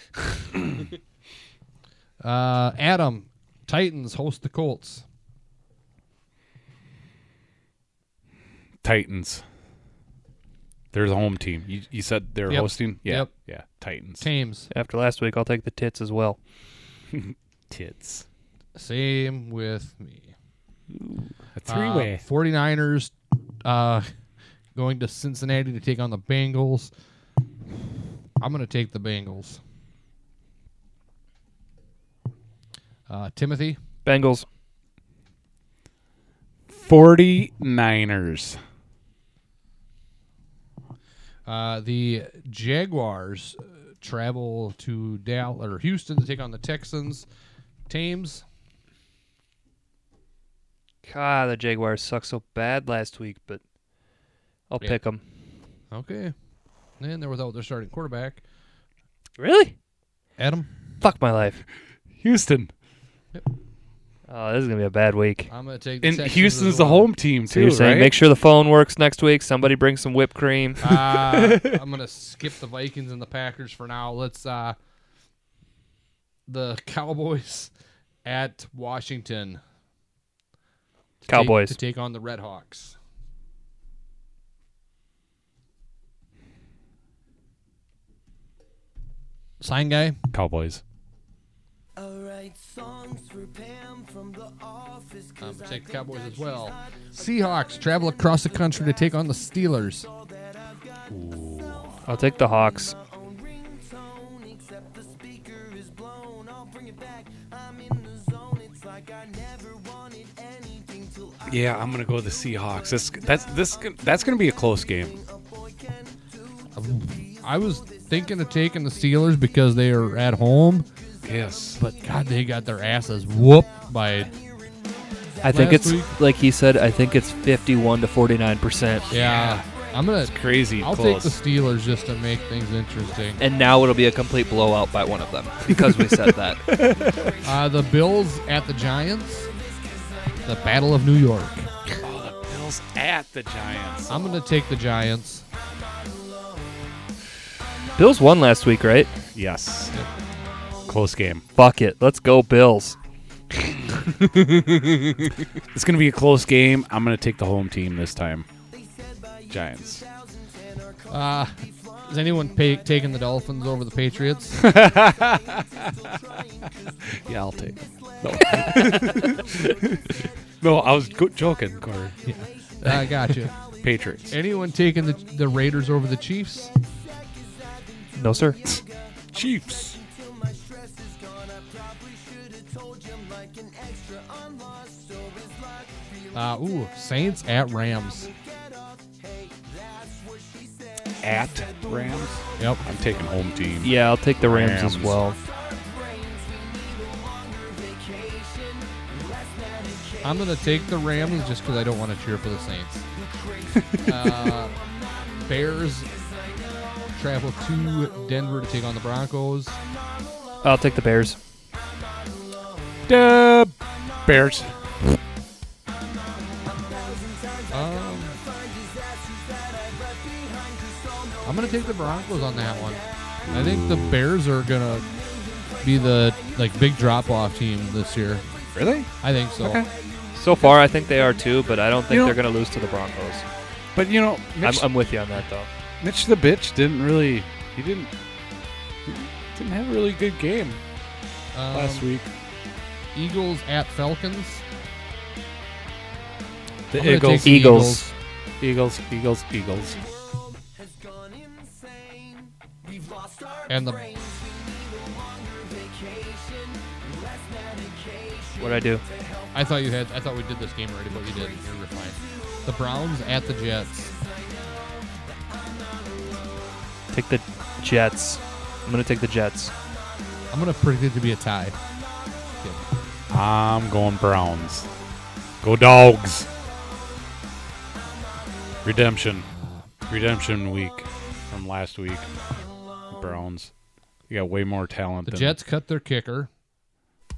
S3: uh, Adam, Titans host the Colts.
S2: Titans. They're the home team. You, you said they're
S3: Yep.
S2: hosting? Yeah.
S3: Yep.
S2: Yeah. Titans.
S3: Tames,
S6: After last week, I'll take the tits as well.
S2: Tits.
S3: same with me.
S2: A
S3: Uh,
S2: three way.
S3: 49ers uh, going to Cincinnati to take on the Bengals. I'm going to take the Bengals. Uh, Timothy,
S6: Bengals.
S2: 49ers.
S3: uh, the Jaguars uh, travel to Dallas or Houston to take on the Texans. Tames,
S6: God, the Jaguars sucked so bad last week, but I'll 'em.
S3: Yeah.
S6: pick them.
S3: okay. And they're without their starting quarterback.
S6: Really?
S3: Adam,
S6: Fuck my life.
S2: Houston.
S6: Oh, this is gonna be a bad week.
S3: I'm going to take the
S2: And
S3: Texans
S2: Houston's
S3: as
S2: the
S3: well.
S2: home team, too.
S6: So you're saying
S2: right?
S6: make sure the phone works next week. Somebody bring some whipped cream.
S3: uh, I'm gonna skip the Vikings and the Packers for now. Let's uh the Cowboys at Washington. to take-
S6: Cowboys.
S3: to take on the Red Hawks. Sign guy.
S2: Cowboys.
S3: I'm gonna take the Cowboys as well. Seahawks travel across the country to take on the Steelers.
S6: I'll take the Hawks.
S2: Yeah, I'm gonna go with the Seahawks. This that's this that's gonna be a close game.
S3: I was thinking of taking the Steelers because they are at home.
S2: Yes.
S3: But God, they got their asses whooped by
S6: I think
S3: Last
S6: it's
S3: week-
S6: like he said. I think it's 51 to 49 percent.
S3: yeah. I'm gonna.
S2: Crazy
S3: I'll take
S2: close.
S3: the Steelers just to make things interesting.
S1: And now it'll be a complete blowout by one of them because we said that.
S3: Uh, the Bills at the Giants. The Battle of New York.
S2: oh, the [laughs] Bills at the Giants.
S3: I'm gonna take the Giants.
S6: Bills won last week, right?
S2: Yes. Close game.
S6: Fuck it. Let's go Bills.
S2: It's gonna be a close game. I'm gonna take the home team this time. Giants.
S3: Uh, is anyone pay, taking the Dolphins over the
S2: [laughs]
S3: Patriots?
S2: Yeah, I'll take. No, [laughs] no I was go- joking, Corey.
S3: I got you.
S2: Patriots.
S3: Anyone taking the the Raiders over the Chiefs?
S6: No sir.
S2: Chiefs.
S3: Uh, ooh, Saints at Rams.
S2: At Rams.
S3: Yep.
S2: I'm taking home team.
S6: Yeah, I'll take the Rams, as
S2: Rams.
S6: well.
S3: I'm gonna take the Rams just because I don't want to cheer for the Saints. uh, Bears travel to Denver to take on the Broncos.
S6: I'll take the Bears.
S2: Duh. Bears.
S3: Um, I'm gonna take the Broncos on that one. I think the Bears are gonna be the like big drop off team this year.
S2: Really?
S3: I think so.
S6: So far, I think they are too, but I don't think
S2: You know-
S6: they're going to lose to the Broncos.
S2: But you know,
S6: I'm,
S2: Mitch,
S6: I'm with you on that though.
S2: Mitch the bitch didn't really. He didn't. he Didn't have a really good game
S3: Um,
S2: last week.
S3: Eagles at Falcons. I'm
S2: The
S3: gonna
S2: Eagles,
S3: take the
S6: Eagles.
S2: Eagles, Eagles, Eagles.
S3: and the
S6: What'd I do?
S3: I thought you had. I thought we did this game already, but we didn't. You're fine. The Browns at the Jets.
S11: Take the Jets. I'm gonna take the Jets.
S3: I'm gonna predict it to be a tie. Kidding.
S2: I'm going Browns. Go dogs. Redemption. Redemption week from last week. Browns. You got way more talent
S3: The
S2: than
S3: Jets cut their kicker,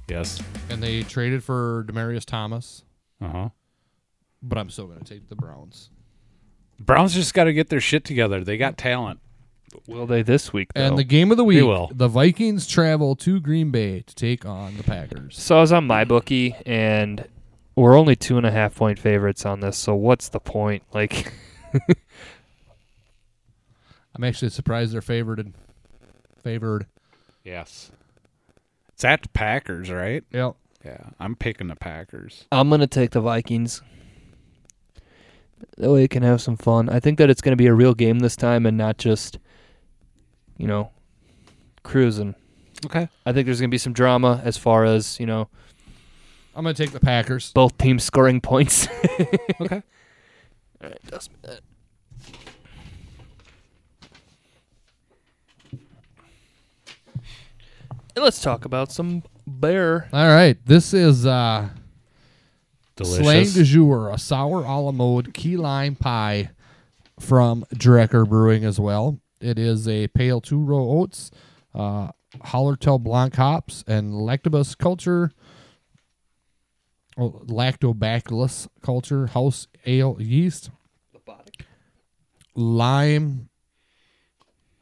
S2: Yes.
S3: and they traded for Demarius Thomas.
S2: Uh huh.
S3: But I'm still gonna take the Browns.
S2: Browns just got to get their shit together. They got talent.
S11: Will they this week though?
S3: And the game of the week,
S2: will.
S3: the Vikings travel to Green Bay to take on the Packers.
S11: so I was on my bookie, and we're only two and a half point favorites on this. So what's the point? [laughs] Like,
S3: I'm actually surprised they're favored. Favored.
S2: Yes. It's at the Packers, right?
S3: Yep.
S2: Yeah. I'm picking the Packers.
S6: I'm gonna take the Vikings. That way, you can have some fun. I think that it's gonna be a real game this time and not just, you know, cruising.
S2: Okay.
S6: I think there's gonna be some drama as far as you know
S3: I'm gonna take the Packers.
S6: both teams scoring points. [laughs]
S2: Okay.
S6: And let's talk about some bear.
S3: All right. This is uh Slang
S2: Delicious.
S3: du jour, a sour a la mode key lime pie from Drecker Brewing as well. It is a pale two row oats, uh, Hallertau Blanc hops, and lactobus culture, oh, lactobacillus culture, house ale yeast, lime,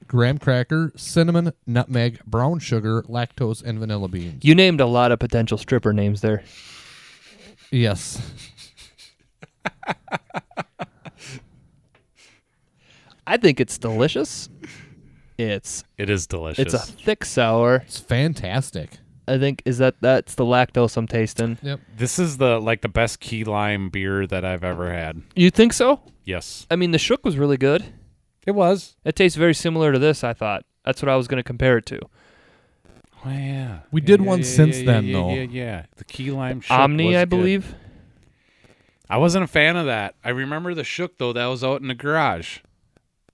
S3: graham cracker, cinnamon, nutmeg, brown sugar, lactose, and vanilla beans.
S6: You named a lot of potential stripper names there.
S3: Yes.
S6: I think it's delicious. It's
S2: It is delicious.
S6: it's a thick sour.
S3: It's fantastic.
S6: I think is that that's the lactose I'm tasting.
S3: Yep.
S2: this is the like the best key lime beer that I've ever had.
S6: You think so?
S2: Yes.
S6: I mean, the shook was really good.
S2: It was.
S6: It tastes very similar to this. I thought that's what I was going to compare it to.
S2: Oh, yeah.
S3: We did
S2: Yeah,
S3: one
S2: yeah,
S3: since
S2: yeah,
S3: then,
S2: yeah,
S3: though.
S2: Yeah, yeah. The key lime shook was
S6: Omni, I
S2: good.
S6: believe.
S2: I wasn't a fan of that. I remember the shook though. That was out in the garage,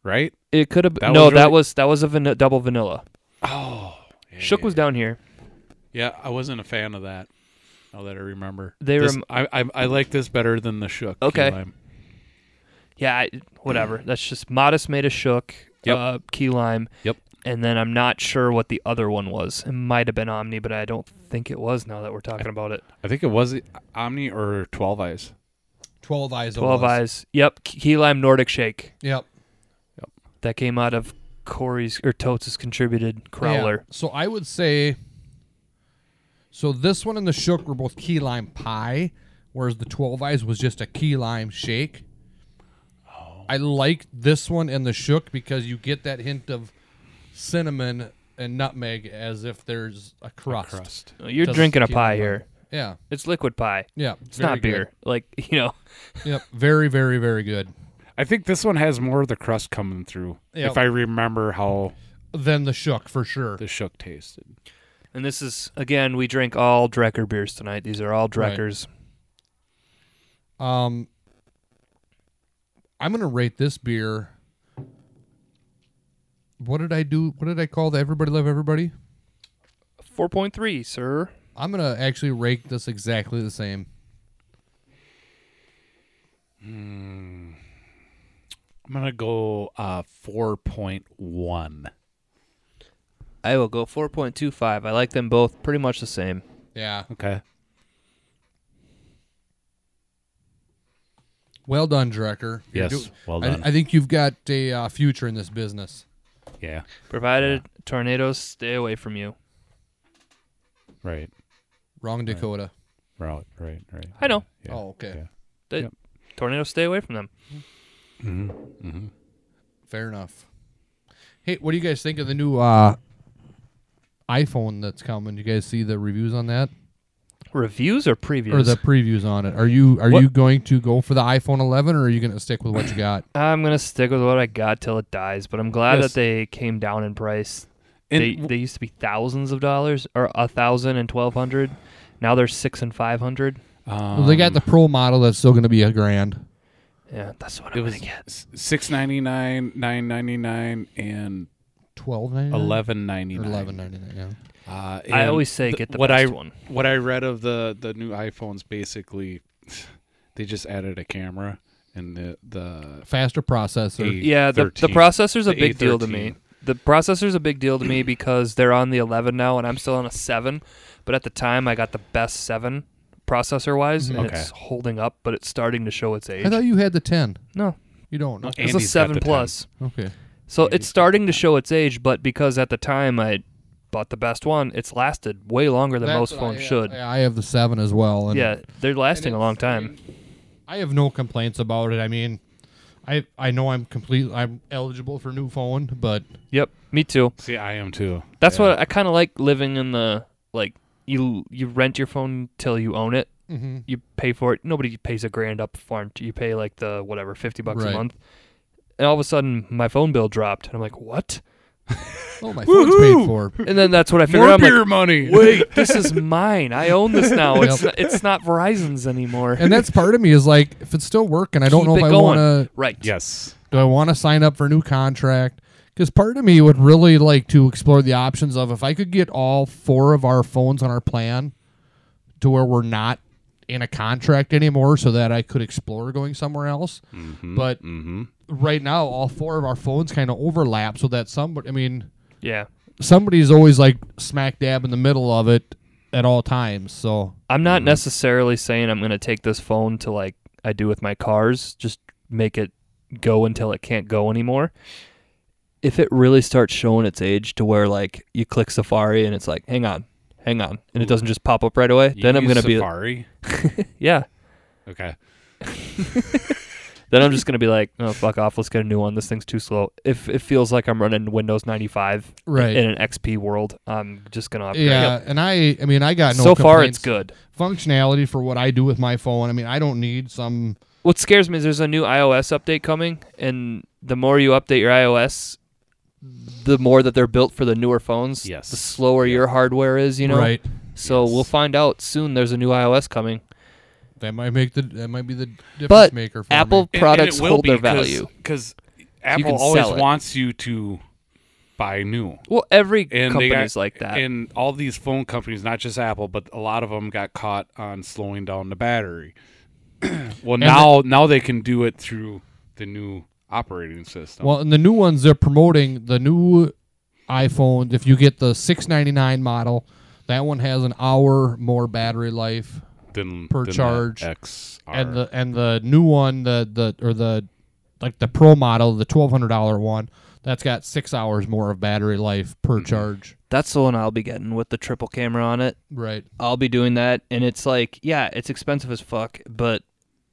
S2: right?
S6: It could have
S2: That
S6: no.
S2: was
S6: That
S2: really-
S6: was that was a van- double vanilla.
S2: Oh, yeah,
S6: Shook was down here.
S2: Yeah, I wasn't a fan of that. Now that I remember,
S6: They
S2: This-
S6: rem-
S2: I, I I like this better than the shook. key
S6: Okay.
S2: lime.
S6: Yeah, I,
S2: [clears throat]
S6: whatever. That's just modest made a shook.
S2: Yep.
S6: Uh, key lime.
S2: Yep.
S6: And then I'm not sure what the other one was. It might have been Omni, but I don't think it was. Now that we're talking about it,
S2: I think it was Omni or Twelve Eyes.
S3: 12 eyes. it
S6: Twelve
S3: was.
S6: Eyes. Yep, key lime Nordic shake
S3: Yep.
S6: that came out of Corey's or Totes' contributed crowler.
S3: Yeah. So I would say. So this one and the Shook were both key lime pie, whereas the Twelve Eyes was just a key lime shake.
S6: Oh.
S3: I like this one and the Shook because you get that hint of cinnamon and nutmeg as if there's a crust.
S2: Crust.
S6: You're
S3: Does
S6: drinking a
S3: key
S6: pie
S3: lime.
S6: here.
S3: Yeah.
S6: It's liquid pie.
S3: Yeah.
S6: It's not beer. Like [laughs] you know.
S3: Yep. Very, very, very good.
S2: I think this one has more of the crust coming through.
S3: Yep.
S2: If I remember how
S3: Then the Shook for sure.
S2: the shook tasted.
S6: And this is again, we drink all Drecker beers tonight. These are all
S3: Right.
S6: Dreckers.
S3: Um, I'm gonna rate this beer. What did I do? What did I call the Everybody Love Everybody?
S6: Four point three, sir.
S3: I'm gonna actually rate this exactly the same.
S2: I'm gonna go uh, four point one.
S6: I will go four point two five. I like them both pretty much the same.
S3: Yeah.
S2: Okay.
S3: Well done, Drecker. You're
S2: Yes, well
S3: I-
S2: done.
S3: I, think you've got a uh, future in this business.
S2: Yeah.
S6: Provided tornadoes stay away from you.
S2: Right.
S3: Wrong Dakota.
S2: Right. Right. Right.
S6: I know.
S2: Yeah.
S3: Oh, okay.
S2: Yeah.
S6: The
S2: Yep.
S6: tornadoes stay away from them.
S3: Fair enough. Hey, what do you guys think of the new uh, iPhone that's coming? You guys see the reviews on that
S6: Reviews or previews?
S3: or the previews on it? Are you are
S6: What-
S3: you going to go for the iPhone 11 or are you going to stick with what you got?
S6: I'm gonna stick with what I got till it dies, but I'm glad
S2: Yes.
S6: that they came down in price.
S2: And
S6: they
S2: w-
S6: they used to be thousands of dollars or a thousand and twelve hundred. Now they're six and five hundred.
S2: Um,
S3: Well, they got the Pro model that's still going to be a grand.
S6: Yeah, that's what
S2: It
S6: I'm
S2: was
S6: gonna get.
S2: six ninety nine, nine ninety nine, and
S3: Twelve ninety nine.
S2: eleven ninety nine.
S3: Eleven ninety nine. Yeah.
S2: Uh,
S6: I
S2: and
S6: always say
S2: th-
S6: get the
S2: what
S6: best
S2: I,
S6: one.
S2: What I read of the the new iPhones, basically, [sighs] they just added a camera and the the
S3: Faster processor.
S2: A-
S6: Yeah, the, the
S2: 13.
S6: processor's a
S2: The
S6: big deal to me.
S2: A13.
S6: The processor's a big deal to me because they're on the 11 now and I'm still on a 7, but at the time I got the best 7 processor wise and
S2: Okay.
S6: it's holding up, but it's starting to show its age.
S3: I thought you had the ten.
S6: no,
S3: You don't. Okay.
S6: it's a
S2: Andy's got
S6: 7
S2: the 10.
S6: plus.
S3: Okay.
S6: So it's starting to show its age, but because at the time I bought the best one, it's lasted way longer than most phones should.
S3: I, I have the seven as well. And
S6: yeah, they're lasting a
S3: it's-
S6: long
S3: I,
S6: time.
S3: mean, I have no complaints about it. I mean, I I know I'm complete. I'm eligible for new phone, but
S6: Yep, me too.
S2: see, I am too.
S6: That's
S2: Yeah.
S6: what I kind of like living in the like you you rent your phone till you own it.
S3: Mm-hmm.
S6: You pay for it. Nobody pays a grand up front. You pay like the whatever fifty bucks
S3: Right.
S6: a month, and all of a sudden my phone bill dropped, and I'm like, what?
S3: oh, my phone's paid for.
S6: And then that's what I figured.
S2: more
S6: out. I'm like,
S2: beer money.
S6: [laughs]
S3: [laughs]
S6: Wait, this is mine. I own this now. It's
S3: Yep.
S6: not, it's not Verizon's anymore.
S3: And that's part of me is like, if it's still working, I don't
S6: Keep
S3: know if
S6: it
S3: I
S6: going.
S3: want to.
S6: Right.
S2: Yes.
S3: Do I want to sign up for a new contract? Because part of me would really like to explore the options of if I could get all four of our phones on our plan to where we're not in a contract anymore so that I could explore going somewhere else.
S6: Mm-hmm,
S3: But
S2: Mm-hmm.
S3: right now, all four of our phones kind of overlap so that somebody, I mean,
S6: Yeah.
S3: somebody's always like smack dab in the middle of it at all times. So,
S6: I'm not
S3: Mm-hmm.
S6: necessarily saying I'm going to take this phone to like I do with my cars, just make it go until it can't go anymore. If it really starts showing its age to where like you click Safari and it's like, hang on, hang on, and it doesn't just pop up right away, then I'm
S2: You use
S6: going to be
S2: Safari.
S6: yeah,
S2: Okay.
S6: then I'm just going to be like, oh fuck off, let's get a new one. This thing's too slow. If it feels like I'm running Windows 95
S3: Right.
S6: in an XP world, I'm just going to upgrade.
S3: yeah. And I, I mean, I got no
S6: so far it's
S3: complaints.
S6: good.
S3: Functionality for what I do with my phone. I mean, I don't need some.
S6: What scares me is there's a new iOS update coming, and the more you update your iOS, the more that they're built for the newer phones.
S2: Yes.
S6: The slower your hardware is, you know.
S3: Right.
S6: So we'll find out soon. There's a new iOS coming,
S3: That might make the that might be the difference
S6: but
S3: maker for
S6: Apple
S3: me.
S2: And- and
S6: products
S2: it will
S6: hold
S2: be
S6: their
S2: 'cause-
S6: value.
S2: because
S6: can
S2: Apple always
S6: sell it.
S2: wants you to buy new.
S6: Well, every
S2: and they
S6: company's
S2: got-
S6: like that.
S2: And all these phone companies, not just Apple, but a lot of them got caught on slowing down the battery. [clears throat] well, now now they can do it through the new operating system.
S3: Well, and the new ones they're promoting the new iPhone. If you get the 699 model, that one has an hour more battery life,
S2: then,
S3: per
S2: then the
S3: charge
S2: XR.
S3: and the and the new one the the or the like the Pro model, the twelve hundred dollar one, that's got six hours more of battery life per
S2: Mm-hmm.
S3: charge.
S1: That's the one I'll be getting with the triple camera on it.
S3: Right.
S1: I'll be doing that, and it's like, yeah, it's expensive as fuck, but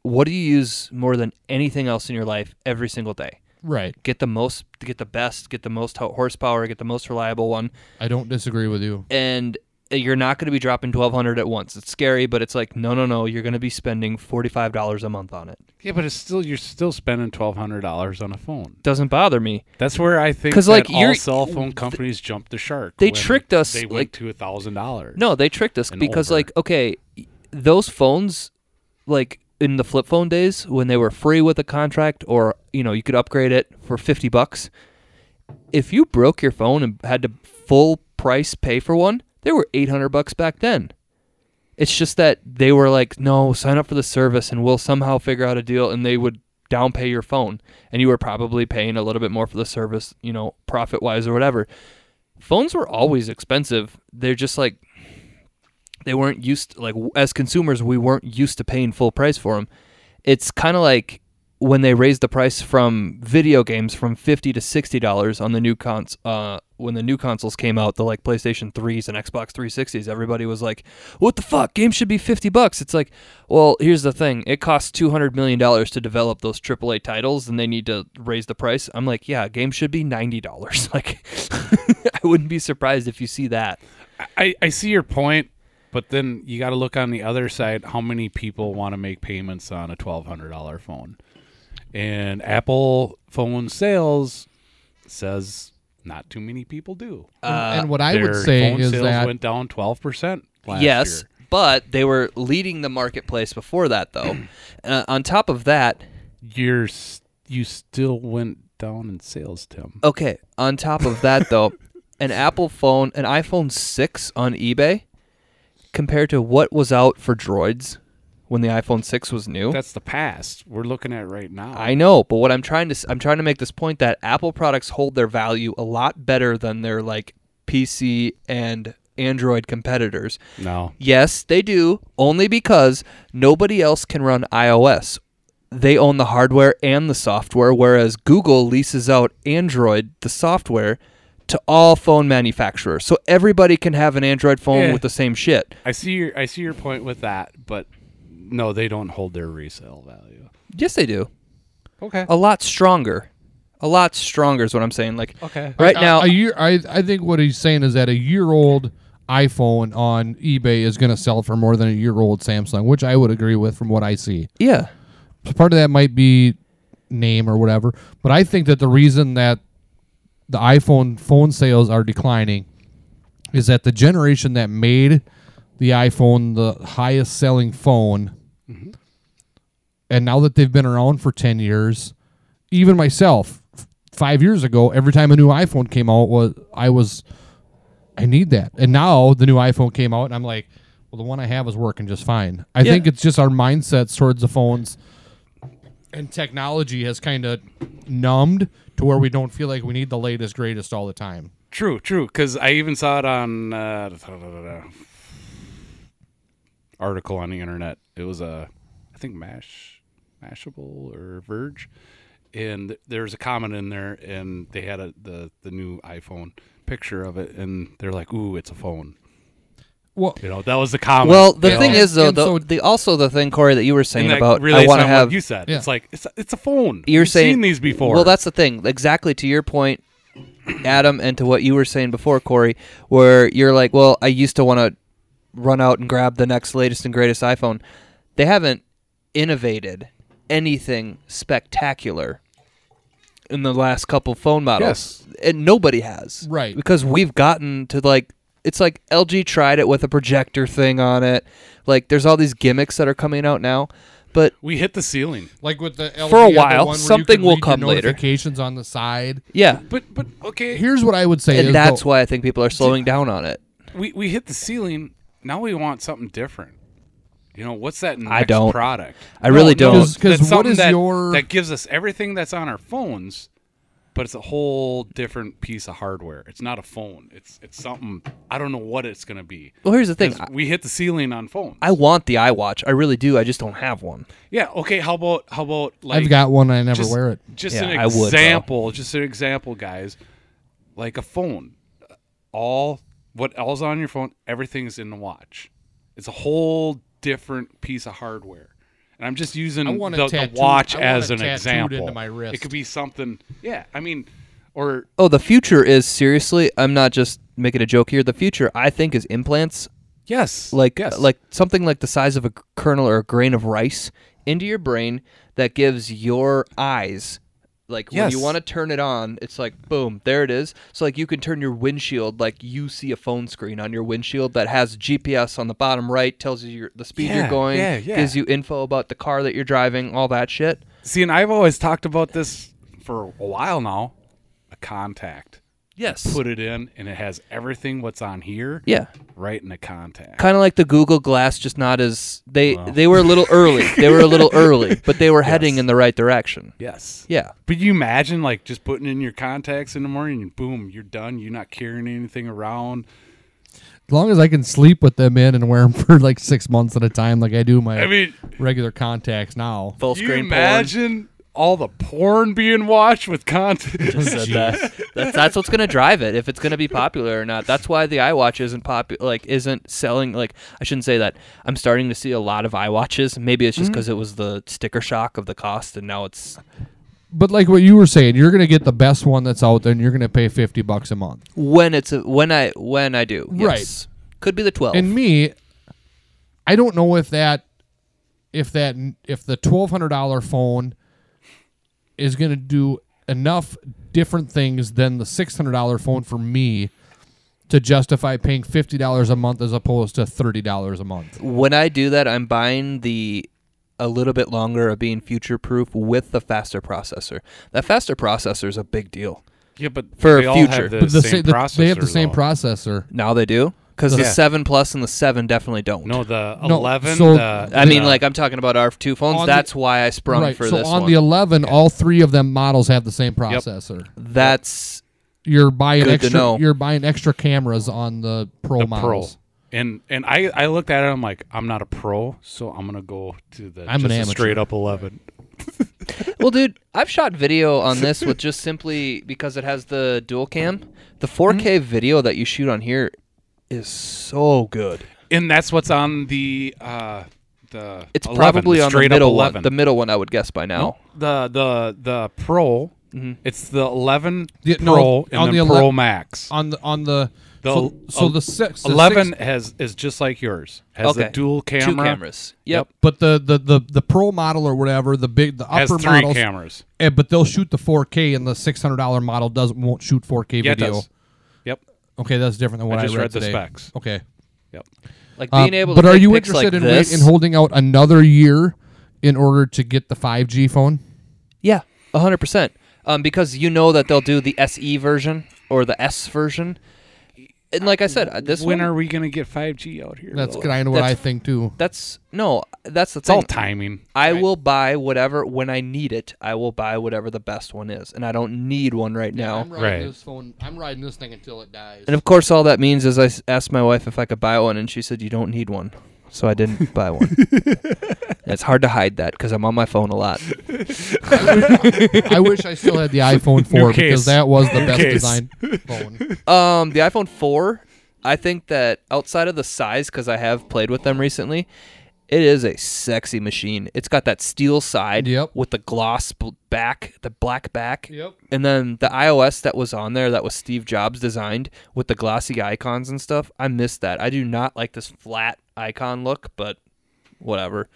S1: what do you use more than anything else in your life every single day?
S3: Right.
S1: Get the most, get the best, get the most ho- horsepower, get the most reliable one,
S3: I don't disagree with you.
S1: and you're not going to be dropping 1200 at once. It's scary, but it's like, no, no, no, you're going to be spending $45 a month on it.
S2: yeah, but it's still you're still spending twelve hundred dollars on a phone.
S1: Doesn't bother me.
S2: That's where I think
S1: 'Cause,
S2: that
S1: like,
S2: all
S1: you're-
S2: cell phone companies jumped the shark.
S1: they
S2: when
S1: tricked us,
S2: They went
S1: like-
S2: to a thousand dollars.
S1: No, they tricked us
S2: And
S1: because,
S2: over.
S1: like, okay, those phones, like in the flip phone days when they were free with a contract, or you know, you could upgrade it for fifty bucks. If you broke your phone and had to full price pay for one, they were eight hundred bucks back then. It's just that they were like, no, sign up for the service and we'll somehow figure out a deal, and they would down pay your phone, and you were probably paying a little bit more for the service, you know, profit wise or whatever. Phones were always expensive. They're just like they weren't used like w- as consumers we weren't used to paying full price for them it's kind of like when they raised the price from video games from fifty to sixty dollars on the new cons, uh, when the new consoles came out, the like PlayStation threes and Xbox three sixties, everybody was like, "What the fuck? Games should be fifty bucks." It's like, well, here's the thing: it costs two hundred million dollars to develop those AAA titles, and they need to raise the price. I'm like, yeah, games should be ninety dollars. [laughs] Like, I wouldn't be surprised if you see that.
S2: I, I see your point, but then you got to look on the other side how many people want to make payments on a $1,200 phone. And Apple phone sales says not too many people do.
S6: Uh,
S3: and, and what I would
S2: Their
S3: say
S2: phone
S3: is
S2: sales
S3: that
S2: went down 12% last
S1: yes,
S2: year.
S1: but they were leading the marketplace before that, though. [clears throat] uh, on top of that,
S2: You're, s- you still went down in sales, Tim.
S1: okay. On top of that, though, an Apple phone, an iPhone six on eBay, compared to what was out for droids when the iPhone six was [laughs] new.
S2: That's the past. We're looking at right now.
S1: I know, but what I'm trying to s- I'm trying to make this point that Apple products hold their value a lot better than their like PC and Android competitors.
S2: No.
S1: Yes, they do, only because nobody else can run iOS. They own the hardware and the software, whereas Google leases out Android, the software, to all phone manufacturers. So everybody can have an Android phone
S2: Yeah.
S1: with the same shit.
S2: I see your I see your point with that, but no, they don't hold their resale value.
S1: Yes, they do.
S2: Okay.
S1: A lot stronger. A lot stronger is what I'm saying. Like
S2: Okay.
S1: right
S3: a-
S1: now,
S3: a year. I I think what he's saying is that a year old iPhone on eBay is going to sell for more than a year old Samsung, which I would agree with from what I see.
S1: yeah.
S3: part of that might be name or whatever, but I think that the reason that the iPhone phone sales are declining is that the generation that made the iPhone the highest selling phone, and now that they've been around for 10 years, even myself, f- five years ago, every time a new iPhone came out, was I was, I need that. And now the new iPhone came out, and I'm like, well, the one I have is working just fine. I
S1: Yeah.
S3: think it's just our mindsets towards the phones and technology has kind of numbed to where we don't feel like we need the latest greatest all the time.
S2: True, true. Because I even saw it on uh, da- da- da- da- article on the internet. It was a, I think Mash, Mashable or Verge, and there's a comment in there, and they had a, the the new iPhone picture of it, and they're like, "Ooh, it's a phone."
S3: Well,
S2: You know, that was the comment.
S1: Well, the
S2: you
S1: thing
S2: know?
S1: is though,
S3: and
S1: the,
S3: so-
S1: the also the thing Corey that you were saying
S2: And that
S1: about I
S2: relates
S1: want to
S2: on what
S1: have
S2: you said
S3: Yeah.
S2: it's like it's a, it's a phone.
S1: you're
S2: You've
S1: saying
S2: seen these before.
S1: Well, that's the thing. Exactly to your point, Adam, and to what you were saying before, Corey, where you're like, "Well, I used to want to run out and grab the next latest and greatest iPhone." They haven't innovated anything spectacular in the last couple phone models, and nobody has,
S3: Right.
S1: Because we've gotten to like. It's like LG tried it with a projector thing on it. Like, there's all these gimmicks that are coming out now, but
S2: we hit the ceiling.
S3: like with the LG,
S1: For a
S3: had the
S1: while,
S3: one where you
S1: something
S3: could
S1: will
S3: read your
S1: come later.
S3: Notifications on the side.
S1: yeah,
S2: But but okay,
S3: Here's what I would say, is
S1: and that's
S3: though-
S1: why I think people are slowing down on it.
S2: we we hit the ceiling. Now we want something different. You know, what's that next
S1: don't.
S2: product?
S1: I really
S3: no,
S1: don't.
S3: 'cause- 'cause
S2: That's
S3: what
S2: something
S3: is
S2: that,
S3: your-
S2: that gives us everything that's on our phones, but it's a whole different piece of hardware. It's not a phone. It's it's something I don't know what it's gonna be.
S1: Well, here's the thing.
S2: 'Cause
S1: I,
S2: we hit the ceiling on phones.
S1: I want the iWatch. I really do. I just don't have one.
S2: yeah. Okay. How about how about like
S3: I've got one. I never
S2: just,
S3: wear it.
S2: Just
S1: Yeah,
S2: an
S1: I would, though.
S2: example. just an example, guys. Like a phone, all what all's on your phone, everything's in the watch. It's a whole different piece of hardware. And I'm just using
S3: I
S2: the,
S3: want it
S2: the
S3: tattooed-
S2: watch
S3: I want
S2: as
S3: it
S2: an
S3: tattooed
S2: example.
S3: into my wrist.
S2: It could be something. Yeah, I mean, or
S1: Oh, the future is seriously. I'm not just making a joke here. The future, I think, is implants,
S2: yes,
S1: like
S2: yes.
S1: like something like the size of a kernel or a grain of rice into your brain that gives your eyes. Like when you
S2: Yes.
S1: want to turn it on, it's like boom, there it is. So like you can turn your windshield, like you see a phone screen on your windshield that has GPS on the bottom right, tells you your, the speed you're
S2: Yeah,
S1: going,
S2: yeah, yeah.
S1: gives you info about the car that you're driving, all that shit.
S2: See, and I've always talked about this for a while now. A contact.
S1: Yes.
S2: Put it in, and it has everything what's on here.
S1: yeah.
S2: Right in the contact.
S1: kind of like the Google Glass, just not as they they were a little early. They were a
S2: [laughs]
S1: little early, but they were heading in the right direction.
S2: yes.
S1: Yeah,
S2: But you imagine like just putting in your contacts in the morning and boom, you're done. You're not carrying anything around.
S3: As long as I can sleep with them in and wear them [laughs] for like six months at a time, like I do my
S2: I mean,
S3: regular contacts now.
S1: full
S2: you
S1: screen porn.
S2: imagine all the porn being watched with content.
S1: said [laughs] that. That's that's what's gonna drive it if it's gonna be popular or not. That's why the iWatch isn't popular, like isn't selling. Like I shouldn't say that. I'm starting to see a lot of iWatches. Maybe it's just because it was the sticker shock of the cost, and now it's
S3: But like what you were saying, you're gonna get the best one that's out there, and you're gonna pay fifty bucks a month.
S1: when it's a, when I when I do
S3: Right.
S1: yes. Could be the twelve.
S3: And me, I don't know if that, if that, if the twelve hundred dollar phone is going to do enough different things than the six hundred dollar phone for me to justify paying fifty dollars a month as opposed to thirty dollars a month.
S1: when I do that, I'm buying the a little bit longer of being future proof with the faster processor. That faster processor is a big deal.
S2: yeah, but
S1: For
S2: they all
S1: future.
S2: have the,
S3: But the
S2: same
S3: sa-
S2: processor.
S3: the- they have the same
S2: though.
S3: processor.
S1: Now they do because the
S2: Yeah.
S1: seven plus and the seven definitely don't.
S2: No, the
S3: No,
S2: eleven.
S3: so-
S2: the-
S1: I mean,
S2: the-
S1: like I'm talking about our two
S3: On
S1: phones.
S3: the-
S1: That's why I sprung
S3: right.
S1: for
S3: so
S1: this
S3: on
S1: one.
S3: the eleven, all three of them models have the same processor.
S1: That's
S3: You're buying
S1: Good to
S3: extra.
S1: know.
S3: You're buying extra cameras on the pro
S2: the pro.
S3: models.
S2: [laughs] And and I I looked at it. I'm like, I'm not a pro, so I'm gonna go to the
S3: I'm
S2: just
S3: an
S2: a
S3: amateur.
S2: straight up eleven.
S1: well, dude. I've shot video on this
S3: [laughs]
S1: with just simply because it has the dual cam. The 4K
S3: Mm-hmm.
S1: video that you shoot on here is so good.
S2: And that's what's on the uh the.
S1: It's
S2: 11,
S1: probably
S2: the
S1: on the
S2: straight up
S1: middle one.
S2: eleven.
S1: The middle one, I would guess by
S3: Mm-hmm.
S1: now.
S2: the the the pro.
S1: Mm-hmm.
S2: It's the eleven
S3: The-
S2: pro
S3: no,
S2: and
S3: on
S2: then
S3: the
S2: pro
S3: 11
S2: max.
S3: On the on the,
S2: The-
S3: so, so
S2: uh,
S3: the six the
S2: eleven
S3: six-
S2: has is just like yours. Has
S1: okay.
S2: a dual camera.
S1: Two cameras. Yep.
S3: But the, the the the pro model or whatever, the big the
S2: Has
S3: upper
S2: three
S3: models,
S2: cameras.
S3: eh, but they'll shoot the 4K, and the six hundred dollar model doesn't won't shoot 4K
S2: Yeah, it
S3: video.
S2: does. Yep.
S3: Okay, that's different than what I,
S2: just read the
S3: today.
S2: specs.
S3: Okay,
S2: Yep.
S1: Like
S3: Uh,
S1: being able.
S3: but
S1: to
S3: are
S1: take
S3: you
S1: pics
S3: interested
S1: like
S3: in
S1: this,
S3: wait, in holding out another year in order to get the five G phone?
S1: Yeah, hundred percent. Um, because you know that they'll do the SE version or the S version. And like I said, uh, this
S2: when
S1: one-
S2: are we gonna get five G out here?
S3: That's
S2: though?
S3: kind of what I
S1: that's-
S3: think too.
S1: that's no, that's the
S2: It's all
S1: thing.
S2: timing.
S1: I will buy whatever when I need it. I will buy whatever the best one is, and I don't need one right now.
S2: riding Right. this
S3: phone. I'm riding this thing until it dies.
S1: And of course, all that means is I s- asked my wife if I could buy one, and she said you don't need one, so I
S3: [laughs]
S1: didn't buy one. And it's hard to hide that because I'm on my phone a lot.
S3: I wish I still
S2: [laughs]
S3: had the iPhone 4
S2: case.
S3: because that was the best
S2: case. [laughs]
S3: design phone.
S1: Um, the iPhone 4, I think that outside of the size, because I have played with them recently, it is a sexy machine. It's got that steel side
S3: Yep.
S1: with the gloss bl- back, the black back.
S3: Yep.
S1: And then the iOS that was on there that was Steve Jobs designed with the glossy icons and stuff. I miss that. I do not like this flat icon look, but whatever.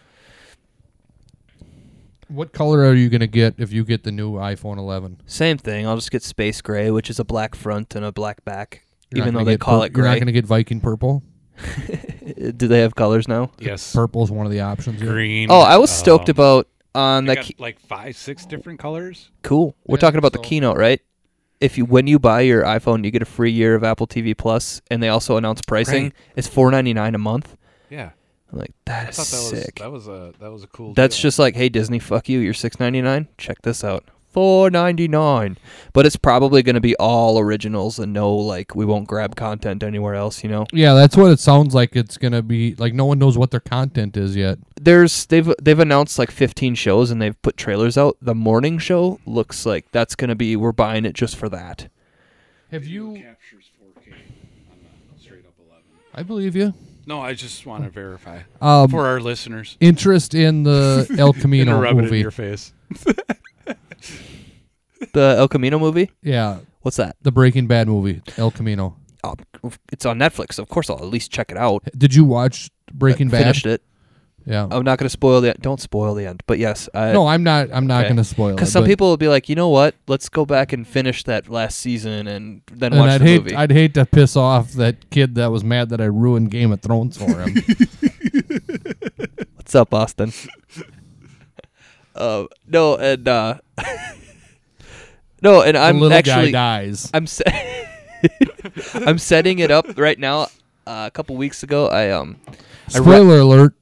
S3: What color are you gonna get if you get the new iPhone 11?
S1: Same thing. I'll just get space gray, which is a black front and a black back.
S3: You're not
S1: even though
S3: gonna
S1: they
S3: get
S1: call
S3: pur-
S1: it
S3: You're
S1: gray.
S3: not
S1: Uh,
S3: going to get Viking purple.
S1: Do they have colors now?
S2: Yes.
S3: [laughs] Purple is one of the options. here.
S2: Green.
S1: Oh, I was stoked
S2: um,
S1: about on
S2: they
S1: the
S2: got, like five, six different colors.
S1: Cool. We're
S3: Yeah,
S1: talking about the
S3: so-
S1: keynote, right? If you when you buy your iPhone, you get a free year of Apple TV Plus, and they also announce pricing.
S2: Right.
S1: It's four ninety nine a month.
S2: Yeah.
S1: I'm like, that
S2: I
S1: is
S2: thought that was
S1: sick.
S2: that was a that was a cool.
S1: That's
S2: deal.
S1: just like, hey Disney, fuck you. You're six ninety nine. Check this out, four ninety nine. But it's probably going to be all originals and no like we won't grab content anywhere else. You know,
S3: Yeah, that's what it sounds like. It's going to be like no one knows what their content is yet.
S1: there's they've they've announced like fifteen shows and they've put trailers out. The morning show looks like that's going to be we're buying it just for that.
S3: Have you? I believe you.
S2: No, I just want to verify
S3: Um,
S2: for our listeners.
S3: Interest
S1: [laughs]
S3: in the El Camino
S2: Interrupt it in
S3: movie?
S2: your face.
S1: The El Camino movie.
S3: Yeah,
S1: What's that?
S3: the Breaking Bad movie, El Camino.
S1: oh, it's on Netflix. so Of course, I'll at least check it out.
S3: Did you watch Breaking Bad?
S1: Finished it.
S3: Yeah.
S1: I'm not going to spoil the. Don't spoil the end. But yes, I,
S3: no, I'm not. I'm not
S1: okay.
S3: going to spoil it.
S1: because some
S3: but-
S1: people will be like, you know what? Let's go back and finish that last season and then
S3: And
S1: watch
S3: I'd
S1: the
S3: hate.
S1: movie.
S3: I'd hate to piss off that kid that was mad that I ruined Game of Thrones
S1: [laughs]
S3: for him.
S1: What's up, Austin? [laughs] uh, no, and uh, [laughs] no, and I'm
S3: the little
S1: actually.
S3: guy dies.
S1: I'm se- [laughs] I'm setting it up right now. Uh, a couple weeks ago, I um I re-
S3: Spoiler alert: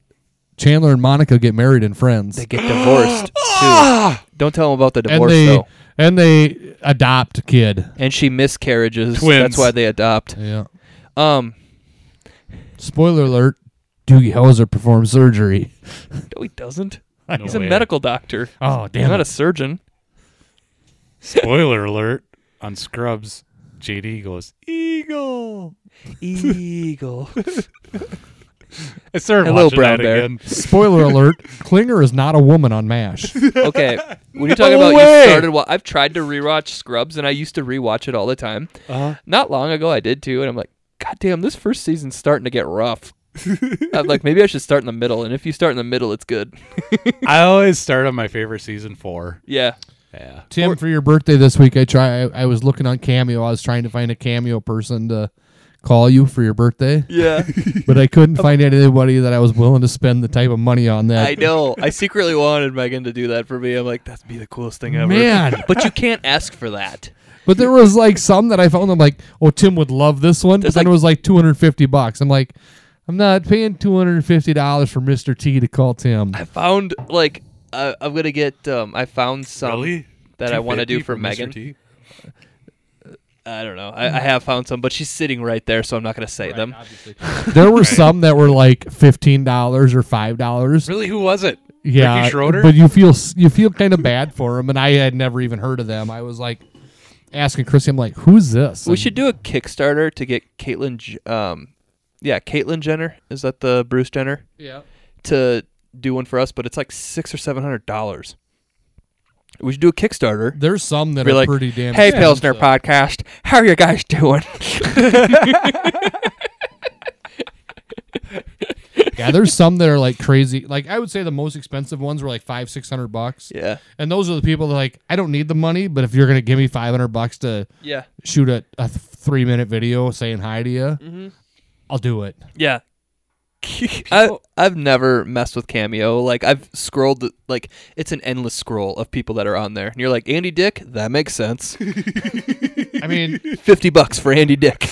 S3: Chandler and Monica get married in Friends,
S1: they get
S2: [gasps]
S1: divorced. too. Don't tell them about the
S3: and
S1: divorce
S3: they
S1: though.
S3: and they adopt a kid.
S1: And she miscarriages.
S2: Twins.
S1: That's why they adopt.
S3: Yeah.
S1: Um,
S3: Spoiler alert: Doogie Howser performs surgery. [laughs]
S1: no, he doesn't.
S6: He's a medical doctor.
S3: Oh,
S6: He's
S3: damn
S6: not
S3: it.
S6: a surgeon.
S2: Spoiler alert on Scrubs. JD goes eagle.
S6: [laughs] Eagle.
S2: I started
S6: Hello,
S2: watching
S6: brown
S2: that
S6: bear.
S2: again.
S3: Spoiler alert: Klinger is not a woman on Mash.
S1: [laughs] Okay, when you talk
S2: No
S1: about
S2: way!
S1: you started, wa- I've tried to rewatch Scrubs, and I used to rewatch it all the time.
S2: Uh-huh.
S1: Not long ago, I did too, and I'm like, God damn, this first season's starting to get
S3: [laughs]
S1: rough. I'm like, maybe I should start in the middle, and if you start in the middle, it's good.
S2: I always start on my favorite season
S3: [laughs]
S2: four.
S1: yeah,
S2: Yeah.
S3: Tim, for your birthday this week, I try. I, I was looking on Cameo. I was trying to find a Cameo person to call you for your birthday, [laughs]
S1: yeah,
S3: but I couldn't find anybody that I was willing to spend the type of money on that.
S1: I know. I secretly wanted Megan to do that for me. I'm like, that'd be the coolest thing ever.
S3: Man.
S1: [laughs] but you can't ask for that.
S3: But there was like some that I found. I'm like, oh, Tim would love this one. But
S1: There's,
S3: then
S1: like-
S3: it was like 250 bucks. I'm like, I'm not paying 250 dollars for Mr. T to call Tim.
S1: I found like uh, I'm gonna get. Um, I found some that I want to do
S2: 250
S1: for
S2: Mr.
S1: Megan.
S2: T?
S1: I don't know. I, I have found some, but she's sitting right there, so I'm not gonna say them.
S3: [laughs] There were some that were like 15 dollars or five dollars.
S2: Really, who was it?
S3: Yeah,
S2: Ricky Schroeder?
S3: But you feel s- you feel kind of bad for him, and I had never even heard of them. I was like asking Chrissy, I'm like, who's this?
S1: We
S3: And
S1: should do a Kickstarter to get Caitlyn. J- Um, yeah, Caitlyn Jenner is that the Bruce Jenner? Yeah. To do one for us, but it's like six or seven hundred dollars. We should do a Kickstarter.
S3: There's some that
S1: Be
S3: are
S1: like,
S3: pretty damn.
S1: hey
S3: expensive.
S1: Pilsner podcast, how are you guys doing?
S3: Yeah, there's some that are like crazy. Like I would say the most expensive ones were like five, six hundred bucks.
S6: [laughs]
S1: yeah,
S3: And those are the people that like, I don't need the money, but if you're gonna give me five hundred bucks to
S1: yeah,
S3: shoot a, a th- three minute video saying hi to you,
S1: Mm-hmm.
S3: I'll do it.
S1: yeah. I, I've never messed with Cameo. Like I've scrolled, the- like it's an endless scroll of people that are on there, and you're like Andy Dick. That makes
S6: [laughs]
S1: sense.
S3: I
S1: [laughs]
S3: mean,
S1: Fifty bucks for Andy Dick.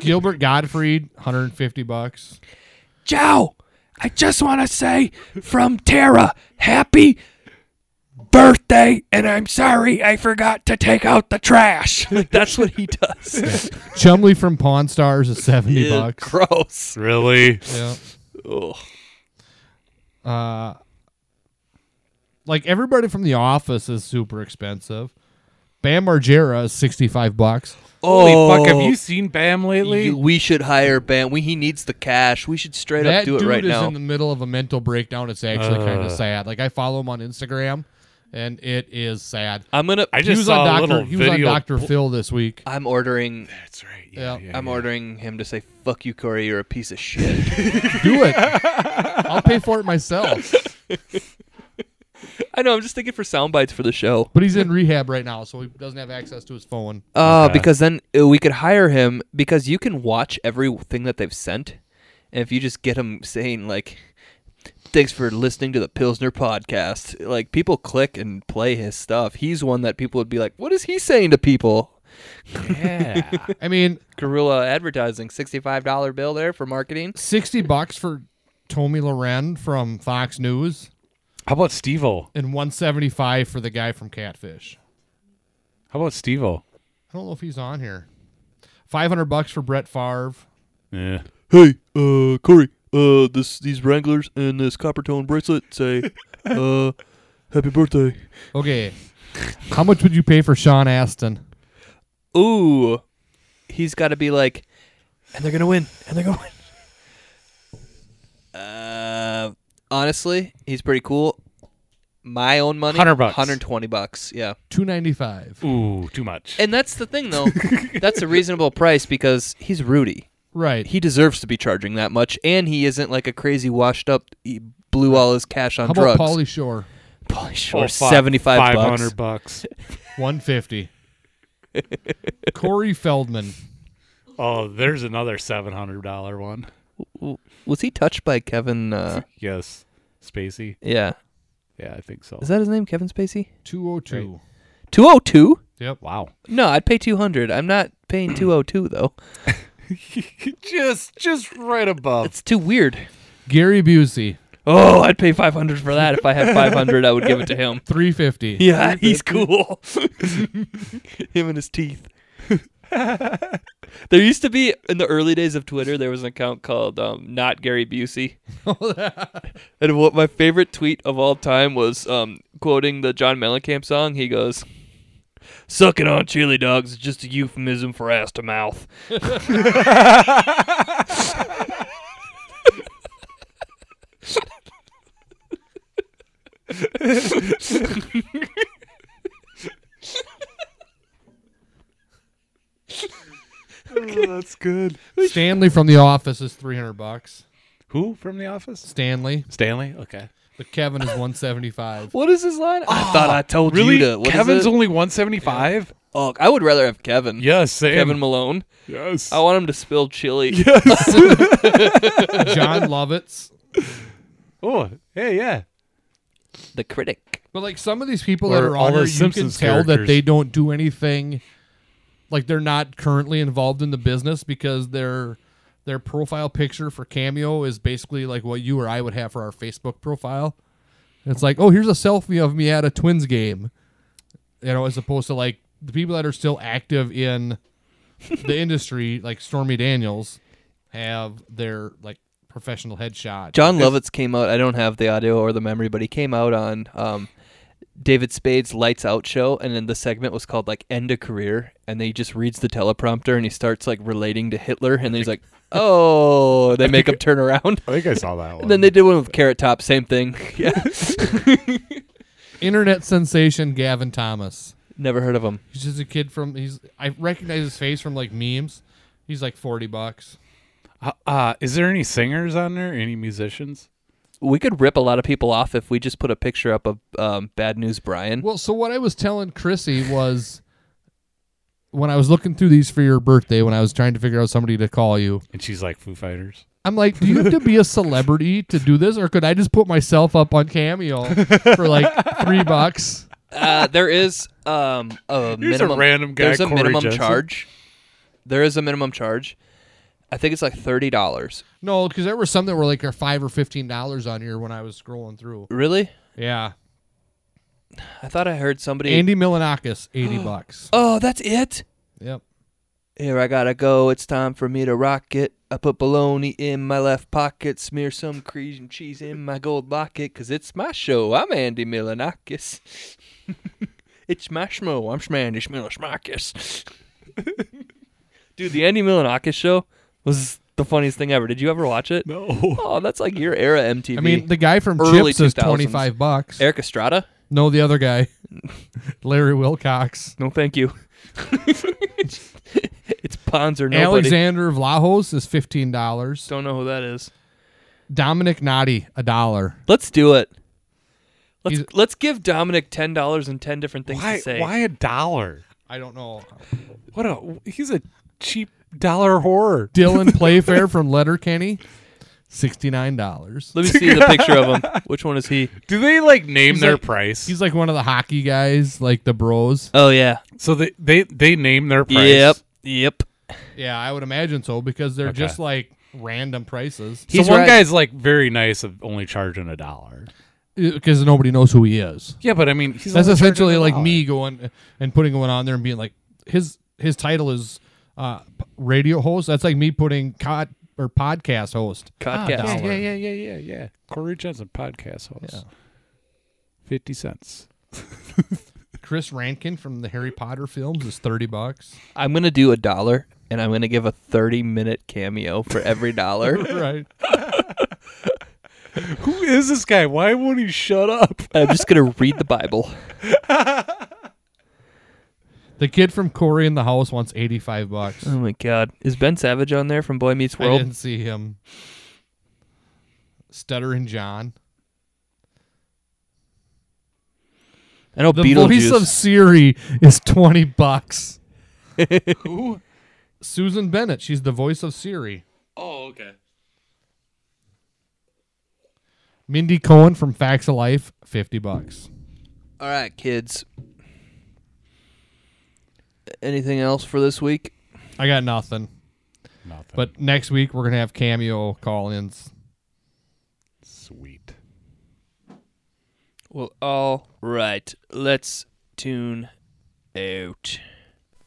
S3: Gilbert Gottfried, 150 bucks.
S6: [laughs] Joe, I just want to say from Tara, happy birthday, and I'm sorry I forgot to take out the trash.
S1: like [laughs] that's what he
S6: [laughs]
S1: does.
S3: Chumley from Pawn Stars is 70
S1: Ew,
S3: bucks.
S1: Gross.
S2: Really?
S3: yeah.
S1: Ugh.
S3: Uh, like everybody from The Office is super expensive. Bam Margera is 65 bucks.
S2: Holy fuck! Have you seen Bam lately?
S1: Oh,
S2: [laughs]
S1: You- we should hire Bam. We he needs the cash. We should straight
S3: that
S1: up do it
S3: dude
S1: right
S3: is
S1: now.
S3: in the middle of a mental breakdown. It's actually kind
S2: Uh.
S3: of sad. Like I follow him on Instagram, and it is sad.
S1: I'm gonna.
S2: I
S3: He
S2: just
S3: was
S2: saw
S3: on
S2: a
S3: Doctor.
S2: little
S3: He was on
S2: video. Ah,
S3: Doctor Phil this week.
S1: I'm ordering.
S2: That's right.
S3: Yeah, yeah,
S1: I'm ordering him to say "fuck you, Corey. You're a piece of shit."
S2: [laughs]
S3: Do it. I'll pay for it myself.
S1: [laughs] I know. I'm just thinking for sound bites for the show.
S3: But he's in rehab right now, so he doesn't have access to his phone.
S1: Uh,
S2: Okay.
S1: because then uh, we could hire him because you can watch everything that they've sent, and if you just get him saying like, "Thanks for listening to the Pilsner podcast," like people click and play his stuff. He's one that people would be like, "What is he saying to people?"
S3: I mean,
S1: Gorilla advertising, sixty-five dollar bill there for marketing.
S3: 60 bucks for Tommy Loren from Fox News
S2: How about Stevo?
S3: and 175 for the guy from Catfish.
S2: How about Stevo?
S3: I don't know if he's on here. 500 bucks for Brett Favre.
S2: Yeah.
S6: Hey, uh, Corey, uh, this these Wranglers and this copper tone bracelet say, uh, happy birthday.
S3: Okay. How much would you pay for Sean Aston?
S1: Ooh, he's got to be like, and they're gonna win, and they're gonna win. Uh, honestly, he's pretty cool. My own money,
S2: 100 bucks.
S1: hundred twenty bucks, yeah.
S3: 295.
S2: Ooh, too much.
S1: And that's the thing, though. that's [laughs] a reasonable price because he's Rudy.
S3: Right.
S1: He deserves to be charging that much, and he isn't like a crazy washed up. He blew all his cash on
S3: How
S1: drugs.
S3: about Paulie Shore?
S1: Pauly Shore,
S2: Oh, fuck.
S1: seventy-five bucks.
S2: 500 bucks.
S1: [laughs]
S3: 150. Corey Feldman.
S2: Oh, there's another $700 one.
S1: W- Was he touched by Kevin? Uh, [laughs]
S2: Yes. Spacey.
S1: yeah,
S2: Yeah, I think so.
S1: is that his name? Kevin Spacey.
S3: 202.
S1: Two oh two.
S3: Yep.
S2: wow.
S1: No, I'd pay two hundred. I'm not paying two oh two though.
S2: just just right above.
S1: It's too weird.
S3: Gary Busey.
S1: Oh, I'd pay five hundred for that. If I had five hundred, I would give it to him. [laughs]
S3: 350.
S6: [laughs]
S1: Yeah, he's cool. him and his teeth.
S6: [laughs] There used to be in the early days of Twitter, there was an account called um, Not Gary Busey, and what my favorite tweet of all time was um, quoting the John Mellencamp song. He goes, "Sucking on chili dogs is just a euphemism for ass to mouth."
S2: that's good.
S3: Stanley from The Office is 300 bucks.
S2: Who from The Office?
S3: Stanley,
S2: Stanley. Okay.
S3: but Kevin
S1: [laughs]
S3: is 175.
S6: What is his line? I thought I told
S2: Really?
S6: you to. What is
S2: Kevin's
S6: it?
S2: only 175?
S6: oh, I would rather have Kevin.
S2: Yes, same.
S6: Kevin Malone.
S2: Yes.
S6: I want him to spill chili.
S2: yes.
S3: John Lovitz.
S2: oh, hey, yeah.
S6: The critic.
S3: But like some of these people that
S2: Or
S3: are
S2: all
S3: on
S2: the
S3: there, you can
S2: Simpsons
S3: tell that
S2: characters.
S3: they don't do anything. Like they're not currently involved in the business because their their profile picture for Cameo is basically like what you or I would have for our Facebook profile. And it's like, oh, here's a selfie of me at a Twins game, you know, as opposed to like the people that are still active in the industry, like Stormy Daniels, have their like professional headshot.
S1: John Lovitz came out. I don't have the audio or the memory, but he came out on um, David Spade's Lights Out show, and then the segment was called like "End a Career," and then he just reads the teleprompter and he starts like relating to Hitler, and then he's like, [laughs] "Oh," they make him turn around. [laughs]
S2: I think I saw that one.
S1: And then they did one with Carrot Top, same thing. [laughs] Yeah,
S3: Internet sensation Gavin Thomas.
S1: never heard of him.
S3: He's just a kid from he's I recognize his face from like memes. He's like forty bucks.
S2: Uh, uh, is there any singers on there? Any musicians?
S1: We could rip a lot of people off if we just put a picture up of um, Bad News Brian.
S3: Well, so what I was telling Chrissy was when I was looking through these for your birthday, when I was trying to figure out somebody to call you,
S2: And she's like Foo Fighters.
S3: I'm like, do you have to be a celebrity to do this, or could I just put myself up on Cameo for like three bucks?
S1: Uh, there is um, a
S2: Here's a
S1: minimum.
S2: random guy,
S1: there's a
S2: Corey
S1: minimum
S2: Jensen.
S1: charge. There is a minimum charge. I think it's like thirty dollars.
S3: No, because there were some that were like are five or fifteen dollars on here when I was scrolling through.
S1: Really?
S3: Yeah,
S1: I thought I heard somebody.
S3: Andy Milanakis, eighty bucks.
S1: oh, that's it.
S3: Yep.
S1: Here I gotta go. It's time for me to rock it. I put bologna in my left pocket, smear some cream and cheese in my gold locket, 'cause it's my show. I'm Andy Milanakis. [laughs] it's my schmo. I'm Schmandy [laughs] Schmilanakis.
S6: Dude, the Andy Milanakis show was the funniest thing ever. Did you ever watch it?
S2: No.
S6: Oh, that's like your
S1: Your era MTV.
S3: I mean, the guy from
S1: Early
S3: Chips is
S1: 2000s.
S3: twenty five bucks.
S1: Eric Estrada.
S3: No, the other guy, [laughs] Larry Wilcox.
S6: No,
S1: [laughs]
S6: thank you. it's Pons or nobody.
S3: Alexander Vlahos is fifteen dollars.
S6: Don't know who that is.
S3: Dominic Nadi a dollar.
S6: Let's do it. Let's
S3: He's-
S6: let's give Dominic ten dollars and ten different things
S2: Why?
S6: to say.
S2: Why a dollar?
S3: I don't know.
S2: What a he's a cheap dollar horror.
S3: Dylan [laughs] Playfair from Letterkenny, sixty nine dollars.
S6: Let me see the picture of him. Which one is he?
S2: Do they like name
S3: He's
S2: their
S3: like-
S2: price?
S3: He's like one of the hockey guys, like the Bros.
S6: Oh yeah.
S2: so they, they they name their price.
S6: Yep. Yep.
S3: Yeah, I would imagine so because they're
S2: Okay.
S3: just like random prices
S2: So
S1: He's
S2: one
S1: right.
S2: guy's like very nice of only charging a dollar.
S3: because Uh, nobody knows who he is.
S2: Yeah, but I mean, he's
S3: That's
S2: only charging
S3: essentially
S2: a
S3: like
S2: dollar.
S3: me going and putting one on there and being like his his title is uh, p- radio host. That's like me putting cod or podcast host.
S2: Ah, yeah,
S6: Podcast.
S2: yeah, yeah, yeah, yeah, yeah. Corey Jensen podcast host. Fifty cents.
S3: Chris Rankin from the Harry Potter films is thirty bucks.
S1: I'm gonna do a dollar, and I'm gonna give a 30 minute cameo for every dollar. [laughs]
S3: right.
S2: Who is this guy? Why won't he shut up?
S1: I'm just gonna read the Bible.
S3: The kid from Corey in the House wants eighty five bucks.
S2: Mm.
S6: Oh my God. Is Ben Savage on there from Boy Meets
S3: I
S6: World?
S3: didn't see him. Stuttering John.
S6: I know
S3: The voice
S6: Beetlejuice.
S3: of Siri is twenty bucks. Who? Susan Bennett. She's the voice of Siri.
S2: Oh, okay.
S3: Mindy Cohen from Facts of Life, fifty bucks.
S1: All right, kids. Anything else for this week?
S3: I got nothing.
S2: Nothing.
S3: But next week we're gonna have cameo call ins.
S2: sweet.
S6: well, all right. Let's tune out.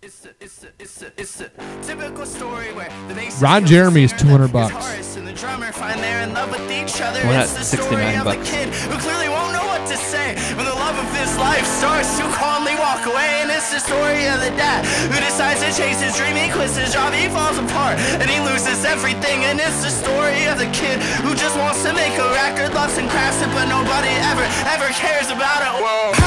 S4: It's a, it's a, it's a, it's a typical story where the bassist
S3: Ron
S4: kills
S3: Jeremy is
S4: the singer,
S3: 200
S4: the
S3: bucks.
S4: guitarist and the drummer find they're in love with each other.
S1: We're
S4: it's
S1: at
S4: the story
S1: 69
S4: of the
S1: bucks.
S4: kid who clearly won't know what to say when the love of his life starts to calmly walk away. And it's the story of the dad who decides to chase his dream. He quits his job, he falls apart, and he loses everything. And it's the story of the kid who just wants to make a record, loves and crafts it, but nobody ever, ever cares about it. Whoa.